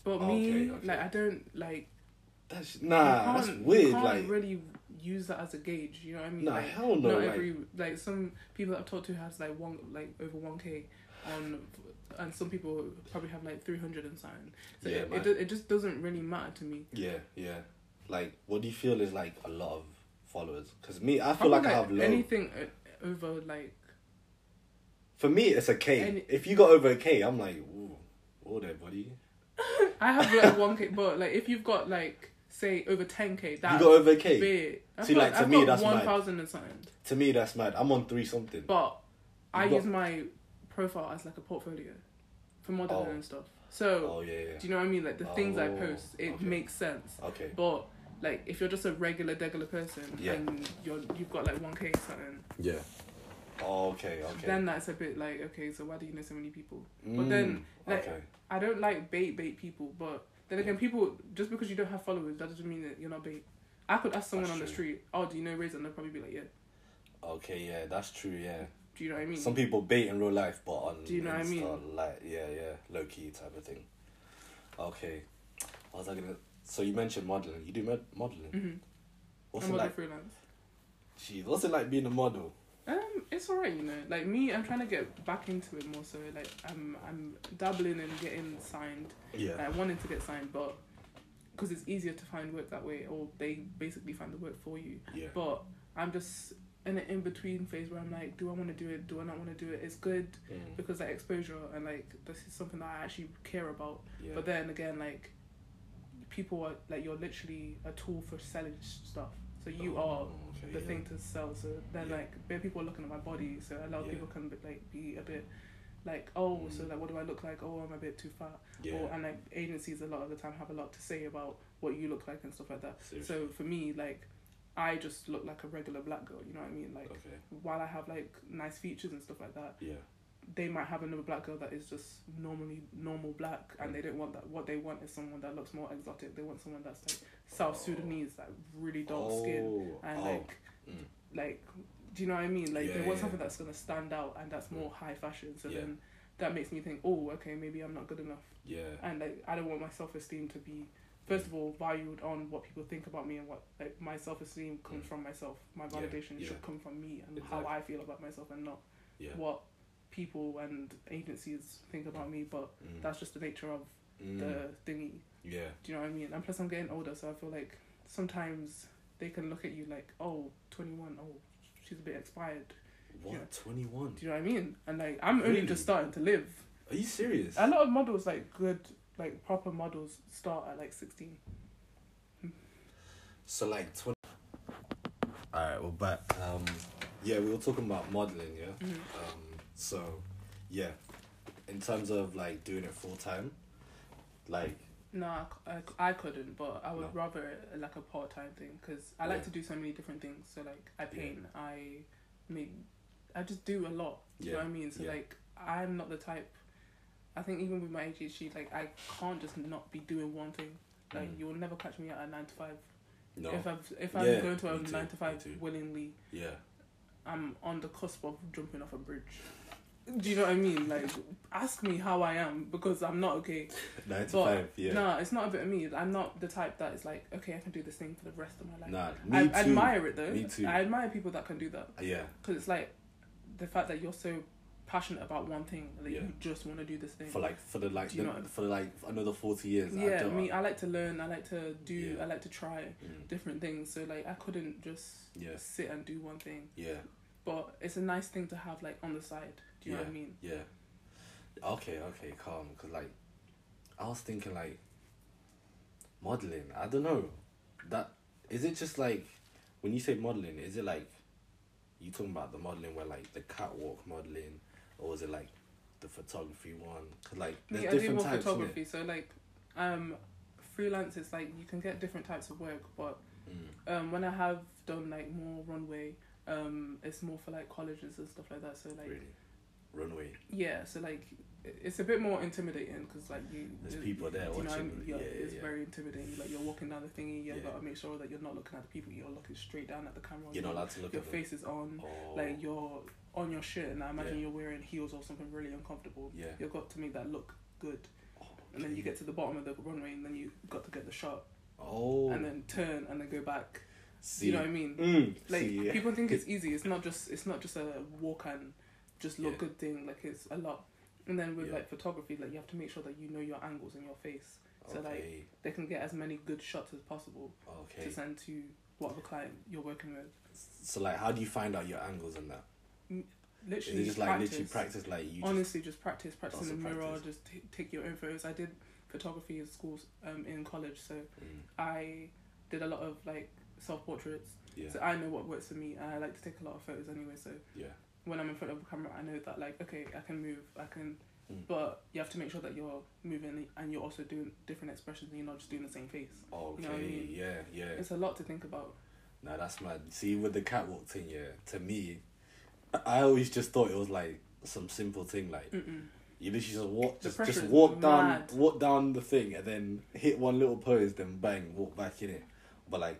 Speaker 3: But me,
Speaker 2: Oh, Okay, okay.
Speaker 3: like I don't like.
Speaker 2: that's
Speaker 3: you
Speaker 2: nah that's
Speaker 3: can't- you
Speaker 2: weird
Speaker 3: can't
Speaker 2: like
Speaker 3: really use that as a gauge. You know what I mean?
Speaker 2: Nah,
Speaker 3: like,
Speaker 2: hell no,
Speaker 3: Not
Speaker 2: like-
Speaker 3: every like some people I've talked to has like one like over one k on, and some people probably have like three hundred and something. So
Speaker 2: Yeah,
Speaker 3: it,
Speaker 2: man.
Speaker 3: it do- it just doesn't really matter to me.
Speaker 2: Yeah, yeah. Like, what do you feel is like a lot of followers? Because me, I feel
Speaker 3: Probably,
Speaker 2: like, I have low.
Speaker 3: anything o- over like
Speaker 2: For me, it's a K.
Speaker 3: Any-
Speaker 2: if you got over a K, I'm like, ooh, all there, buddy.
Speaker 3: I have like one k, but like if you've got like say over ten k,
Speaker 2: You
Speaker 3: that's
Speaker 2: got over a K.
Speaker 3: big. I've
Speaker 2: See,
Speaker 3: got,
Speaker 2: like, to
Speaker 3: I've
Speaker 2: me,
Speaker 3: got
Speaker 2: that's mad.
Speaker 3: one thousand and something,
Speaker 2: To me, that's mad. I'm on three something.
Speaker 3: but I
Speaker 2: got-
Speaker 3: use my profile as like a portfolio for modeling
Speaker 2: Oh.
Speaker 3: and stuff. So
Speaker 2: oh yeah, yeah.
Speaker 3: do you know what I mean? Like the things I
Speaker 2: Oh,
Speaker 3: post, it
Speaker 2: okay.
Speaker 3: makes sense.
Speaker 2: okay.
Speaker 3: But like if you're just a regular degular person
Speaker 2: Yeah.
Speaker 3: and you're you've got like one k something,
Speaker 2: Yeah. Oh, okay, okay.
Speaker 3: then that's a bit like okay, so why do you know so many people? but then,
Speaker 2: Mm,
Speaker 3: like-
Speaker 2: okay.
Speaker 3: I don't like bait bait people, but then again, people just because you don't have followers, that doesn't mean that you're not bait. I could ask someone
Speaker 2: That's
Speaker 3: on the
Speaker 2: true.
Speaker 3: street, "Oh, do you know Razor?" and they'll probably be like, "Yeah."
Speaker 2: Okay, yeah, that's true. Yeah.
Speaker 3: Do you know what I mean?
Speaker 2: Some people bait in real life, but on
Speaker 3: Do you know what I
Speaker 2: Insta,
Speaker 3: mean?
Speaker 2: like yeah, yeah, low key type of thing. Okay, what was I gonna? So you mentioned modeling. You do mod- modeling.
Speaker 3: Mhm.
Speaker 2: What's
Speaker 3: I'm
Speaker 2: it
Speaker 3: not
Speaker 2: like?
Speaker 3: a freelance.
Speaker 2: Jeez, what's it like being a model?
Speaker 3: Um, it's alright, you know. Like me, I'm trying to get back into it more. So like, I'm I'm dabbling and getting signed.
Speaker 2: Yeah.
Speaker 3: Like, I wanted to get signed, but because it's easier to find work that way, or they basically find the work for you.
Speaker 2: Yeah.
Speaker 3: But I'm just in an in between phase where I'm like, do I want to do it? Do I not want to do it? It's good
Speaker 2: Mm.
Speaker 3: because like exposure and like this is something that I actually care about.
Speaker 2: yeah.
Speaker 3: But then again, like people are like you're literally a tool for selling s- stuff. So you are
Speaker 2: Oh, okay,
Speaker 3: the
Speaker 2: yeah.
Speaker 3: thing to sell. So then
Speaker 2: Yeah.
Speaker 3: like bare people are looking at my body. So a lot of
Speaker 2: Yeah.
Speaker 3: people can be, like be a bit like oh so
Speaker 2: Mm.
Speaker 3: like what do I look like? Oh I'm a bit too fat.
Speaker 2: Yeah.
Speaker 3: Or and like agencies a lot of the time have a lot to say about what you look like and stuff like that.
Speaker 2: Seriously.
Speaker 3: So for me like I just look like a regular black girl. You know what I mean? Like
Speaker 2: Okay.
Speaker 3: while I have like nice features and stuff like that,
Speaker 2: Yeah.
Speaker 3: they might have another black girl that is just normally normal black, and they don't want that. What they want is someone that looks more exotic. They want someone that's like South
Speaker 2: Oh.
Speaker 3: Sudanese, like really dark skin,
Speaker 2: Oh,
Speaker 3: and
Speaker 2: oh,
Speaker 3: like
Speaker 2: mm.
Speaker 3: like do you know what I mean? Like
Speaker 2: Yeah,
Speaker 3: they
Speaker 2: yeah,
Speaker 3: want
Speaker 2: yeah. Mm.
Speaker 3: something that's gonna stand out and that's more high fashion. So
Speaker 2: Yeah.
Speaker 3: then that makes me think, oh, okay, maybe I'm not good enough,
Speaker 2: yeah.
Speaker 3: and like I don't want my self esteem to be first of all valued on what people think about me and what like my self esteem comes
Speaker 2: Mm.
Speaker 3: from myself. My
Speaker 2: Yeah,
Speaker 3: validation
Speaker 2: yeah.
Speaker 3: should come from me and
Speaker 2: Exactly.
Speaker 3: how I feel about myself and not
Speaker 2: Yeah.
Speaker 3: what people and agencies think about me. But
Speaker 2: Mm.
Speaker 3: that's just the nature of
Speaker 2: Mm.
Speaker 3: the thingy.
Speaker 2: yeah.
Speaker 3: Do you know what I mean? And plus, I'm getting older, so I feel like sometimes they can look at you like, oh, 21, oh, she's a bit expired. Yeah.
Speaker 2: What? Twenty one?
Speaker 3: Do you know what I mean? And like, I'm only
Speaker 2: Really?
Speaker 3: just starting to live.
Speaker 2: Are you serious?
Speaker 3: A lot of models, like good, like proper models, start at like 16.
Speaker 2: So like twenty. All right, we're back. Um, yeah, we were talking about modeling. Yeah.
Speaker 3: Mm-hmm.
Speaker 2: Um, so, yeah, in terms of like doing it full time, like
Speaker 3: No, I, c- I c- I couldn't, but I would
Speaker 2: No.
Speaker 3: rather uh, like a part time thing because I like
Speaker 2: Yeah.
Speaker 3: to do so many different things. So like I
Speaker 2: Yeah.
Speaker 3: paint, I make, I just do a lot. Do you know
Speaker 2: Yeah,
Speaker 3: what I mean? So
Speaker 2: yeah.
Speaker 3: like I'm not the type. I think even with my ADHD, like I can't just not be doing one thing. Like
Speaker 2: Mm.
Speaker 3: you'll never catch me at a nine to five.
Speaker 2: no,
Speaker 3: If I've if
Speaker 2: Yeah,
Speaker 3: I'm going to a
Speaker 2: me too,
Speaker 3: nine to
Speaker 2: me
Speaker 3: five
Speaker 2: too.
Speaker 3: willingly,
Speaker 2: yeah,
Speaker 3: I'm on the cusp of jumping off a bridge. Do you know what I mean? Like, ask me how I am because I'm not okay.
Speaker 2: nine to
Speaker 3: But
Speaker 2: five. Yeah.
Speaker 3: No, it's not a bit of me. I'm not the type that is like, okay, I can do this thing for the rest of my life.
Speaker 2: Nah, me
Speaker 3: I,
Speaker 2: too.
Speaker 3: I admire it though.
Speaker 2: Me too.
Speaker 3: I admire people that can do that
Speaker 2: yeah.
Speaker 3: because it's like the fact that you're so passionate about one thing that
Speaker 2: Yeah.
Speaker 3: you just want to do this thing.
Speaker 2: For like for the like
Speaker 3: Do you
Speaker 2: the,
Speaker 3: know-
Speaker 2: for like another forty years. I
Speaker 3: yeah,
Speaker 2: don't-
Speaker 3: me. I like to learn. I like to do.
Speaker 2: Yeah.
Speaker 3: I like to try
Speaker 2: Mm,
Speaker 3: different things. So like, I couldn't just
Speaker 2: Yeah.
Speaker 3: sit and do one thing.
Speaker 2: yeah.
Speaker 3: But it's a nice thing to have like on the side. Do you know what I mean?
Speaker 2: Yeah. Okay, okay, calm. Because, like, I was thinking, like, modeling. I don't know. That is it just like when you say modeling, is it like you talking about the modeling where like the catwalk modeling, or is it like the photography one? 'Cause, like, there's
Speaker 3: Me, I do
Speaker 2: different
Speaker 3: more
Speaker 2: types. innit?
Speaker 3: photography. So like, um, freelance is like you can get different types of work, but
Speaker 2: Mm.
Speaker 3: um, when I have done like more runway, um, it's more for like colleges and stuff like that. So like,
Speaker 2: Really, runway.
Speaker 3: yeah, so like i- it's a bit more intimidating because like you
Speaker 2: There's
Speaker 3: you-
Speaker 2: people there
Speaker 3: you know,
Speaker 2: watching.
Speaker 3: yeah,
Speaker 2: Yeah, yeah,
Speaker 3: it's
Speaker 2: yeah.
Speaker 3: very intimidating. Like you're walking down the thingy, you have
Speaker 2: Yeah.
Speaker 3: got to make sure that you're not looking at the people. You're looking straight down at the camera.
Speaker 2: You're not allowed to look
Speaker 3: Your
Speaker 2: at
Speaker 3: face is on.
Speaker 2: them. Oh,
Speaker 3: Like you're on your shit, and I imagine
Speaker 2: Yeah.
Speaker 3: you're wearing heels or something really uncomfortable.
Speaker 2: Yeah.
Speaker 3: You've got to make that look good,
Speaker 2: Oh,
Speaker 3: and then you
Speaker 2: okay.
Speaker 3: get to the bottom of the runway, and then you got to get the shot,
Speaker 2: Oh.
Speaker 3: and then turn, and then go back.
Speaker 2: see.
Speaker 3: You know what I mean?
Speaker 2: Mm,
Speaker 3: like
Speaker 2: see, yeah.
Speaker 3: people think it's easy it's not just it's not just a walk and just look
Speaker 2: Yeah.
Speaker 3: good thing like it's a lot and then with
Speaker 2: Yeah.
Speaker 3: like photography like you have to make sure that you know your angles and your face so, like,
Speaker 2: okay.
Speaker 3: they can get as many good shots as possible
Speaker 2: okay.
Speaker 3: to send to whatever client you're working with
Speaker 2: So like, how do you find out your angles and that? Is
Speaker 3: literally
Speaker 2: it just like
Speaker 3: practice.
Speaker 2: literally practice? Like you just
Speaker 3: honestly just practice practice in
Speaker 2: Lots
Speaker 3: the
Speaker 2: of
Speaker 3: mirror
Speaker 2: practice.
Speaker 3: just t- take your own photos i did photography in schools um in college so
Speaker 2: Mm,
Speaker 3: i did a lot of like self portraits
Speaker 2: yeah,
Speaker 3: so i know what works for me and i like to take a lot of photos anyway so
Speaker 2: yeah,
Speaker 3: when I'm in front of a camera, I know that like okay, I can move, I can,
Speaker 2: Mm.
Speaker 3: but you have to make sure that you're moving and you're also doing different expressions and you're not just doing the same face.
Speaker 2: okay,
Speaker 3: You know what I mean?
Speaker 2: yeah, yeah.
Speaker 3: It's a lot to think about.
Speaker 2: Now that's mad. See, with the catwalk thing, yeah. To me, I always just thought it was like some simple thing, like
Speaker 3: Mm-mm.
Speaker 2: you literally just walk,
Speaker 3: The
Speaker 2: just,
Speaker 3: pressure
Speaker 2: just
Speaker 3: is
Speaker 2: walk down,
Speaker 3: mad.
Speaker 2: walk down the thing, and then hit one little pose, then bang, walk back in it. But like,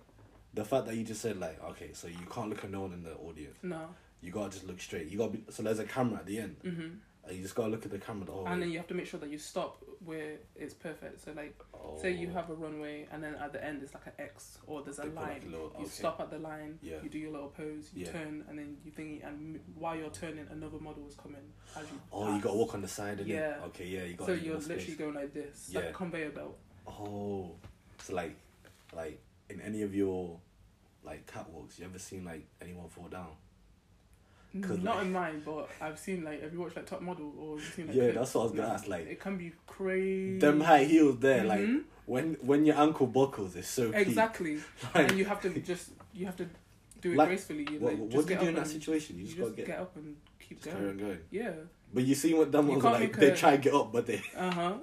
Speaker 2: the fact that you just said like, okay, so you can't look at no one in the audience.
Speaker 3: No,
Speaker 2: You gotta just look straight. You gotta be. So there's a camera at the end,
Speaker 3: hmm
Speaker 2: and you just gotta look at the camera the whole
Speaker 3: and
Speaker 2: way.
Speaker 3: then you have to make sure that you stop where it's perfect. So like, say you
Speaker 2: Oh,
Speaker 3: have a runway and then at the end it's like an X or there's a
Speaker 2: they put, like,
Speaker 3: line.
Speaker 2: a little-
Speaker 3: You
Speaker 2: okay.
Speaker 3: stop at the line.
Speaker 2: Yeah.
Speaker 3: You do your little pose. You
Speaker 2: Yeah.
Speaker 3: turn and then you think, and m- while you're turning, another model is coming as you.
Speaker 2: Oh, you
Speaker 3: pass.
Speaker 2: gotta walk on the side, innit?
Speaker 3: Yeah.
Speaker 2: Okay, yeah, you gotta.
Speaker 3: So
Speaker 2: leave
Speaker 3: you're
Speaker 2: more space.
Speaker 3: literally going like this, like
Speaker 2: Yeah.
Speaker 3: a conveyor belt.
Speaker 2: Oh, so like, like in any of your, like catwalks, you ever seen like anyone fall down? 'Cause,
Speaker 3: Not
Speaker 2: like-
Speaker 3: in mine, but I've seen like have you watched like Top Model or you've seen like
Speaker 2: yeah,
Speaker 3: clips?
Speaker 2: that's what I was gonna
Speaker 3: Like,
Speaker 2: ask. Like
Speaker 3: it can be crazy.
Speaker 2: them high heels there, like
Speaker 3: Mhm.
Speaker 2: when when your ankle buckles, it's so peak.
Speaker 3: exactly,
Speaker 2: Like,
Speaker 3: and you have to just you have to do it
Speaker 2: Like,
Speaker 3: gracefully. You,
Speaker 2: what
Speaker 3: like,
Speaker 2: what
Speaker 3: just
Speaker 2: do you
Speaker 3: get
Speaker 2: do in
Speaker 3: up
Speaker 2: that
Speaker 3: and-
Speaker 2: situation? You
Speaker 3: You
Speaker 2: just
Speaker 3: just
Speaker 2: gotta get,
Speaker 3: get up and keep
Speaker 2: just carry on
Speaker 3: going.
Speaker 2: going.
Speaker 3: Yeah,
Speaker 2: But you see what them
Speaker 3: You
Speaker 2: ones are
Speaker 3: can't
Speaker 2: like
Speaker 3: make
Speaker 2: they
Speaker 3: a-
Speaker 2: try and get up, but they
Speaker 3: uh huh.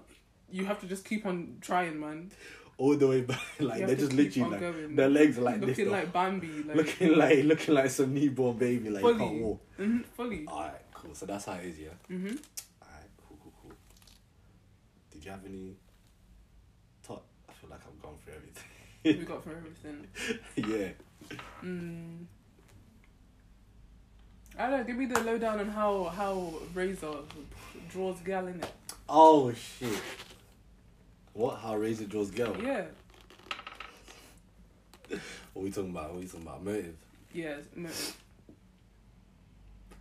Speaker 3: You have to just keep on trying, man.
Speaker 2: all the way back. Like
Speaker 3: have
Speaker 2: they're
Speaker 3: to
Speaker 2: just
Speaker 3: keep
Speaker 2: literally
Speaker 3: on
Speaker 2: like
Speaker 3: going.
Speaker 2: their legs are like this.
Speaker 3: looking
Speaker 2: though.
Speaker 3: like Bambi, like
Speaker 2: looking like looking like some newborn baby, like you can't
Speaker 3: fully,
Speaker 2: walk. Ah,
Speaker 3: hmm fully.
Speaker 2: Alright, cool. So that's how it is, yeah.
Speaker 3: Mm-hmm.
Speaker 2: Alright, cool, cool, cool. Did you have any? Top? I feel like I've gone through
Speaker 3: we
Speaker 2: everything.
Speaker 3: got for everything.
Speaker 2: yeah.
Speaker 3: Mm. I don't know, give me the lowdown on how how Razor draws gal in it.
Speaker 2: Oh shit. What? How Razor draws girl?
Speaker 3: Yeah,
Speaker 2: What are we talking about? What are we talking about? Motive.
Speaker 3: yeah, it's motive.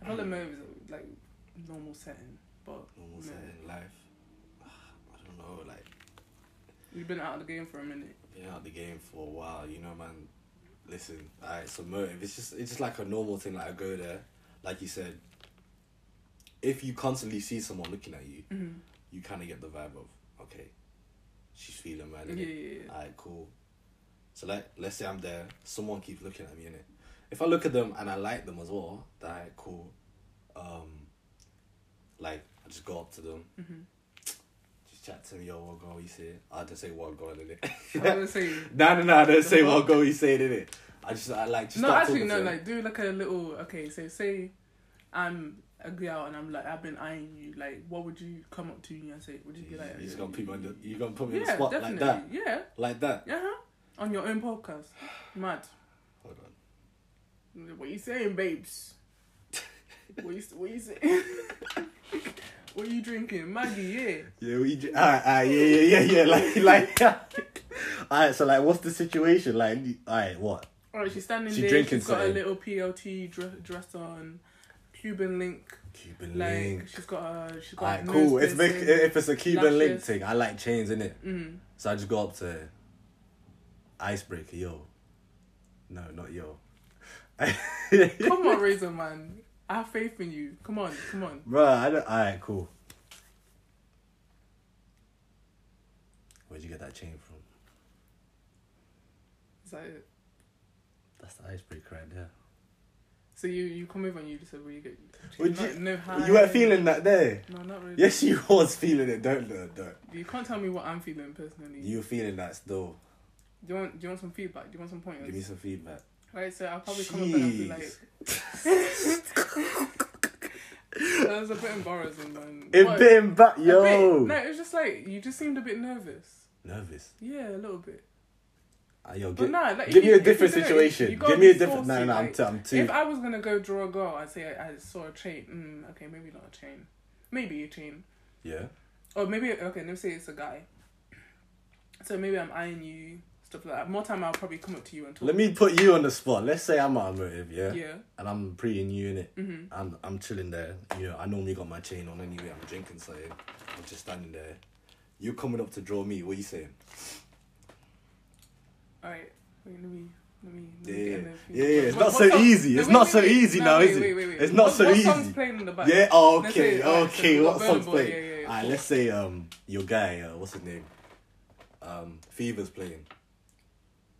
Speaker 3: I feel like motive is like normal setting, but
Speaker 2: Normal
Speaker 3: motive.
Speaker 2: setting life. I don't know. Like
Speaker 3: we've been out of the game for a minute.
Speaker 2: been out the game for a while, you know, man. Listen, alright, so motive. It's just it's just like a normal thing. Like I go there, like you said. If you constantly see someone looking at you,
Speaker 3: Mhm.
Speaker 2: you kind of get the vibe of okay, she's feeling mad.
Speaker 3: Yeah,
Speaker 2: innit?
Speaker 3: yeah, yeah.
Speaker 2: Alright, cool. So like, let's say I'm there. Someone keeps looking at me in it. If I look at them and I like them as well, then alright, cool. Um, like I just go up to them,
Speaker 3: Mhm.
Speaker 2: just chat to them. Yo, what girl you say? I just say what girl in
Speaker 3: I
Speaker 2: it.
Speaker 3: was gonna say
Speaker 2: No, no, no, I don't say what go. You say it in it. I just, I like just.
Speaker 3: no,
Speaker 2: start talking
Speaker 3: actually no.
Speaker 2: to him.
Speaker 3: Like do like a little okay. So say I'm a girl and I'm like I've been eyeing you. Like what would you come up to me and say? Would you be
Speaker 2: You-
Speaker 3: like?
Speaker 2: you just
Speaker 3: "Oh,
Speaker 2: gonna put me on the,
Speaker 3: you-
Speaker 2: you gonna put me on
Speaker 3: Yeah,
Speaker 2: the spot
Speaker 3: definitely.
Speaker 2: like that,
Speaker 3: Yeah.
Speaker 2: like that.
Speaker 3: Uh huh. On your own podcast. Mad.
Speaker 2: Hold on.
Speaker 3: What you saying, babes? what you what you saying? what you drinking, Maggie?
Speaker 2: Yeah, we. All right, all right, yeah, yeah, yeah, yeah. Like, like. all right, so like, what's the situation? Like, all right, what?
Speaker 3: Yeah. Alright, Oh, she's standing
Speaker 2: She
Speaker 3: there.
Speaker 2: drinking
Speaker 3: she's got a
Speaker 2: something.
Speaker 3: little PLT dress, dress on, Cuban link.
Speaker 2: Cuban
Speaker 3: Like
Speaker 2: link.
Speaker 3: she's got a she's got.
Speaker 2: All right,
Speaker 3: nose
Speaker 2: cool. If make,
Speaker 3: piercing.
Speaker 2: if it's a Cuban link
Speaker 3: lashes.
Speaker 2: thing, I like chains in it.
Speaker 3: Mm.
Speaker 2: So I just go up to her. icebreaker, yo. No, not yo.
Speaker 3: Come on, Razor man. I have faith in you. Come on, come on.
Speaker 2: Bruh, I don't. Alright, cool. Where'd you get that chain from?
Speaker 3: Is that it?
Speaker 2: That's the icebreaker right there.
Speaker 3: So you you come over and you just said, "Where you get?"
Speaker 2: Would
Speaker 3: No-
Speaker 2: you-
Speaker 3: no hi.
Speaker 2: You weren't feeling that there.
Speaker 3: No, not really.
Speaker 2: Yes, you was feeling it. Don't don't. don't.
Speaker 3: You can't tell me what I'm feeling personally.
Speaker 2: You were feeling that still.
Speaker 3: Do you want do you want some feedback? Do you want some pointers?
Speaker 2: Give me some feedback.
Speaker 3: Right, so I'll probably come up and I'll be like
Speaker 2: Jeez.
Speaker 3: that was a bit embarrassing man.
Speaker 2: It
Speaker 3: What?
Speaker 2: been back,
Speaker 3: A
Speaker 2: yo.
Speaker 3: bit. No, it was just like you just seemed a bit nervous.
Speaker 2: Nervous.
Speaker 3: Yeah, a little bit.
Speaker 2: Ah, yo,
Speaker 3: But
Speaker 2: give,
Speaker 3: nah, like,
Speaker 2: give
Speaker 3: if
Speaker 2: me
Speaker 3: you-
Speaker 2: a
Speaker 3: if you
Speaker 2: different
Speaker 3: do it,
Speaker 2: situation.
Speaker 3: you gotta
Speaker 2: give me a
Speaker 3: be
Speaker 2: different. No,
Speaker 3: saucy,
Speaker 2: no, I'm,
Speaker 3: like,
Speaker 2: t- I'm too.
Speaker 3: If I was gonna go draw a girl, I'd say I, I saw a chain. Mm, okay, maybe not a chain. Maybe a chain.
Speaker 2: yeah.
Speaker 3: Or maybe okay, let me say it's a guy. So maybe I'm eyeing you, stuff like that. More time I'll probably come up to you and talk.
Speaker 2: Let me put you on the spot. Let's say I'm out of motive, yeah?
Speaker 3: Yeah.
Speaker 2: And I'm pretty new in it.
Speaker 3: Mm-hmm.
Speaker 2: I'm I'm chilling there. You know, I normally got my chain on anyway. I'm drinking, so I'm just standing there. You're coming up to draw me. What are you saying?
Speaker 3: Alright. Wait, let me let me let
Speaker 2: Yeah,
Speaker 3: me
Speaker 2: yeah,
Speaker 3: get in there.
Speaker 2: yeah. It's
Speaker 3: What-
Speaker 2: not
Speaker 3: what
Speaker 2: so
Speaker 3: song-
Speaker 2: easy.
Speaker 3: No,
Speaker 2: it's
Speaker 3: wait,
Speaker 2: not
Speaker 3: wait,
Speaker 2: so
Speaker 3: wait.
Speaker 2: easy
Speaker 3: No,
Speaker 2: now,
Speaker 3: wait,
Speaker 2: is it?
Speaker 3: wait, wait, wait.
Speaker 2: It's not
Speaker 3: What-
Speaker 2: so
Speaker 3: what
Speaker 2: easy.
Speaker 3: song's playing in the back?
Speaker 2: Yeah. Oh,
Speaker 3: Let's
Speaker 2: okay.
Speaker 3: say, alright, so
Speaker 2: okay.
Speaker 3: we've
Speaker 2: What
Speaker 3: got Burna
Speaker 2: song's
Speaker 3: Boy,
Speaker 2: playing?
Speaker 3: yeah, yeah, yeah.
Speaker 2: Alright, let's say um your guy. Uh, what's his name? Um, Fever's playing.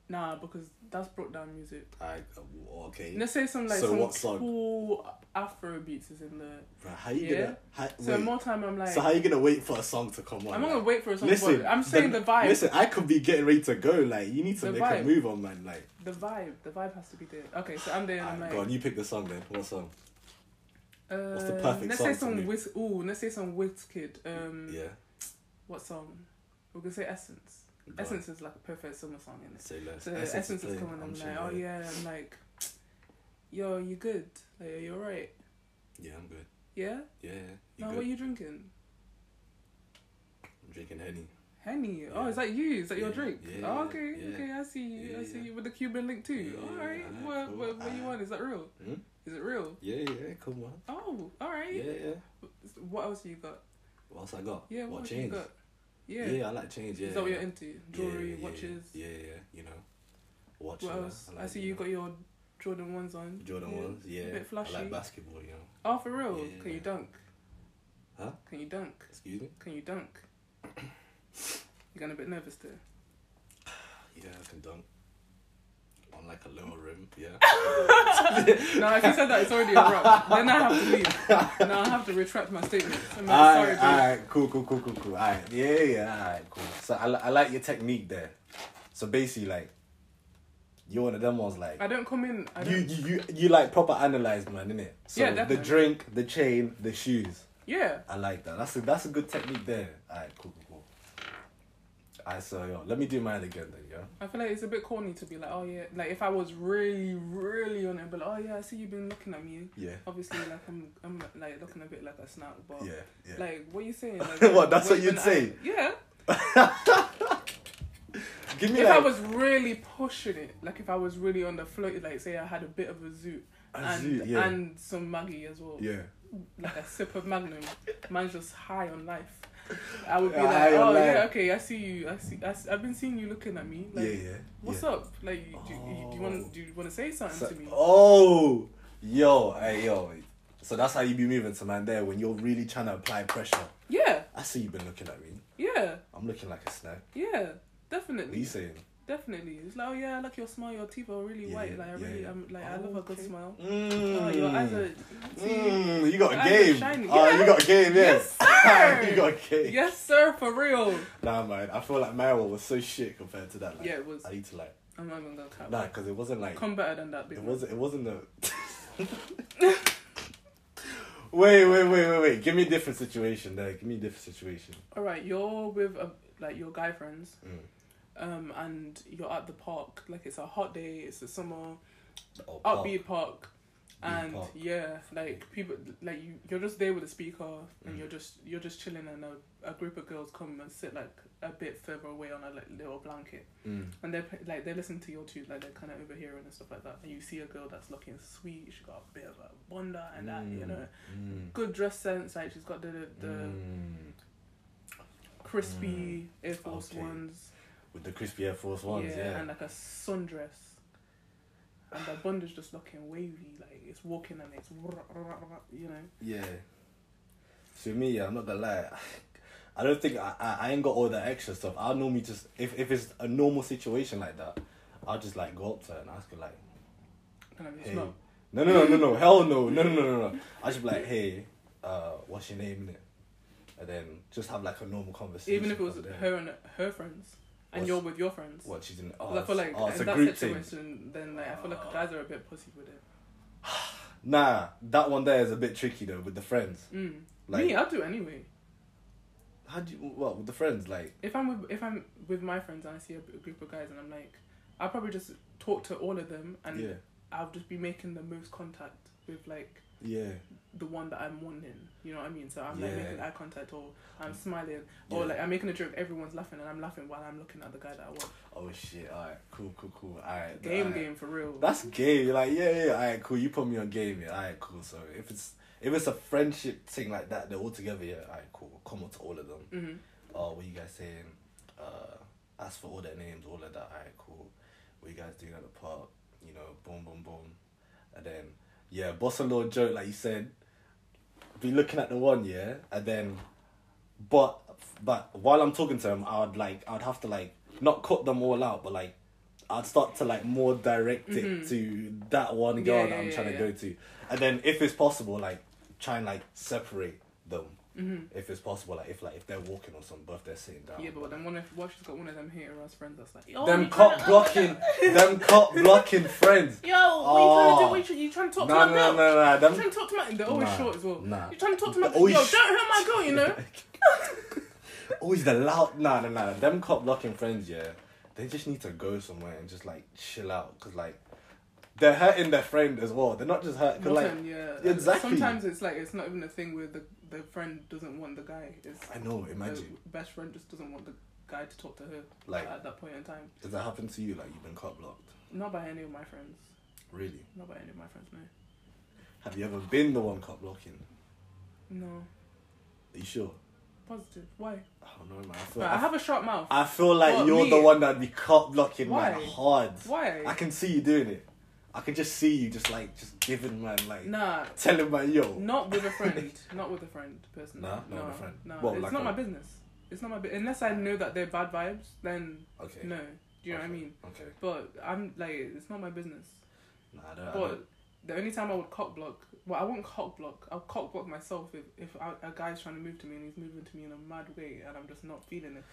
Speaker 3: Nah, because that's brought down music.
Speaker 2: Alright. uh, Okay.
Speaker 3: Let's say some like
Speaker 2: So
Speaker 3: some
Speaker 2: what song?
Speaker 3: cool Afro beats is in there.
Speaker 2: Bruh, how you
Speaker 3: Yeah.
Speaker 2: gonna? How,
Speaker 3: So
Speaker 2: wait,
Speaker 3: more time I'm like
Speaker 2: so how you gonna wait for a song to come on?
Speaker 3: I'm not
Speaker 2: like?
Speaker 3: gonna wait for a song.
Speaker 2: Listen,
Speaker 3: but I'm saying the, vibe.
Speaker 2: Listen, I could be getting ready to go. Like, you need to
Speaker 3: The
Speaker 2: make
Speaker 3: vibe.
Speaker 2: a move on, man. Like,
Speaker 3: The vibe. The vibe has to be there. Okay, so I'm there and I'm
Speaker 2: Alright,
Speaker 3: like
Speaker 2: go on, you pick the song then. What song?
Speaker 3: uh,
Speaker 2: What's the perfect
Speaker 3: let's
Speaker 2: song
Speaker 3: say
Speaker 2: for
Speaker 3: some
Speaker 2: me?
Speaker 3: Wiz ooh, let's say some Wiz kid. Um
Speaker 2: Yeah.
Speaker 3: what song? We're gonna say Essence.
Speaker 2: Go on.
Speaker 3: Essence is like a perfect summer song in it.
Speaker 2: Say less.
Speaker 3: So Essence, is
Speaker 2: playing,
Speaker 3: coming and I'm like,
Speaker 2: chilling,
Speaker 3: Oh yeah, I'm like Yo, you good? Like are you alright?
Speaker 2: Yeah, I'm good.
Speaker 3: Yeah? Oh,
Speaker 2: Yeah. You
Speaker 3: Now
Speaker 2: good?
Speaker 3: what are you drinking?
Speaker 2: I'm drinking Henny.
Speaker 3: Henny. Oh,
Speaker 2: Yeah.
Speaker 3: is that you? Is that your
Speaker 2: Yeah,
Speaker 3: drink?
Speaker 2: yeah,
Speaker 3: oh, okay,
Speaker 2: yeah.
Speaker 3: okay, I see you. I
Speaker 2: Yeah,
Speaker 3: see
Speaker 2: yeah.
Speaker 3: you with the Cuban link too.
Speaker 2: Yeah,
Speaker 3: all right.
Speaker 2: yeah,
Speaker 3: what,
Speaker 2: cool.
Speaker 3: what what you
Speaker 2: Ah.
Speaker 3: want? Is that real?
Speaker 2: Hmm?
Speaker 3: Is it real?
Speaker 2: Yeah, yeah, come on.
Speaker 3: Oh, all right.
Speaker 2: Yeah, yeah.
Speaker 3: What else you got?
Speaker 2: What else I got?
Speaker 3: Yeah, what,
Speaker 2: what
Speaker 3: else you
Speaker 2: change?
Speaker 3: got? Yeah.
Speaker 2: Yeah. I like change. Yeah.
Speaker 3: is that what
Speaker 2: yeah.
Speaker 3: you're into? Jewelry,
Speaker 2: yeah, yeah,
Speaker 3: watches.
Speaker 2: Yeah, yeah, yeah, you know. Watches.
Speaker 3: What
Speaker 2: you know,
Speaker 3: else? I,
Speaker 2: like,
Speaker 3: see you got your Jordan ones on.
Speaker 2: know, Jordan
Speaker 3: Yeah.
Speaker 2: ones. Yeah.
Speaker 3: A bit flashy.
Speaker 2: I like basketball. You know.
Speaker 3: Oh, for real?
Speaker 2: Yeah.
Speaker 3: Can you dunk?
Speaker 2: Huh?
Speaker 3: Can you dunk?
Speaker 2: Excuse me.
Speaker 3: Can you dunk? You're getting a bit nervous there.
Speaker 2: Yeah, I can dunk. On like like a lower rim. Yeah.
Speaker 3: No, if you said that, it's already a wrap. then I have to leave. No, I have to retract my statement. I'm like,
Speaker 2: All
Speaker 3: sorry,
Speaker 2: right,
Speaker 3: dude.
Speaker 2: all right, cool, cool, cool, cool, cool. All right, yeah, yeah, all right, cool. So I, li- I like your technique there. So basically, like, you're one of them ones like
Speaker 3: I don't come in. I don't.
Speaker 2: you, you, you, you like proper analyzed man, innit? So
Speaker 3: Yeah,
Speaker 2: the
Speaker 3: definitely.
Speaker 2: drink, the chain, the shoes.
Speaker 3: yeah.
Speaker 2: I like that. That's a that's a good technique there. Alright, cool, cool, cool. Alright, so yo, let me do mine again then, yeah.
Speaker 3: I feel like it's a bit corny to be like, oh yeah, like if I was really, really on it, but like, oh yeah, I see you've been looking at me.
Speaker 2: Yeah.
Speaker 3: Obviously, like I'm, I'm like looking a bit like a snout, but
Speaker 2: Yeah, yeah.
Speaker 3: Oh, like what are you saying? Like,
Speaker 2: What, that's what
Speaker 3: when
Speaker 2: you'd
Speaker 3: I-
Speaker 2: say?
Speaker 3: yeah.
Speaker 2: Give me
Speaker 3: If I
Speaker 2: like
Speaker 3: was really pushing it, like if I was really on the float, like say I had a bit of a zoot
Speaker 2: A
Speaker 3: and
Speaker 2: zoot, yeah.
Speaker 3: and some Maggie as well,
Speaker 2: Yeah.
Speaker 3: like a sip of Magnum. Man's just high on life. I would be
Speaker 2: Yeah,
Speaker 3: like,
Speaker 2: high on
Speaker 3: oh yeah,
Speaker 2: life.
Speaker 3: okay, I see you. I see. I have been seeing you looking at me. Like,
Speaker 2: yeah, yeah.
Speaker 3: What's
Speaker 2: yeah.
Speaker 3: up? Like, you- do, you, do you
Speaker 2: Oh.
Speaker 3: want do you want to say something
Speaker 2: So-
Speaker 3: to me?
Speaker 2: oh yo, hey yo. So that's how you be moving to man there when you're really trying to apply pressure.
Speaker 3: Yeah,
Speaker 2: I see you've been looking at me.
Speaker 3: yeah,
Speaker 2: I'm looking like a snack.
Speaker 3: yeah,
Speaker 2: What are you
Speaker 3: definitely,
Speaker 2: saying?
Speaker 3: definitely. It's like, oh yeah, I like your smile. Your teeth are really
Speaker 2: Yeah,
Speaker 3: white. Like, I
Speaker 2: yeah,
Speaker 3: really,
Speaker 2: yeah.
Speaker 3: I'm like, I
Speaker 2: Oh,
Speaker 3: love a good
Speaker 2: okay.
Speaker 3: smile.
Speaker 2: Mm.
Speaker 3: Oh, your eyes are.
Speaker 2: Mm, you got
Speaker 3: Your
Speaker 2: a
Speaker 3: eyes are
Speaker 2: game.
Speaker 3: shiny.
Speaker 2: Oh,
Speaker 3: Yeah.
Speaker 2: you got a game, yes.
Speaker 3: Yes, sir.
Speaker 2: you got a game.
Speaker 3: Yes, sir. For real.
Speaker 2: Nah, man, I feel like my one was so shit compared to that. Like,
Speaker 3: Yeah, it was.
Speaker 2: I need to like
Speaker 3: I'm not even gonna cap.
Speaker 2: nah, because it wasn't like
Speaker 3: Come better than that, big
Speaker 2: it
Speaker 3: man.
Speaker 2: wasn't it wasn't the. wait, wait, wait, wait, wait! Give me a different situation. There, give me a different situation.
Speaker 3: All right, you're with a, like your guy friends,
Speaker 2: Mm.
Speaker 3: um, and you're at the park. Like it's a hot day. It's the summer.
Speaker 2: Oh, pop. Mm.
Speaker 3: upbeat park and
Speaker 2: park.
Speaker 3: yeah like people like you you're just there with a speaker
Speaker 2: Mm.
Speaker 3: and you're just you're just chilling and a, a group of girls come and sit like a bit further away on a like, little blanket
Speaker 2: Mm.
Speaker 3: and they're pl- like they're listening to your tune like they're kind of overhearing and stuff like that and you see a girl that's looking sweet she got a bit of a wonder and that you
Speaker 2: Mm.
Speaker 3: know
Speaker 2: Mm.
Speaker 3: good dress sense like she's got the the, the
Speaker 2: Mm.
Speaker 3: crispy air force
Speaker 2: Okay.
Speaker 3: ones
Speaker 2: With the crispy Air Force ones, yeah.
Speaker 3: and like a sundress. And the bond is just looking wavy, like it's walking and it's, you know.
Speaker 2: Yeah. So me, yeah, I'm not gonna lie. I don't think I, I, I ain't got all that extra stuff. I'll normally just if, if it's a normal situation like that, I'll just like go up to her and ask her like,
Speaker 3: Kind of, it's
Speaker 2: hey,
Speaker 3: not.
Speaker 2: no, no, no, no, no, hell no, no, no, no, no, no. I just be like, hey, uh, what's your name? innit?" And then just have like a normal conversation.
Speaker 3: Even if it was
Speaker 2: from there.
Speaker 3: her and her friends, and
Speaker 2: What's-
Speaker 3: you're with your friends.
Speaker 2: what she's in, oh,
Speaker 3: Well, I feel like
Speaker 2: it's- oh, it's a
Speaker 3: in that
Speaker 2: group thing. Oh.
Speaker 3: situation, then like I feel like guys are a bit pussy with it.
Speaker 2: Nah, that one there is a bit tricky though with the friends.
Speaker 3: Mm.
Speaker 2: Like,
Speaker 3: Me, I'll do anyway.
Speaker 2: how do you what with the friends like?
Speaker 3: If I'm with if I'm with my friends and I see a b- group of guys and I'm like, I'll probably just talk to all of them and
Speaker 2: yeah,
Speaker 3: I'll just be making the most contact with like
Speaker 2: yeah.
Speaker 3: the one that I'm wanting. You know what I mean? So I'm like
Speaker 2: Yeah. Mm.
Speaker 3: making eye contact or I'm smiling or
Speaker 2: Yeah.
Speaker 3: like I'm making a joke, everyone's laughing and I'm laughing while I'm looking at the guy that I want.
Speaker 2: Oh shit! All right, cool, cool, cool. All right,
Speaker 3: Game
Speaker 2: all right.
Speaker 3: game for real.
Speaker 2: That's gay. You're like, yeah, yeah, alright, cool. You put me on game, yeah, alright, cool. So if it's if it's a friendship thing like that, they're all together, yeah, alright, cool. We'll Come on to all of them.
Speaker 3: hmm
Speaker 2: Uh, what you guys saying? Uh, ask for all their names, all of that, alright, cool. What you guys doing at the park? You know, boom, boom, boom, and then yeah, boss a little joke like you said. Be looking at the one, yeah, and then, but but while I'm talking to him, I'd like I'd have to like not cut them all out, but like. I'd start to like more direct it to that one girl
Speaker 3: Mm-hmm. Yeah,
Speaker 2: that
Speaker 3: yeah,
Speaker 2: I'm
Speaker 3: yeah,
Speaker 2: trying
Speaker 3: yeah.
Speaker 2: to go to, and then if it's possible, like try and like separate them, if it's possible, like if like if they're walking or something, but if they're sitting down,
Speaker 3: Mm-hmm. Yeah, but Oh, then one of what if she's got one of them hater ass friends that's like, yo, what
Speaker 2: them
Speaker 3: you tryna-
Speaker 2: cop blocking, them cop blocking friends.
Speaker 3: Yo, what you trying to
Speaker 2: Oh.
Speaker 3: do? What you, trying- you trying to talk
Speaker 2: No,
Speaker 3: to my
Speaker 2: no, no,
Speaker 3: girl?
Speaker 2: no,
Speaker 3: You
Speaker 2: them.
Speaker 3: trying to talk to my? They're always
Speaker 2: Nah,
Speaker 3: short as well.
Speaker 2: nah.
Speaker 3: You trying to talk to my?
Speaker 2: Always
Speaker 3: yo,
Speaker 2: sh-
Speaker 3: don't hurt my girl, you know.
Speaker 2: Always the loud. Nah, nah, nah. Them cop blocking friends. Yeah, they just need to go somewhere and just like chill out, cause like they're hurting their friend as well. They're not just hurt. Cause, like
Speaker 3: Rotten, yeah.
Speaker 2: exactly.
Speaker 3: Sometimes it's like it's not even a thing where the the friend doesn't want the guy. It's
Speaker 2: I know.
Speaker 3: the
Speaker 2: Imagine.
Speaker 3: best friend just doesn't want the guy to talk to her.
Speaker 2: Like-
Speaker 3: at that point in time,
Speaker 2: Does that happen to you? Like you've been cop blocked.
Speaker 3: not by any of my friends.
Speaker 2: Really?
Speaker 3: Not by any of my friends. No.
Speaker 2: Have you ever been the one cop blocking?
Speaker 3: No.
Speaker 2: Are you sure?
Speaker 3: Positive. Why?
Speaker 2: I don't know, man. I feel,
Speaker 3: Right, I have a sharp mouth.
Speaker 2: I feel like
Speaker 3: What,
Speaker 2: you're
Speaker 3: me?
Speaker 2: the one that'd be cop blocking man
Speaker 3: Why?
Speaker 2: hard.
Speaker 3: Why?
Speaker 2: I can see you doing it. I can just see you just like just giving man like
Speaker 3: Nah.
Speaker 2: telling man yo.
Speaker 3: Not with a friend. not with a friend, personally.
Speaker 2: Nah, not with a friend.
Speaker 3: No,
Speaker 2: Well,
Speaker 3: it's
Speaker 2: like
Speaker 3: not
Speaker 2: a-
Speaker 3: my business. It's not my bu- unless I know that they're bad vibes. Then
Speaker 2: Okay.
Speaker 3: no. Do you know what I mean?
Speaker 2: Okay.
Speaker 3: But I'm like, it's not my business.
Speaker 2: Nah, I don't. I
Speaker 3: But
Speaker 2: don't-
Speaker 3: the only time I would cock block, well, I won't cock block. I'll cock block myself if, if a, a guy's trying to move to me and he's moving to me in a mad way and I'm just not feeling it.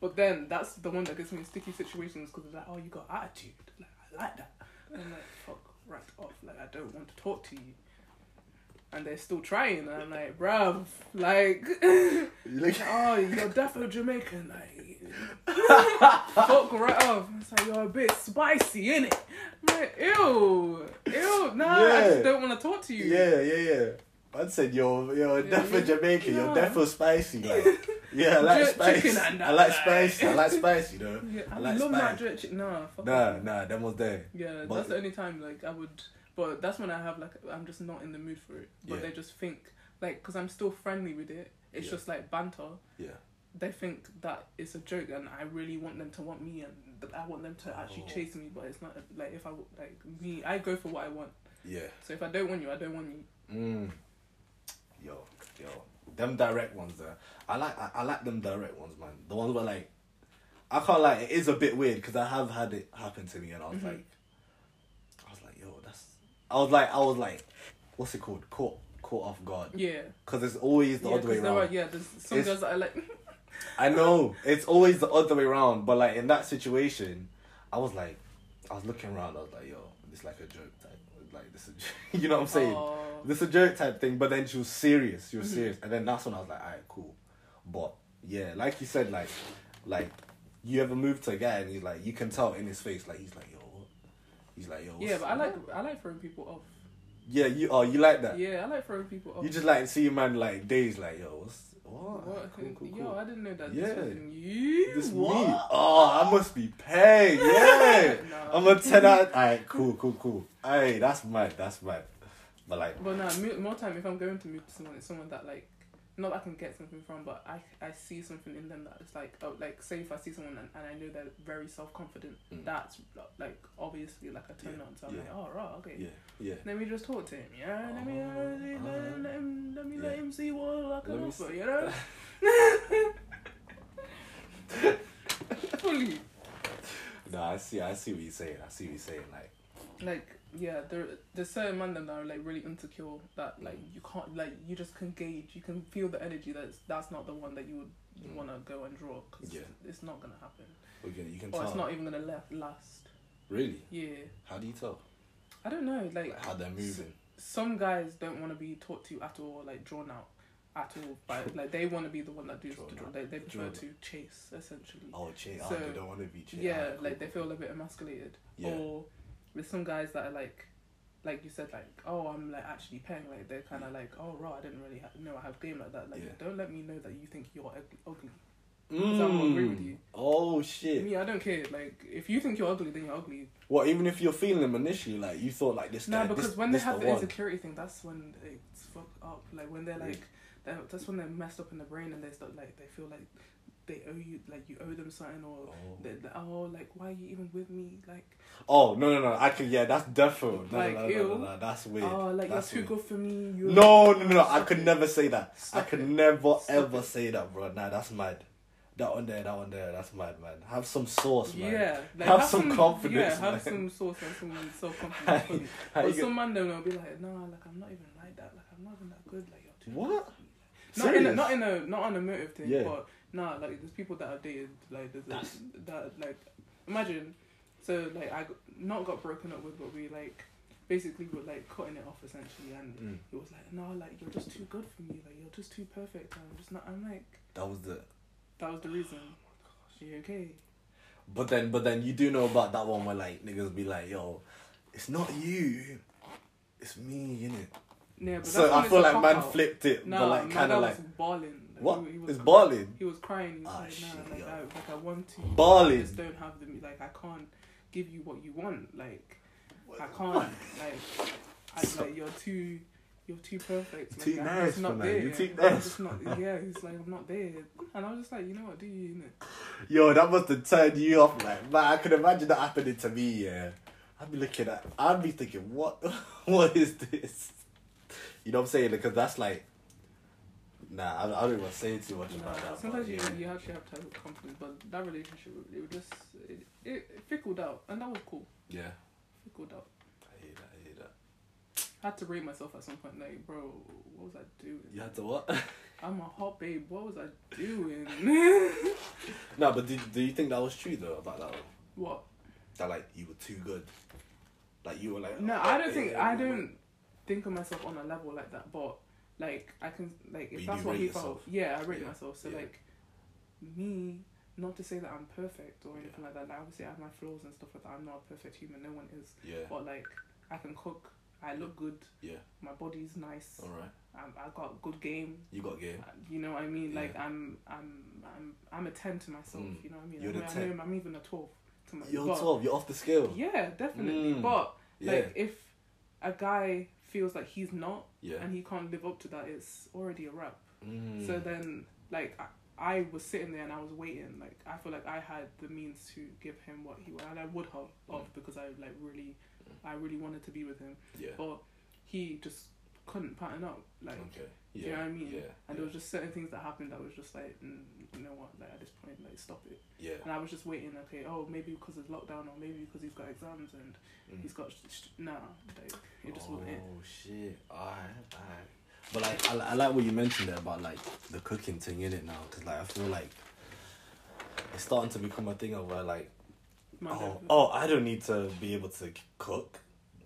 Speaker 3: But then that's the one that gets me in sticky situations because it's like, oh, you got attitude. Like, I like that. And I'm like, fuck right off. Like, I don't want to talk to you. And they're still trying. And I'm like, bruv, like, oh,
Speaker 2: You look-
Speaker 3: you're defo Jamaican. Like, fuck right off. It's like, you're a bit spicy, innit? I'm like, ew, ew, nah, I
Speaker 2: Yeah.
Speaker 3: just don't want to talk to you.
Speaker 2: yeah, yeah, yeah. I said you're you're
Speaker 3: Yeah,
Speaker 2: deaf for
Speaker 3: you-
Speaker 2: Jamaican. You're
Speaker 3: yeah.
Speaker 2: deaf for spicy. Like, yeah, I like
Speaker 3: Jerk
Speaker 2: spice.
Speaker 3: chicken and
Speaker 2: I like
Speaker 3: that.
Speaker 2: spice. I like spice. You know.
Speaker 3: Yeah,
Speaker 2: I
Speaker 3: I,
Speaker 2: like
Speaker 3: love my
Speaker 2: spice.
Speaker 3: jerk chicken. Nah, fuck
Speaker 2: Nah,
Speaker 3: off.
Speaker 2: nah, that was there.
Speaker 3: Yeah,
Speaker 2: But-
Speaker 3: that's the only time like I would, but that's when I have like I'm just not in the mood for it. But
Speaker 2: Yeah.
Speaker 3: they just think like because I'm still friendly with it. It's
Speaker 2: Yeah.
Speaker 3: just like banter.
Speaker 2: Yeah.
Speaker 3: They think that it's a joke, and I really want them to want me, and th- I want them to actually
Speaker 2: Oh.
Speaker 3: chase me. But it's not like if I w- like me, I go for what I want.
Speaker 2: Yeah.
Speaker 3: So if I don't want you, I don't want you.
Speaker 2: Mm. Yo, yo, them direct ones there. I like, I, I like them direct ones, man. The ones where like, I can't like. It is a bit weird because I have had it happen to me, and I
Speaker 3: Mm-hmm.
Speaker 2: was like, I was like, yo, that's. I was like, I was like, what's it called? Caught, caught off guard.
Speaker 3: Yeah.
Speaker 2: Because it's always the
Speaker 3: yeah,
Speaker 2: other way
Speaker 3: 'cause there
Speaker 2: around.
Speaker 3: are- yeah, there's some
Speaker 2: It's-
Speaker 3: girls that are like,
Speaker 2: I know it's always the other way around, but like in that situation, I was like, I was looking around. I was like, yo, this like a joke type. Like this, is, you know what I'm saying?
Speaker 3: Oh. Mm-hmm.
Speaker 2: This a joke type thing. But then she was serious. She was serious, and then that's when I was like, alright, cool. But yeah, like you said, like, like you ever move to a guy and he's like, you can tell in his face, like he's like, yo, what? he's like, yo. what's-
Speaker 3: yeah, but I like I like throwing people off.
Speaker 2: Yeah, you oh you like that.
Speaker 3: Yeah, I like throwing people off.
Speaker 2: You just like see a man like days like yo, what's what?
Speaker 3: What?
Speaker 2: Cool, cool, cool.
Speaker 3: Yo, I didn't know that.
Speaker 2: Yeah.
Speaker 3: This was in you.
Speaker 2: This
Speaker 3: what?
Speaker 2: me. Oh, I must be paid. Yeah.
Speaker 3: Nah.
Speaker 2: I'm a 10 out. Alright, cool, cool, cool. Hey, that's mad. That's mad. But like,
Speaker 3: But nah, mo- more time if I'm going to meet someone, it's someone that like, not that I can get something from, but I I see something in them that is like, oh, like say if I see someone and, and I know they're very self confident,
Speaker 2: Mm.
Speaker 3: that's like obviously like a turn
Speaker 2: Yeah,
Speaker 3: on. So I'm
Speaker 2: yeah.
Speaker 3: like, oh right, okay.
Speaker 2: yeah, yeah.
Speaker 3: Let me just talk to him, yeah. Let me, uh,
Speaker 2: Oh,
Speaker 3: let,
Speaker 2: uh-huh.
Speaker 3: let, let him, let me let
Speaker 2: Yeah.
Speaker 3: him see what I
Speaker 2: Let
Speaker 3: can
Speaker 2: me
Speaker 3: offer,
Speaker 2: see.
Speaker 3: you know. Fully.
Speaker 2: Nah, I see. I see what you're saying. I see what you're saying. Like,
Speaker 3: like yeah there there's certain men that are like really insecure that like you can't like you just can gauge you can feel the energy that's that's not the one that you would you
Speaker 2: Mm.
Speaker 3: want to go and draw because
Speaker 2: Yeah.
Speaker 3: it's not gonna happen
Speaker 2: again, you can
Speaker 3: or
Speaker 2: tell.
Speaker 3: Oh, it's not even gonna la- last
Speaker 2: really?
Speaker 3: yeah
Speaker 2: How do you tell?
Speaker 3: i don't know like,
Speaker 2: Like, how they're moving.
Speaker 3: some guys don't want to be talked to at all like drawn out at all but like they want to be the one that does
Speaker 2: Drawn
Speaker 3: the draw
Speaker 2: out.
Speaker 3: they, they prefer
Speaker 2: Drawn.
Speaker 3: to chase essentially
Speaker 2: Oh, chase. oh,
Speaker 3: So,
Speaker 2: they don't want to be oh, chased.
Speaker 3: yeah, like they feel a bit emasculated.
Speaker 2: Yeah.
Speaker 3: Or with some guys that are like, like you said, like, oh, I'm like actually paying. Like they're kind of like, oh, right, I didn't really ha- know I have game like that. Like,
Speaker 2: Yeah.
Speaker 3: don't let me know that you think you're ugly. ugly.
Speaker 2: Mm.
Speaker 3: I will agree with you.
Speaker 2: Oh shit!
Speaker 3: Me, I don't care. Like, if you think you're ugly, then you're ugly.
Speaker 2: What? Even if you're feeling them initially, like you thought, like this.
Speaker 3: No,
Speaker 2: guy,
Speaker 3: because
Speaker 2: this,
Speaker 3: when they
Speaker 2: this
Speaker 3: have
Speaker 2: the,
Speaker 3: the
Speaker 2: one.
Speaker 3: insecurity thing, that's when it's fucked up. Like when they're
Speaker 2: Yeah.
Speaker 3: like, they're, that's when they're messed up in the brain and they start like they feel like they owe you, like you owe them something, or
Speaker 2: Oh.
Speaker 3: they they- oh, like why are you even with me? Like
Speaker 2: Oh no no no! I can yeah, that's defo. No,
Speaker 3: Like,
Speaker 2: no, no, no, no,
Speaker 3: ew.
Speaker 2: no, that's weird.
Speaker 3: Oh, like
Speaker 2: that's
Speaker 3: you're
Speaker 2: weird.
Speaker 3: too good for me. You're
Speaker 2: No, no, no, no. I
Speaker 3: Stop
Speaker 2: could
Speaker 3: it.
Speaker 2: never say that. I
Speaker 3: Stop
Speaker 2: could
Speaker 3: it.
Speaker 2: never
Speaker 3: Stop
Speaker 2: ever
Speaker 3: it.
Speaker 2: say that, bro. Nah, that's mad. That one there, that one there, that's mad, man. Have some sauce, man.
Speaker 3: Yeah, like,
Speaker 2: Have some confidence,
Speaker 3: Yeah, have
Speaker 2: man.
Speaker 3: some source and some self confidence. fully.
Speaker 2: How
Speaker 3: but
Speaker 2: you
Speaker 3: some man then will be like, no, like I'm not even like that. Like I'm not even that good. Like you're too.
Speaker 2: What?
Speaker 3: Not in a,
Speaker 2: Serious?
Speaker 3: not in a not on a motive thing,
Speaker 2: Yeah.
Speaker 3: but nah, like there's people that I've dated like there's a, that like imagine, so like I got, not got broken up with, but we like basically were like cutting it off essentially, and
Speaker 2: Mm.
Speaker 3: it was like no, like you're just too good for me, like you're just too perfect. And I'm just not. I'm like
Speaker 2: That was the.
Speaker 3: that was the
Speaker 2: Oh
Speaker 3: reason. you okay?
Speaker 2: But then, but then you do know about that one where like niggas be like, yo, it's not you, it's me, innit?
Speaker 3: Yeah, but
Speaker 2: So
Speaker 3: that's when
Speaker 2: I
Speaker 3: it's
Speaker 2: feel
Speaker 3: a
Speaker 2: like man
Speaker 3: cop-out.
Speaker 2: flipped it,
Speaker 3: No,
Speaker 2: but like kind of like
Speaker 3: was balling. Like,
Speaker 2: what?
Speaker 3: He, he was
Speaker 2: It's balling.
Speaker 3: He was crying. He was
Speaker 2: Ah,
Speaker 3: like,
Speaker 2: shit,
Speaker 3: nah, like,
Speaker 2: yo.
Speaker 3: I, like I want to.
Speaker 2: Balling.
Speaker 3: I just don't have the like. I can't give you what you want. Like I can't. Like I
Speaker 2: So-
Speaker 3: like you're too. You're too perfect. Like,
Speaker 2: Too
Speaker 3: I'm
Speaker 2: nice
Speaker 3: just
Speaker 2: for
Speaker 3: not
Speaker 2: man.
Speaker 3: there.
Speaker 2: You're too
Speaker 3: I'm
Speaker 2: nice.
Speaker 3: just not. Yeah, he's like I'm not there. And I was just like, you know what? Do you? Innit?
Speaker 2: Yo, that must have turned you off, like man. I could imagine that happening to me. Yeah, I'd be looking at, I'd be thinking, what, what is this? You know what I'm saying? Because that's like, Nah, I, I don't even want to say too much about that.
Speaker 3: Sometimes
Speaker 2: but,
Speaker 3: you,
Speaker 2: yeah.
Speaker 3: you actually have to have a confidence, but that relationship it was just it, it, it fickled out, and that was cool.
Speaker 2: Yeah,
Speaker 3: Fickled out.
Speaker 2: I hate that. I hate that.
Speaker 3: I had to rate myself at some point, like, bro, what was I doing?
Speaker 2: You had to what?
Speaker 3: I'm a hot babe. What was I doing?
Speaker 2: no, but do, do you think that was true though about that one?
Speaker 3: what?
Speaker 2: That like you were too good, like you were like.
Speaker 3: No,
Speaker 2: oh,
Speaker 3: I don't
Speaker 2: yeah,
Speaker 3: think
Speaker 2: yeah,
Speaker 3: I
Speaker 2: yeah, yeah.
Speaker 3: don't think of myself on a level like that. But like I can like
Speaker 2: But
Speaker 3: if
Speaker 2: you
Speaker 3: that's
Speaker 2: do
Speaker 3: what
Speaker 2: rate
Speaker 3: he felt.
Speaker 2: yourself.
Speaker 3: Yeah, I rate
Speaker 2: Yeah,
Speaker 3: myself. So
Speaker 2: yeah.
Speaker 3: like me, not to say that I'm perfect or anything
Speaker 2: Yeah.
Speaker 3: like that. Like, obviously, I have my flaws and stuff like that. I'm not a perfect human. No one is.
Speaker 2: Yeah,
Speaker 3: But like I can cook. I look good.
Speaker 2: Yeah.
Speaker 3: My body's nice.
Speaker 2: all right.
Speaker 3: Um, I got good game.
Speaker 2: You got game.
Speaker 3: Uh, You know what I mean?
Speaker 2: Yeah.
Speaker 3: Like I'm, I'm, I'm, I'm a ten to myself.
Speaker 2: Mm.
Speaker 3: You know what I mean?
Speaker 2: You're
Speaker 3: I'm,
Speaker 2: the
Speaker 3: I
Speaker 2: 10.
Speaker 3: know I'm even a twelve to my
Speaker 2: You're
Speaker 3: but-
Speaker 2: twelve. You're off the scale. Yeah,
Speaker 3: Yeah, definitely.
Speaker 2: Mm.
Speaker 3: But
Speaker 2: yeah,
Speaker 3: like if a guy feels like he's not
Speaker 2: yeah.
Speaker 3: and he can't live up to that, it's already a wrap.
Speaker 2: Mm.
Speaker 3: So then, like I, I was sitting there and I was waiting. Like I feel like I had the means to give him what he wanted, and I would have
Speaker 2: Mm.
Speaker 3: of because I like really, I really wanted to be with him,
Speaker 2: yeah.
Speaker 3: but he just couldn't pattern up. Like
Speaker 2: Okay.
Speaker 3: do
Speaker 2: Yeah.
Speaker 3: you know what I mean?
Speaker 2: Yeah.
Speaker 3: and
Speaker 2: yeah.
Speaker 3: there was just certain things that happened that was just like, mm, you know what? Like at this point, like stop it.
Speaker 2: yeah.
Speaker 3: And I was just waiting. Okay, oh maybe because of lockdown, or maybe because he's got exams and
Speaker 2: Mm.
Speaker 3: he's got sh- sh- nah. Like it just
Speaker 2: oh,
Speaker 3: wasn't it.
Speaker 2: shit! Alright, alright. But like, I, I like what you mentioned there about like the cooking thing in it now, cause like I feel like it's starting to become a thing of where like,
Speaker 3: My
Speaker 2: oh,
Speaker 3: dad-
Speaker 2: oh, I don't need to be able to c- cook.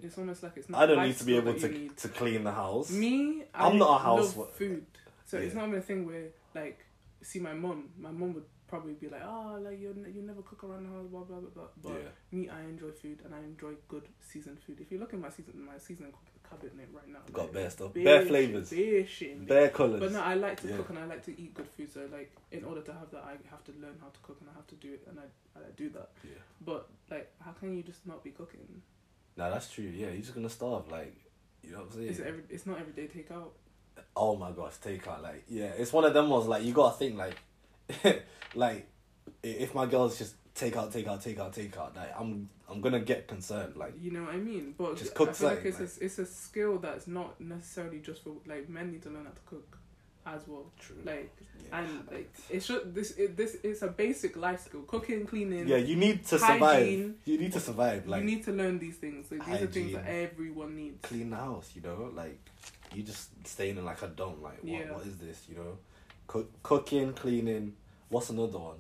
Speaker 3: it's almost like it's not.
Speaker 2: I don't
Speaker 3: life
Speaker 2: need to be
Speaker 3: skill
Speaker 2: able
Speaker 3: that
Speaker 2: to
Speaker 3: you need.
Speaker 2: to clean the house.
Speaker 3: Me,
Speaker 2: I'm
Speaker 3: I
Speaker 2: not a
Speaker 3: love
Speaker 2: housewife.
Speaker 3: Food, so it's
Speaker 2: Yeah.
Speaker 3: not even a thing where like see my mom. My mom would probably be like, oh, like you you never cook around the house, blah blah blah. blah. But
Speaker 2: Yeah.
Speaker 3: me, I enjoy food and I enjoy good seasoned food. If you look in my season my season cabinet right now,
Speaker 2: Got
Speaker 3: like,
Speaker 2: bare stuff,
Speaker 3: bare
Speaker 2: bare
Speaker 3: shit-
Speaker 2: flavors,
Speaker 3: bare shit. in there.
Speaker 2: bare colors.
Speaker 3: But no, I like to
Speaker 2: Yeah.
Speaker 3: cook and I like to eat good food. So like, in order to have that, I have to learn how to cook and I have to do it, and I, I do that.
Speaker 2: yeah.
Speaker 3: But like, how can you just not be cooking?
Speaker 2: Nah, that's true. Yeah, you're just gonna starve. Like, you know what I'm saying?
Speaker 3: It's every, it's not everyday takeout.
Speaker 2: oh my gosh, takeout. Like, yeah, it's one of them ones. Like, you gotta think like, like, i- if my girls just take out, take out, take out, take out, like, I'm, I'm gonna get concerned. Like,
Speaker 3: You know what I mean? But
Speaker 2: Just cook
Speaker 3: I feel like
Speaker 2: something,
Speaker 3: it's
Speaker 2: like-
Speaker 3: a, it's a skill that's not necessarily just for like men need to learn how to cook, as well.
Speaker 2: true.
Speaker 3: Like
Speaker 2: yeah.
Speaker 3: and like it should this it, this it's a basic life skill. Cooking, cleaning.
Speaker 2: yeah, you need to survive.
Speaker 3: hygiene.
Speaker 2: You need to survive. Like,
Speaker 3: you need to learn these things. So these are things that
Speaker 2: Hygiene.
Speaker 3: everyone needs.
Speaker 2: clean the house. You know, like, you just staying in like a dome. Like, what,
Speaker 3: Yeah.
Speaker 2: what is this? You know, Cook, cooking, cleaning. What's another one?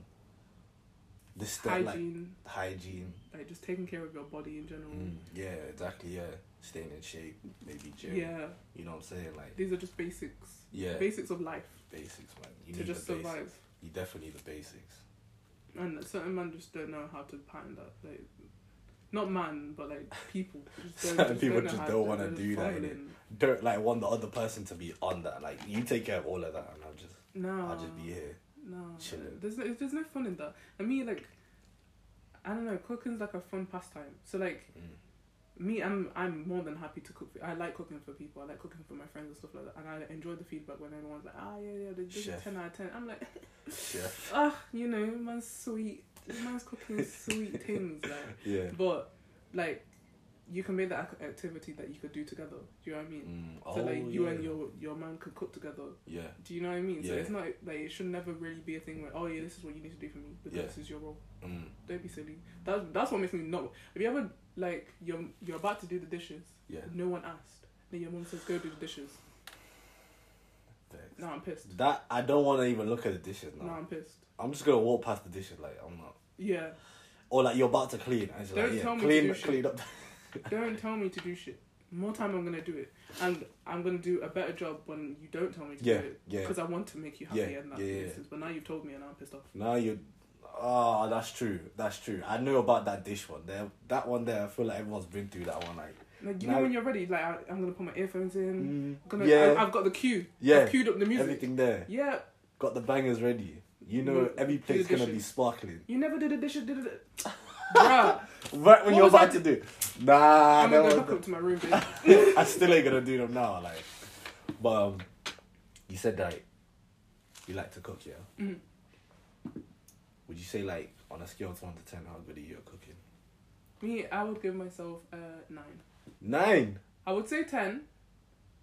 Speaker 2: This stuff like
Speaker 3: Hygiene,
Speaker 2: hygiene.
Speaker 3: like just taking care of your body in general.
Speaker 2: Mm, yeah, exactly. Yeah, staying in shape, maybe gym.
Speaker 3: Yeah,
Speaker 2: You know what I'm saying? Like,
Speaker 3: these are just basics.
Speaker 2: yeah,
Speaker 3: Basics of life
Speaker 2: basics, man. You
Speaker 3: to
Speaker 2: need
Speaker 3: just
Speaker 2: the basics.
Speaker 3: survive.
Speaker 2: You definitely need the basics.
Speaker 3: And certain men just don't know how to pattern that. Like, not man, but like people. Just don't,
Speaker 2: Certain
Speaker 3: just
Speaker 2: people
Speaker 3: know
Speaker 2: just
Speaker 3: how
Speaker 2: don't
Speaker 3: to-
Speaker 2: wanna
Speaker 3: they're
Speaker 2: do that,
Speaker 3: just
Speaker 2: innit?
Speaker 3: following.
Speaker 2: Don't like want the other person to be on that. Like, you take care of all of that, and I'll just,
Speaker 3: No,
Speaker 2: I'll just be here.
Speaker 3: no.
Speaker 2: chilling.
Speaker 3: There's no, there's no fun in that. I mean, like, I don't know. Cooking's like a fun pastime. So like,
Speaker 2: Mm.
Speaker 3: me, I'm I'm more than happy to cook. For, I like cooking for people. I like cooking for my friends and stuff like that. And I enjoy the feedback when everyone's like, ah, yeah, yeah, this
Speaker 2: Chef.
Speaker 3: is ten out of ten. I'm like,
Speaker 2: Chef.
Speaker 3: ah, you know, man's sweet. This man's cooking sweet things. Like,
Speaker 2: Yeah.
Speaker 3: But like, you can make that ac- activity that you could do together. Do you know what I mean?
Speaker 2: Mm.
Speaker 3: So like, you
Speaker 2: yeah.
Speaker 3: and your your man could cook together.
Speaker 2: yeah,
Speaker 3: Do you know what I mean? So
Speaker 2: Yeah.
Speaker 3: it's not like it should never really be a thing where oh yeah, this is what you need to do for me because
Speaker 2: Yeah.
Speaker 3: this is your role.
Speaker 2: mm.
Speaker 3: Don't be silly. That that's what makes me not. Have you ever like you're you're about to do the dishes?
Speaker 2: yeah.
Speaker 3: No one asked. Then your mom says go do the dishes.
Speaker 2: Thanks.
Speaker 3: No, I'm pissed.
Speaker 2: That I don't want to even look at the dishes
Speaker 3: No,
Speaker 2: now.
Speaker 3: I'm pissed.
Speaker 2: I'm just gonna walk past the dishes. Like, I'm not.
Speaker 3: Yeah.
Speaker 2: Or like you're about to clean. And she's like,
Speaker 3: Don't
Speaker 2: yeah,
Speaker 3: tell me to
Speaker 2: clean,
Speaker 3: do shit.
Speaker 2: clean up.
Speaker 3: Don't tell me to do shit. More time I'm gonna do it, and I'm gonna do a better job when you don't tell me to
Speaker 2: Yeah,
Speaker 3: do it.
Speaker 2: yeah.
Speaker 3: Because I want to make you happy
Speaker 2: Yeah,
Speaker 3: in that
Speaker 2: yeah, yeah.
Speaker 3: instance. But now you've told me, and I'm pissed off.
Speaker 2: Now you, ah, that's true. That's true. I know about that dish one. There, that one there. I feel like everyone's been through that one. Like,
Speaker 3: Like you
Speaker 2: Now- Mm.
Speaker 3: know when you're ready, like I, I'm gonna put my earphones in. I'm gonna,
Speaker 2: yeah,
Speaker 3: Mm. I, I've got the cue.
Speaker 2: Yeah.
Speaker 3: I've queued up the music.
Speaker 2: everything there.
Speaker 3: Yeah,
Speaker 2: Got the bangers ready. You know,
Speaker 3: Mm,
Speaker 2: every
Speaker 3: do
Speaker 2: plate's
Speaker 3: the
Speaker 2: gonna be
Speaker 3: dishes.
Speaker 2: sparkling.
Speaker 3: you never did a dish. Did it, bruh.
Speaker 2: Right when
Speaker 3: What
Speaker 2: you're
Speaker 3: was
Speaker 2: about
Speaker 3: that?
Speaker 2: to do. Nah, that
Speaker 3: I'm gonna go
Speaker 2: was
Speaker 3: back up to my room. Babe.
Speaker 2: the- I still ain't gonna do them now. Like, but um, you said that you like to cook, yeah.
Speaker 3: Mhm.
Speaker 2: Would you say like on a scale of one to ten, how good are you at cooking?
Speaker 3: me, I would give myself a nine.
Speaker 2: Nine.
Speaker 3: I would say ten,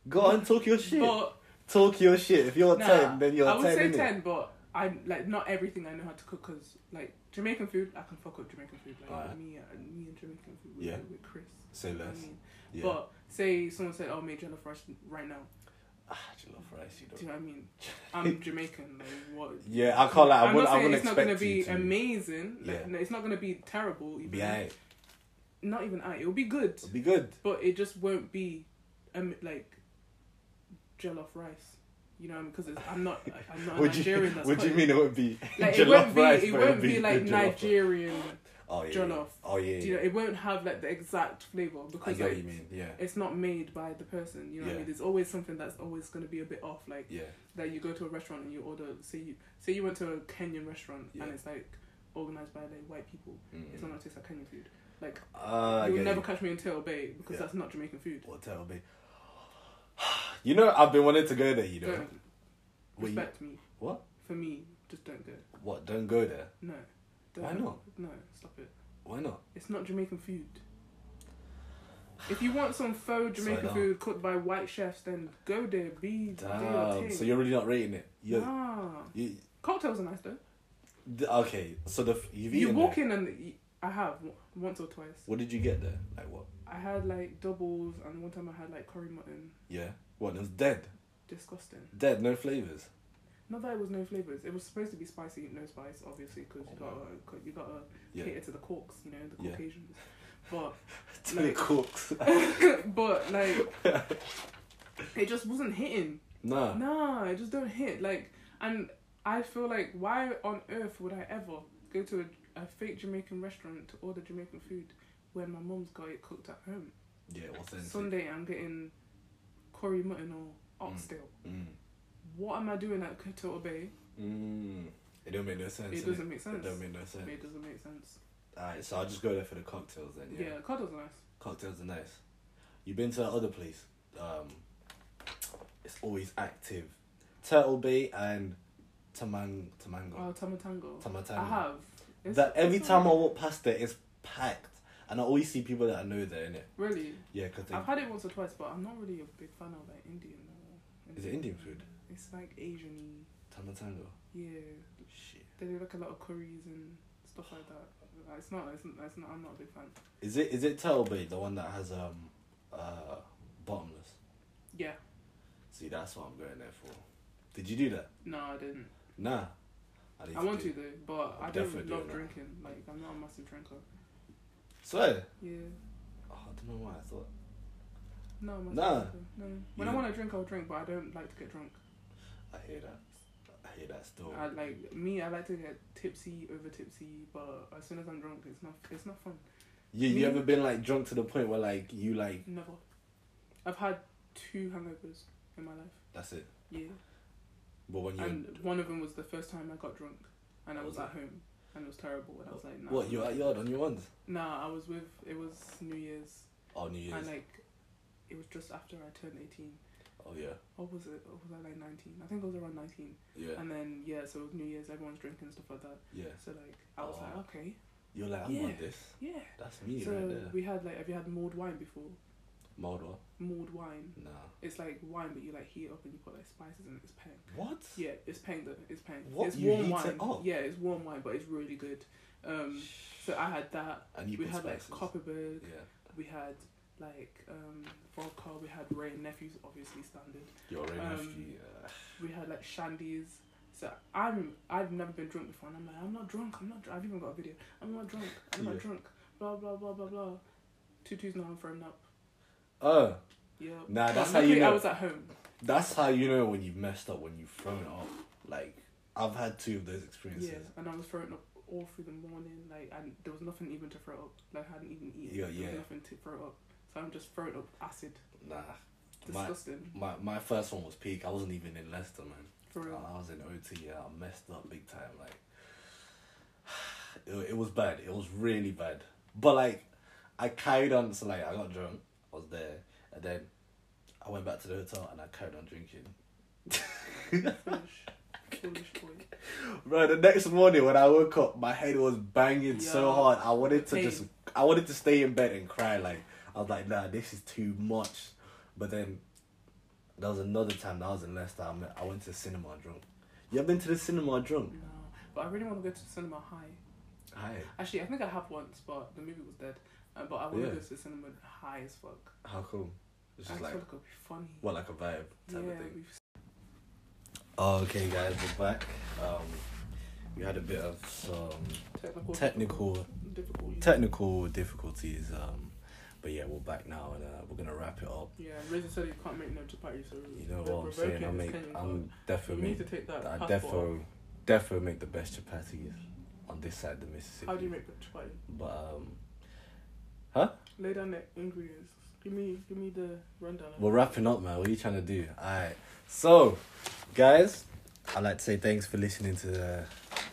Speaker 2: Go on, talk your shit.
Speaker 3: but
Speaker 2: Talk your shit. If you're
Speaker 3: Nah,
Speaker 2: ten, then you're
Speaker 3: I would
Speaker 2: ten.
Speaker 3: say
Speaker 2: innit?
Speaker 3: ten, but I'm like not everything I know how to cook because like Jamaican food, I can fuck up Jamaican food. Like
Speaker 2: Alright.
Speaker 3: me, and me and Jamaican food.
Speaker 2: Yeah.
Speaker 3: With, with Chris.
Speaker 2: Say
Speaker 3: you know what
Speaker 2: less.
Speaker 3: I mean?
Speaker 2: Yeah.
Speaker 3: Mm-hmm. But say someone said, "Oh, make jollof rice right now."
Speaker 2: ah, you love rice, you
Speaker 3: Do you
Speaker 2: know.
Speaker 3: know what I mean? I'm Jamaican. Like what?
Speaker 2: Yeah, I can't lie. I
Speaker 3: I'm
Speaker 2: wouldn't.
Speaker 3: not
Speaker 2: I
Speaker 3: saying
Speaker 2: wouldn't
Speaker 3: it's not gonna
Speaker 2: expect
Speaker 3: be
Speaker 2: you to
Speaker 3: amazing. Like,
Speaker 2: Yeah.
Speaker 3: no, it's not gonna be terrible. Even.
Speaker 2: be alright.
Speaker 3: Not even I. It'll be good,
Speaker 2: It'll Be good.
Speaker 3: but it just won't be, um, like, jollof rice. You know, because I'm not. I'm not a
Speaker 2: Would
Speaker 3: Nigerian.
Speaker 2: you?
Speaker 3: that's
Speaker 2: Would you
Speaker 3: cutting-
Speaker 2: mean it would be
Speaker 3: Like
Speaker 2: jollof
Speaker 3: it won't be,
Speaker 2: rice?
Speaker 3: it
Speaker 2: but it'll
Speaker 3: won't be like
Speaker 2: good jollof rice?
Speaker 3: Nigerian.
Speaker 2: Oh yeah.
Speaker 3: jollof.
Speaker 2: Oh yeah.
Speaker 3: Do you know, it won't have like the exact flavor
Speaker 2: I
Speaker 3: because
Speaker 2: get what
Speaker 3: like,
Speaker 2: you mean. Yeah.
Speaker 3: it's not made by the person. You know, what I
Speaker 2: Yeah.
Speaker 3: mean, there's always something that's always going to be a bit off. Like
Speaker 2: Yeah.
Speaker 3: that, you go to a restaurant and you order. Say you say you went to a Kenyan restaurant
Speaker 2: Yeah.
Speaker 3: and it's like organized by like white people. It's
Speaker 2: Mm.
Speaker 3: not gonna taste like Kenyan food. Like
Speaker 2: Ah, I
Speaker 3: you'll
Speaker 2: get
Speaker 3: never
Speaker 2: you.
Speaker 3: catch me in Tail Bay because
Speaker 2: Yeah.
Speaker 3: that's not Jamaican food.
Speaker 2: Well, tell me. You know, I've been wanting to go there. You know.
Speaker 3: Don't
Speaker 2: Well, you-
Speaker 3: respect me.
Speaker 2: What?
Speaker 3: For me, just don't go.
Speaker 2: What? Don't go there.
Speaker 3: No. Don't
Speaker 2: Why
Speaker 3: go.
Speaker 2: not?
Speaker 3: No, stop it.
Speaker 2: Why not?
Speaker 3: It's not Jamaican food. If you want some faux
Speaker 2: So
Speaker 3: Jamaican
Speaker 2: now-
Speaker 3: food cooked by white chefs, then go there. Be do your
Speaker 2: Damn.
Speaker 3: thing.
Speaker 2: So you're really not rating it. You're,
Speaker 3: Nah.
Speaker 2: you.
Speaker 3: Cocktails are nice though.
Speaker 2: d- Okay. So the f- you've
Speaker 3: You
Speaker 2: eaten
Speaker 3: walk
Speaker 2: there.
Speaker 3: in and y- I have w- once or twice.
Speaker 2: What did you get there? Like what?
Speaker 3: I had like doubles and one time I had like curry mutton.
Speaker 2: Yeah. What? It was dead.
Speaker 3: Disgusting.
Speaker 2: Dead. No flavors.
Speaker 3: Not that it was no flavors. It was supposed to be spicy, no spice, obviously, because you gotta you gotta
Speaker 2: Oh, Yeah.
Speaker 3: cater to the corks, you know, the
Speaker 2: Yeah.
Speaker 3: Caucasians. But
Speaker 2: Till it
Speaker 3: Like-
Speaker 2: cooks.
Speaker 3: but like it just wasn't hitting.
Speaker 2: Nah.
Speaker 3: Nah, it just don't hit. Like, and I feel like, why on earth would I ever go to a, a fake Jamaican restaurant to order Jamaican food when my mum's got it cooked at home?
Speaker 2: Yeah. What's in
Speaker 3: Sunday, I'm getting curry mutton or oxtail.
Speaker 2: Mm.
Speaker 3: What am I doing at Kotoa Bay?
Speaker 2: Mm. It don't make no sense.
Speaker 3: It
Speaker 2: innit?
Speaker 3: doesn't make sense.
Speaker 2: It don't make no sense.
Speaker 3: It doesn't make sense.
Speaker 2: Alright, so I'll just go there for the cocktails then.
Speaker 3: Yeah,
Speaker 2: Yeah.
Speaker 3: yeah cocktails are nice.
Speaker 2: Cocktails are nice. You've been to that other place. Um, it's always active. Turtle Bay and Tamang Tamango.
Speaker 3: Oh, tamatango.
Speaker 2: Tamatango.
Speaker 3: I have. It's-
Speaker 2: that every
Speaker 3: it's
Speaker 2: time I
Speaker 3: alright.
Speaker 2: walk past there, it's packed, and I always see people that I know there in it.
Speaker 3: Really?
Speaker 2: Yeah, cause they,
Speaker 3: I've had it once or twice, but I'm not really a big fan of like Indian. Or
Speaker 2: is it Indian food?
Speaker 3: It's like Asian
Speaker 2: Tamatango.
Speaker 3: Yeah.
Speaker 2: Shit.
Speaker 3: They do like a lot of curries and stuff like that. Like, It's not. It's not. It's not I'm not a big fan.
Speaker 2: Is it is it Turtle Bay the one that has um uh bottomless?
Speaker 3: Yeah.
Speaker 2: See, that's what I'm going there for. Did you do that?
Speaker 3: No, I didn't.
Speaker 2: Nah. need
Speaker 3: I want
Speaker 2: do
Speaker 3: to though, but
Speaker 2: I'm
Speaker 3: I
Speaker 2: definitely
Speaker 3: don't love
Speaker 2: doing that.
Speaker 3: drinking. Like I'm not a massive drinker.
Speaker 2: Swear.
Speaker 3: Yeah.
Speaker 2: Oh, I don't know why I thought.
Speaker 3: No. I'm not a
Speaker 2: Nah.
Speaker 3: drinker. No. When I
Speaker 2: Yeah.
Speaker 3: want to drink, I'll drink, but I don't like to get drunk.
Speaker 2: I hear that. I hear that still.
Speaker 3: I like me. I like to get tipsy over tipsy, but as soon as I'm drunk, it's not. It's not fun.
Speaker 2: Yeah, you
Speaker 3: Me-
Speaker 2: ever been like drunk to the point where like you like
Speaker 3: Never. I've had two hangovers in my life.
Speaker 2: that's it.
Speaker 3: Yeah.
Speaker 2: But when you
Speaker 3: And one of them was the first time I got drunk, and I
Speaker 2: What
Speaker 3: was
Speaker 2: was
Speaker 3: at home, and it was terrible. And I was like, nah.
Speaker 2: what you're at yard on your ones.
Speaker 3: Nah, I was with it was New Year's
Speaker 2: Oh New Year's.
Speaker 3: and like it was just after I turned eighteen.
Speaker 2: oh yeah.
Speaker 3: Or was it? Or was I like nineteen? I think I was around nineteen.
Speaker 2: Yeah.
Speaker 3: And then yeah, so it was New Year's, everyone's drinking and stuff like that.
Speaker 2: Yeah.
Speaker 3: So like I was
Speaker 2: Oh.
Speaker 3: like, okay,
Speaker 2: You're like I
Speaker 3: Yeah.
Speaker 2: want this.
Speaker 3: yeah.
Speaker 2: That's me
Speaker 3: so
Speaker 2: right there.
Speaker 3: we had like, have you had mulled wine before?
Speaker 2: Mold what?
Speaker 3: Mulled wine.
Speaker 2: Nah.
Speaker 3: It's like wine, but you like heat it up and you put like spices in it. It's pang.
Speaker 2: What?
Speaker 3: Yeah, it's pang though. It's pang.
Speaker 2: What?
Speaker 3: It's
Speaker 2: You
Speaker 3: warm
Speaker 2: heat
Speaker 3: wine.
Speaker 2: it up?
Speaker 3: Yeah, it's warm wine, but it's really good. Um, so I had that.
Speaker 2: And you
Speaker 3: we
Speaker 2: put
Speaker 3: had
Speaker 2: spices.
Speaker 3: like Copperberg.
Speaker 2: yeah.
Speaker 3: We had like um, vodka. We had Ray and nephews, obviously standard.
Speaker 2: You're already
Speaker 3: Um,
Speaker 2: um, uh,
Speaker 3: We had like shandies. So I'm I've never been drunk before, and I'm like I'm not drunk. I'm not. Dr-. I've even got a video. I'm not drunk. I'm not
Speaker 2: Yeah.
Speaker 3: drunk. Blah blah blah blah blah. Tutu's now I'm thrown up.
Speaker 2: Oh,
Speaker 3: Yeah.
Speaker 2: Nah,
Speaker 3: But
Speaker 2: that's how you
Speaker 3: luckily I
Speaker 2: know.
Speaker 3: was at home.
Speaker 2: that's how you know when you've messed up when you've thrown it off. Like I've had two of those experiences.
Speaker 3: Yeah, and I was throwing up all through the morning. Like, and there was nothing even to throw up. Like, I hadn't even eaten.
Speaker 2: Yeah,
Speaker 3: there was
Speaker 2: yeah.
Speaker 3: nothing to throw up. So I'm just throwing up acid.
Speaker 2: Nah. My,
Speaker 3: Disgusting.
Speaker 2: my my first one was peak. I wasn't even in Leicester, man.
Speaker 3: For real.
Speaker 2: I was in OT. Yeah, I messed up big time. Like, it, it was bad. It was really bad. But like, I carried on. So like, I got drunk. I was there, and then I went back to the hotel and I carried on drinking.
Speaker 3: Foolish. Foolish boy.
Speaker 2: Bro, the next morning when I woke up, my head was banging so
Speaker 3: Yeah.
Speaker 2: hard. I wanted to just,
Speaker 3: Pain.
Speaker 2: I wanted to stay in bed and cry. Like, I was like, nah, this is too much. But then, There was another time that I was in Leicester. I, met, I went to the cinema drunk. You ever been to the cinema drunk?
Speaker 3: No, but I really want to go to the cinema high.
Speaker 2: Hi.
Speaker 3: Actually, I think I have once, but the movie was dead. Uh, but I want
Speaker 2: Yeah.
Speaker 3: to go to the cinema high as fuck.
Speaker 2: How cool. It's
Speaker 3: I
Speaker 2: just
Speaker 3: just
Speaker 2: like
Speaker 3: feel like it would be funny.
Speaker 2: what like a vibe
Speaker 3: yeah,
Speaker 2: type of thing. Oh,
Speaker 3: we've-
Speaker 2: Okay, guys, we're back. Um, we had a bit of some
Speaker 3: technical,
Speaker 2: technical
Speaker 3: difficulty.
Speaker 2: technical difficulties. Um, but yeah, we're back now and uh, we're gonna wrap it up.
Speaker 3: yeah, Razor said you can't make no chapati, so
Speaker 2: You know
Speaker 3: we're
Speaker 2: what I'm saying? I
Speaker 3: revoking this
Speaker 2: make.
Speaker 3: Kenyan
Speaker 2: I'm
Speaker 3: card. You
Speaker 2: definitely.
Speaker 3: need to take that.
Speaker 2: I
Speaker 3: passport
Speaker 2: defo, defo make the best chapatis on this side of the Mississippi.
Speaker 3: off. How do you make the chapati?
Speaker 2: But um,
Speaker 3: Lay down the ingredients. Give me, give me the rundown. of
Speaker 2: we're
Speaker 3: it.
Speaker 2: wrapping up, man. What are you trying to do? All right. So, guys, I'd like to say thanks for listening to the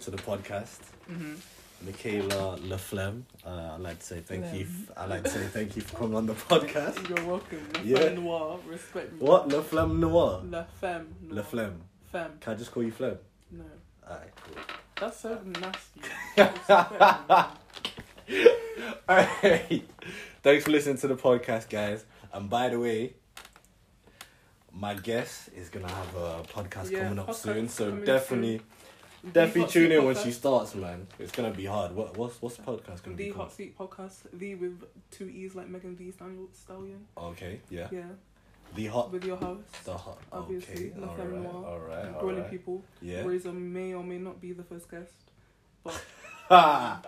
Speaker 2: to the podcast.
Speaker 3: Mhm.
Speaker 2: Michaela Leflem, uh, I'd like to say thank you.
Speaker 3: Lem.
Speaker 2: F- I'd like to say thank you for coming on the podcast.
Speaker 3: You're welcome. La
Speaker 2: Yeah.
Speaker 3: Femme Noir, respect me.
Speaker 2: What Leflem Noir?
Speaker 3: La Femme. Noir.
Speaker 2: Leflem.
Speaker 3: Femme.
Speaker 2: Can I just call you Flem?
Speaker 3: No.
Speaker 2: All right, cool.
Speaker 3: That's so nasty. Respect me, man.
Speaker 2: All right. Thanks for listening to the podcast, guys. And by the way, my guest is gonna have a podcast
Speaker 3: Yeah,
Speaker 2: coming up
Speaker 3: podcast
Speaker 2: soon, so
Speaker 3: coming
Speaker 2: definitely,
Speaker 3: The
Speaker 2: definitely
Speaker 3: Hot
Speaker 2: tune
Speaker 3: Seat
Speaker 2: in when
Speaker 3: Podcast.
Speaker 2: she starts, man. It's gonna be hard. What, what's what's the podcast gonna
Speaker 3: The
Speaker 2: be
Speaker 3: Hot
Speaker 2: called?
Speaker 3: Seat Podcast. The with two E's like Megan Thee Stallion. Stallion.
Speaker 2: Okay, yeah.
Speaker 3: Yeah.
Speaker 2: The hot,
Speaker 3: With your host.
Speaker 2: the hot.
Speaker 3: Obviously,
Speaker 2: Okay,
Speaker 3: La
Speaker 2: all
Speaker 3: Femme
Speaker 2: right,
Speaker 3: Noire,
Speaker 2: all right, all
Speaker 3: Growing
Speaker 2: right.
Speaker 3: people.
Speaker 2: Uh, Yeah.
Speaker 3: Razor may or may not be the first guest.
Speaker 2: Ha!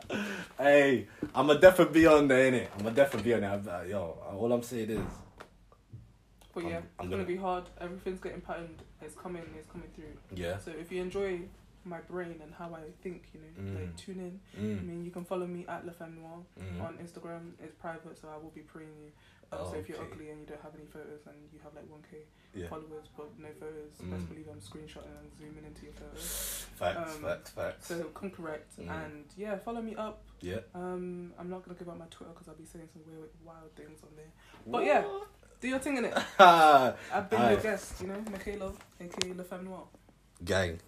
Speaker 2: hey, I'm a definitely be on there, innit? I'm a definitely be on there. I've- uh, Yo, all I'm saying is,
Speaker 3: But
Speaker 2: I'm-
Speaker 3: yeah,
Speaker 2: I'm
Speaker 3: it's gonna,
Speaker 2: gonna-
Speaker 3: be hard. Everything's getting patterned. It's coming. It's coming through.
Speaker 2: yeah.
Speaker 3: So if you enjoy my brain and how I think, you know,
Speaker 2: Mm.
Speaker 3: like tune in. I
Speaker 2: Mm,
Speaker 3: mean, you can follow me at La Femme Noire
Speaker 2: mm.
Speaker 3: on Instagram. It's private, so I will be preying you. Um, So if you're
Speaker 2: Okay.
Speaker 3: ugly and you don't have any photos and you have like 1k
Speaker 2: Yeah.
Speaker 3: followers but no photos,
Speaker 2: Mm.
Speaker 3: best believe I'm screenshotting and zooming into your photos.
Speaker 2: Facts,
Speaker 3: Um,
Speaker 2: facts, facts.
Speaker 3: So come correct
Speaker 2: Mm.
Speaker 3: and yeah, follow me up.
Speaker 2: yeah.
Speaker 3: Um, I'm not gonna give out my Twitter because I'll be saying some weird, wild things on there. But yeah, do your thing in it.
Speaker 2: yeah.
Speaker 3: I've been
Speaker 2: Aye.
Speaker 3: your guest, you know, Michaela, aka La Femme Noire.
Speaker 2: Gang.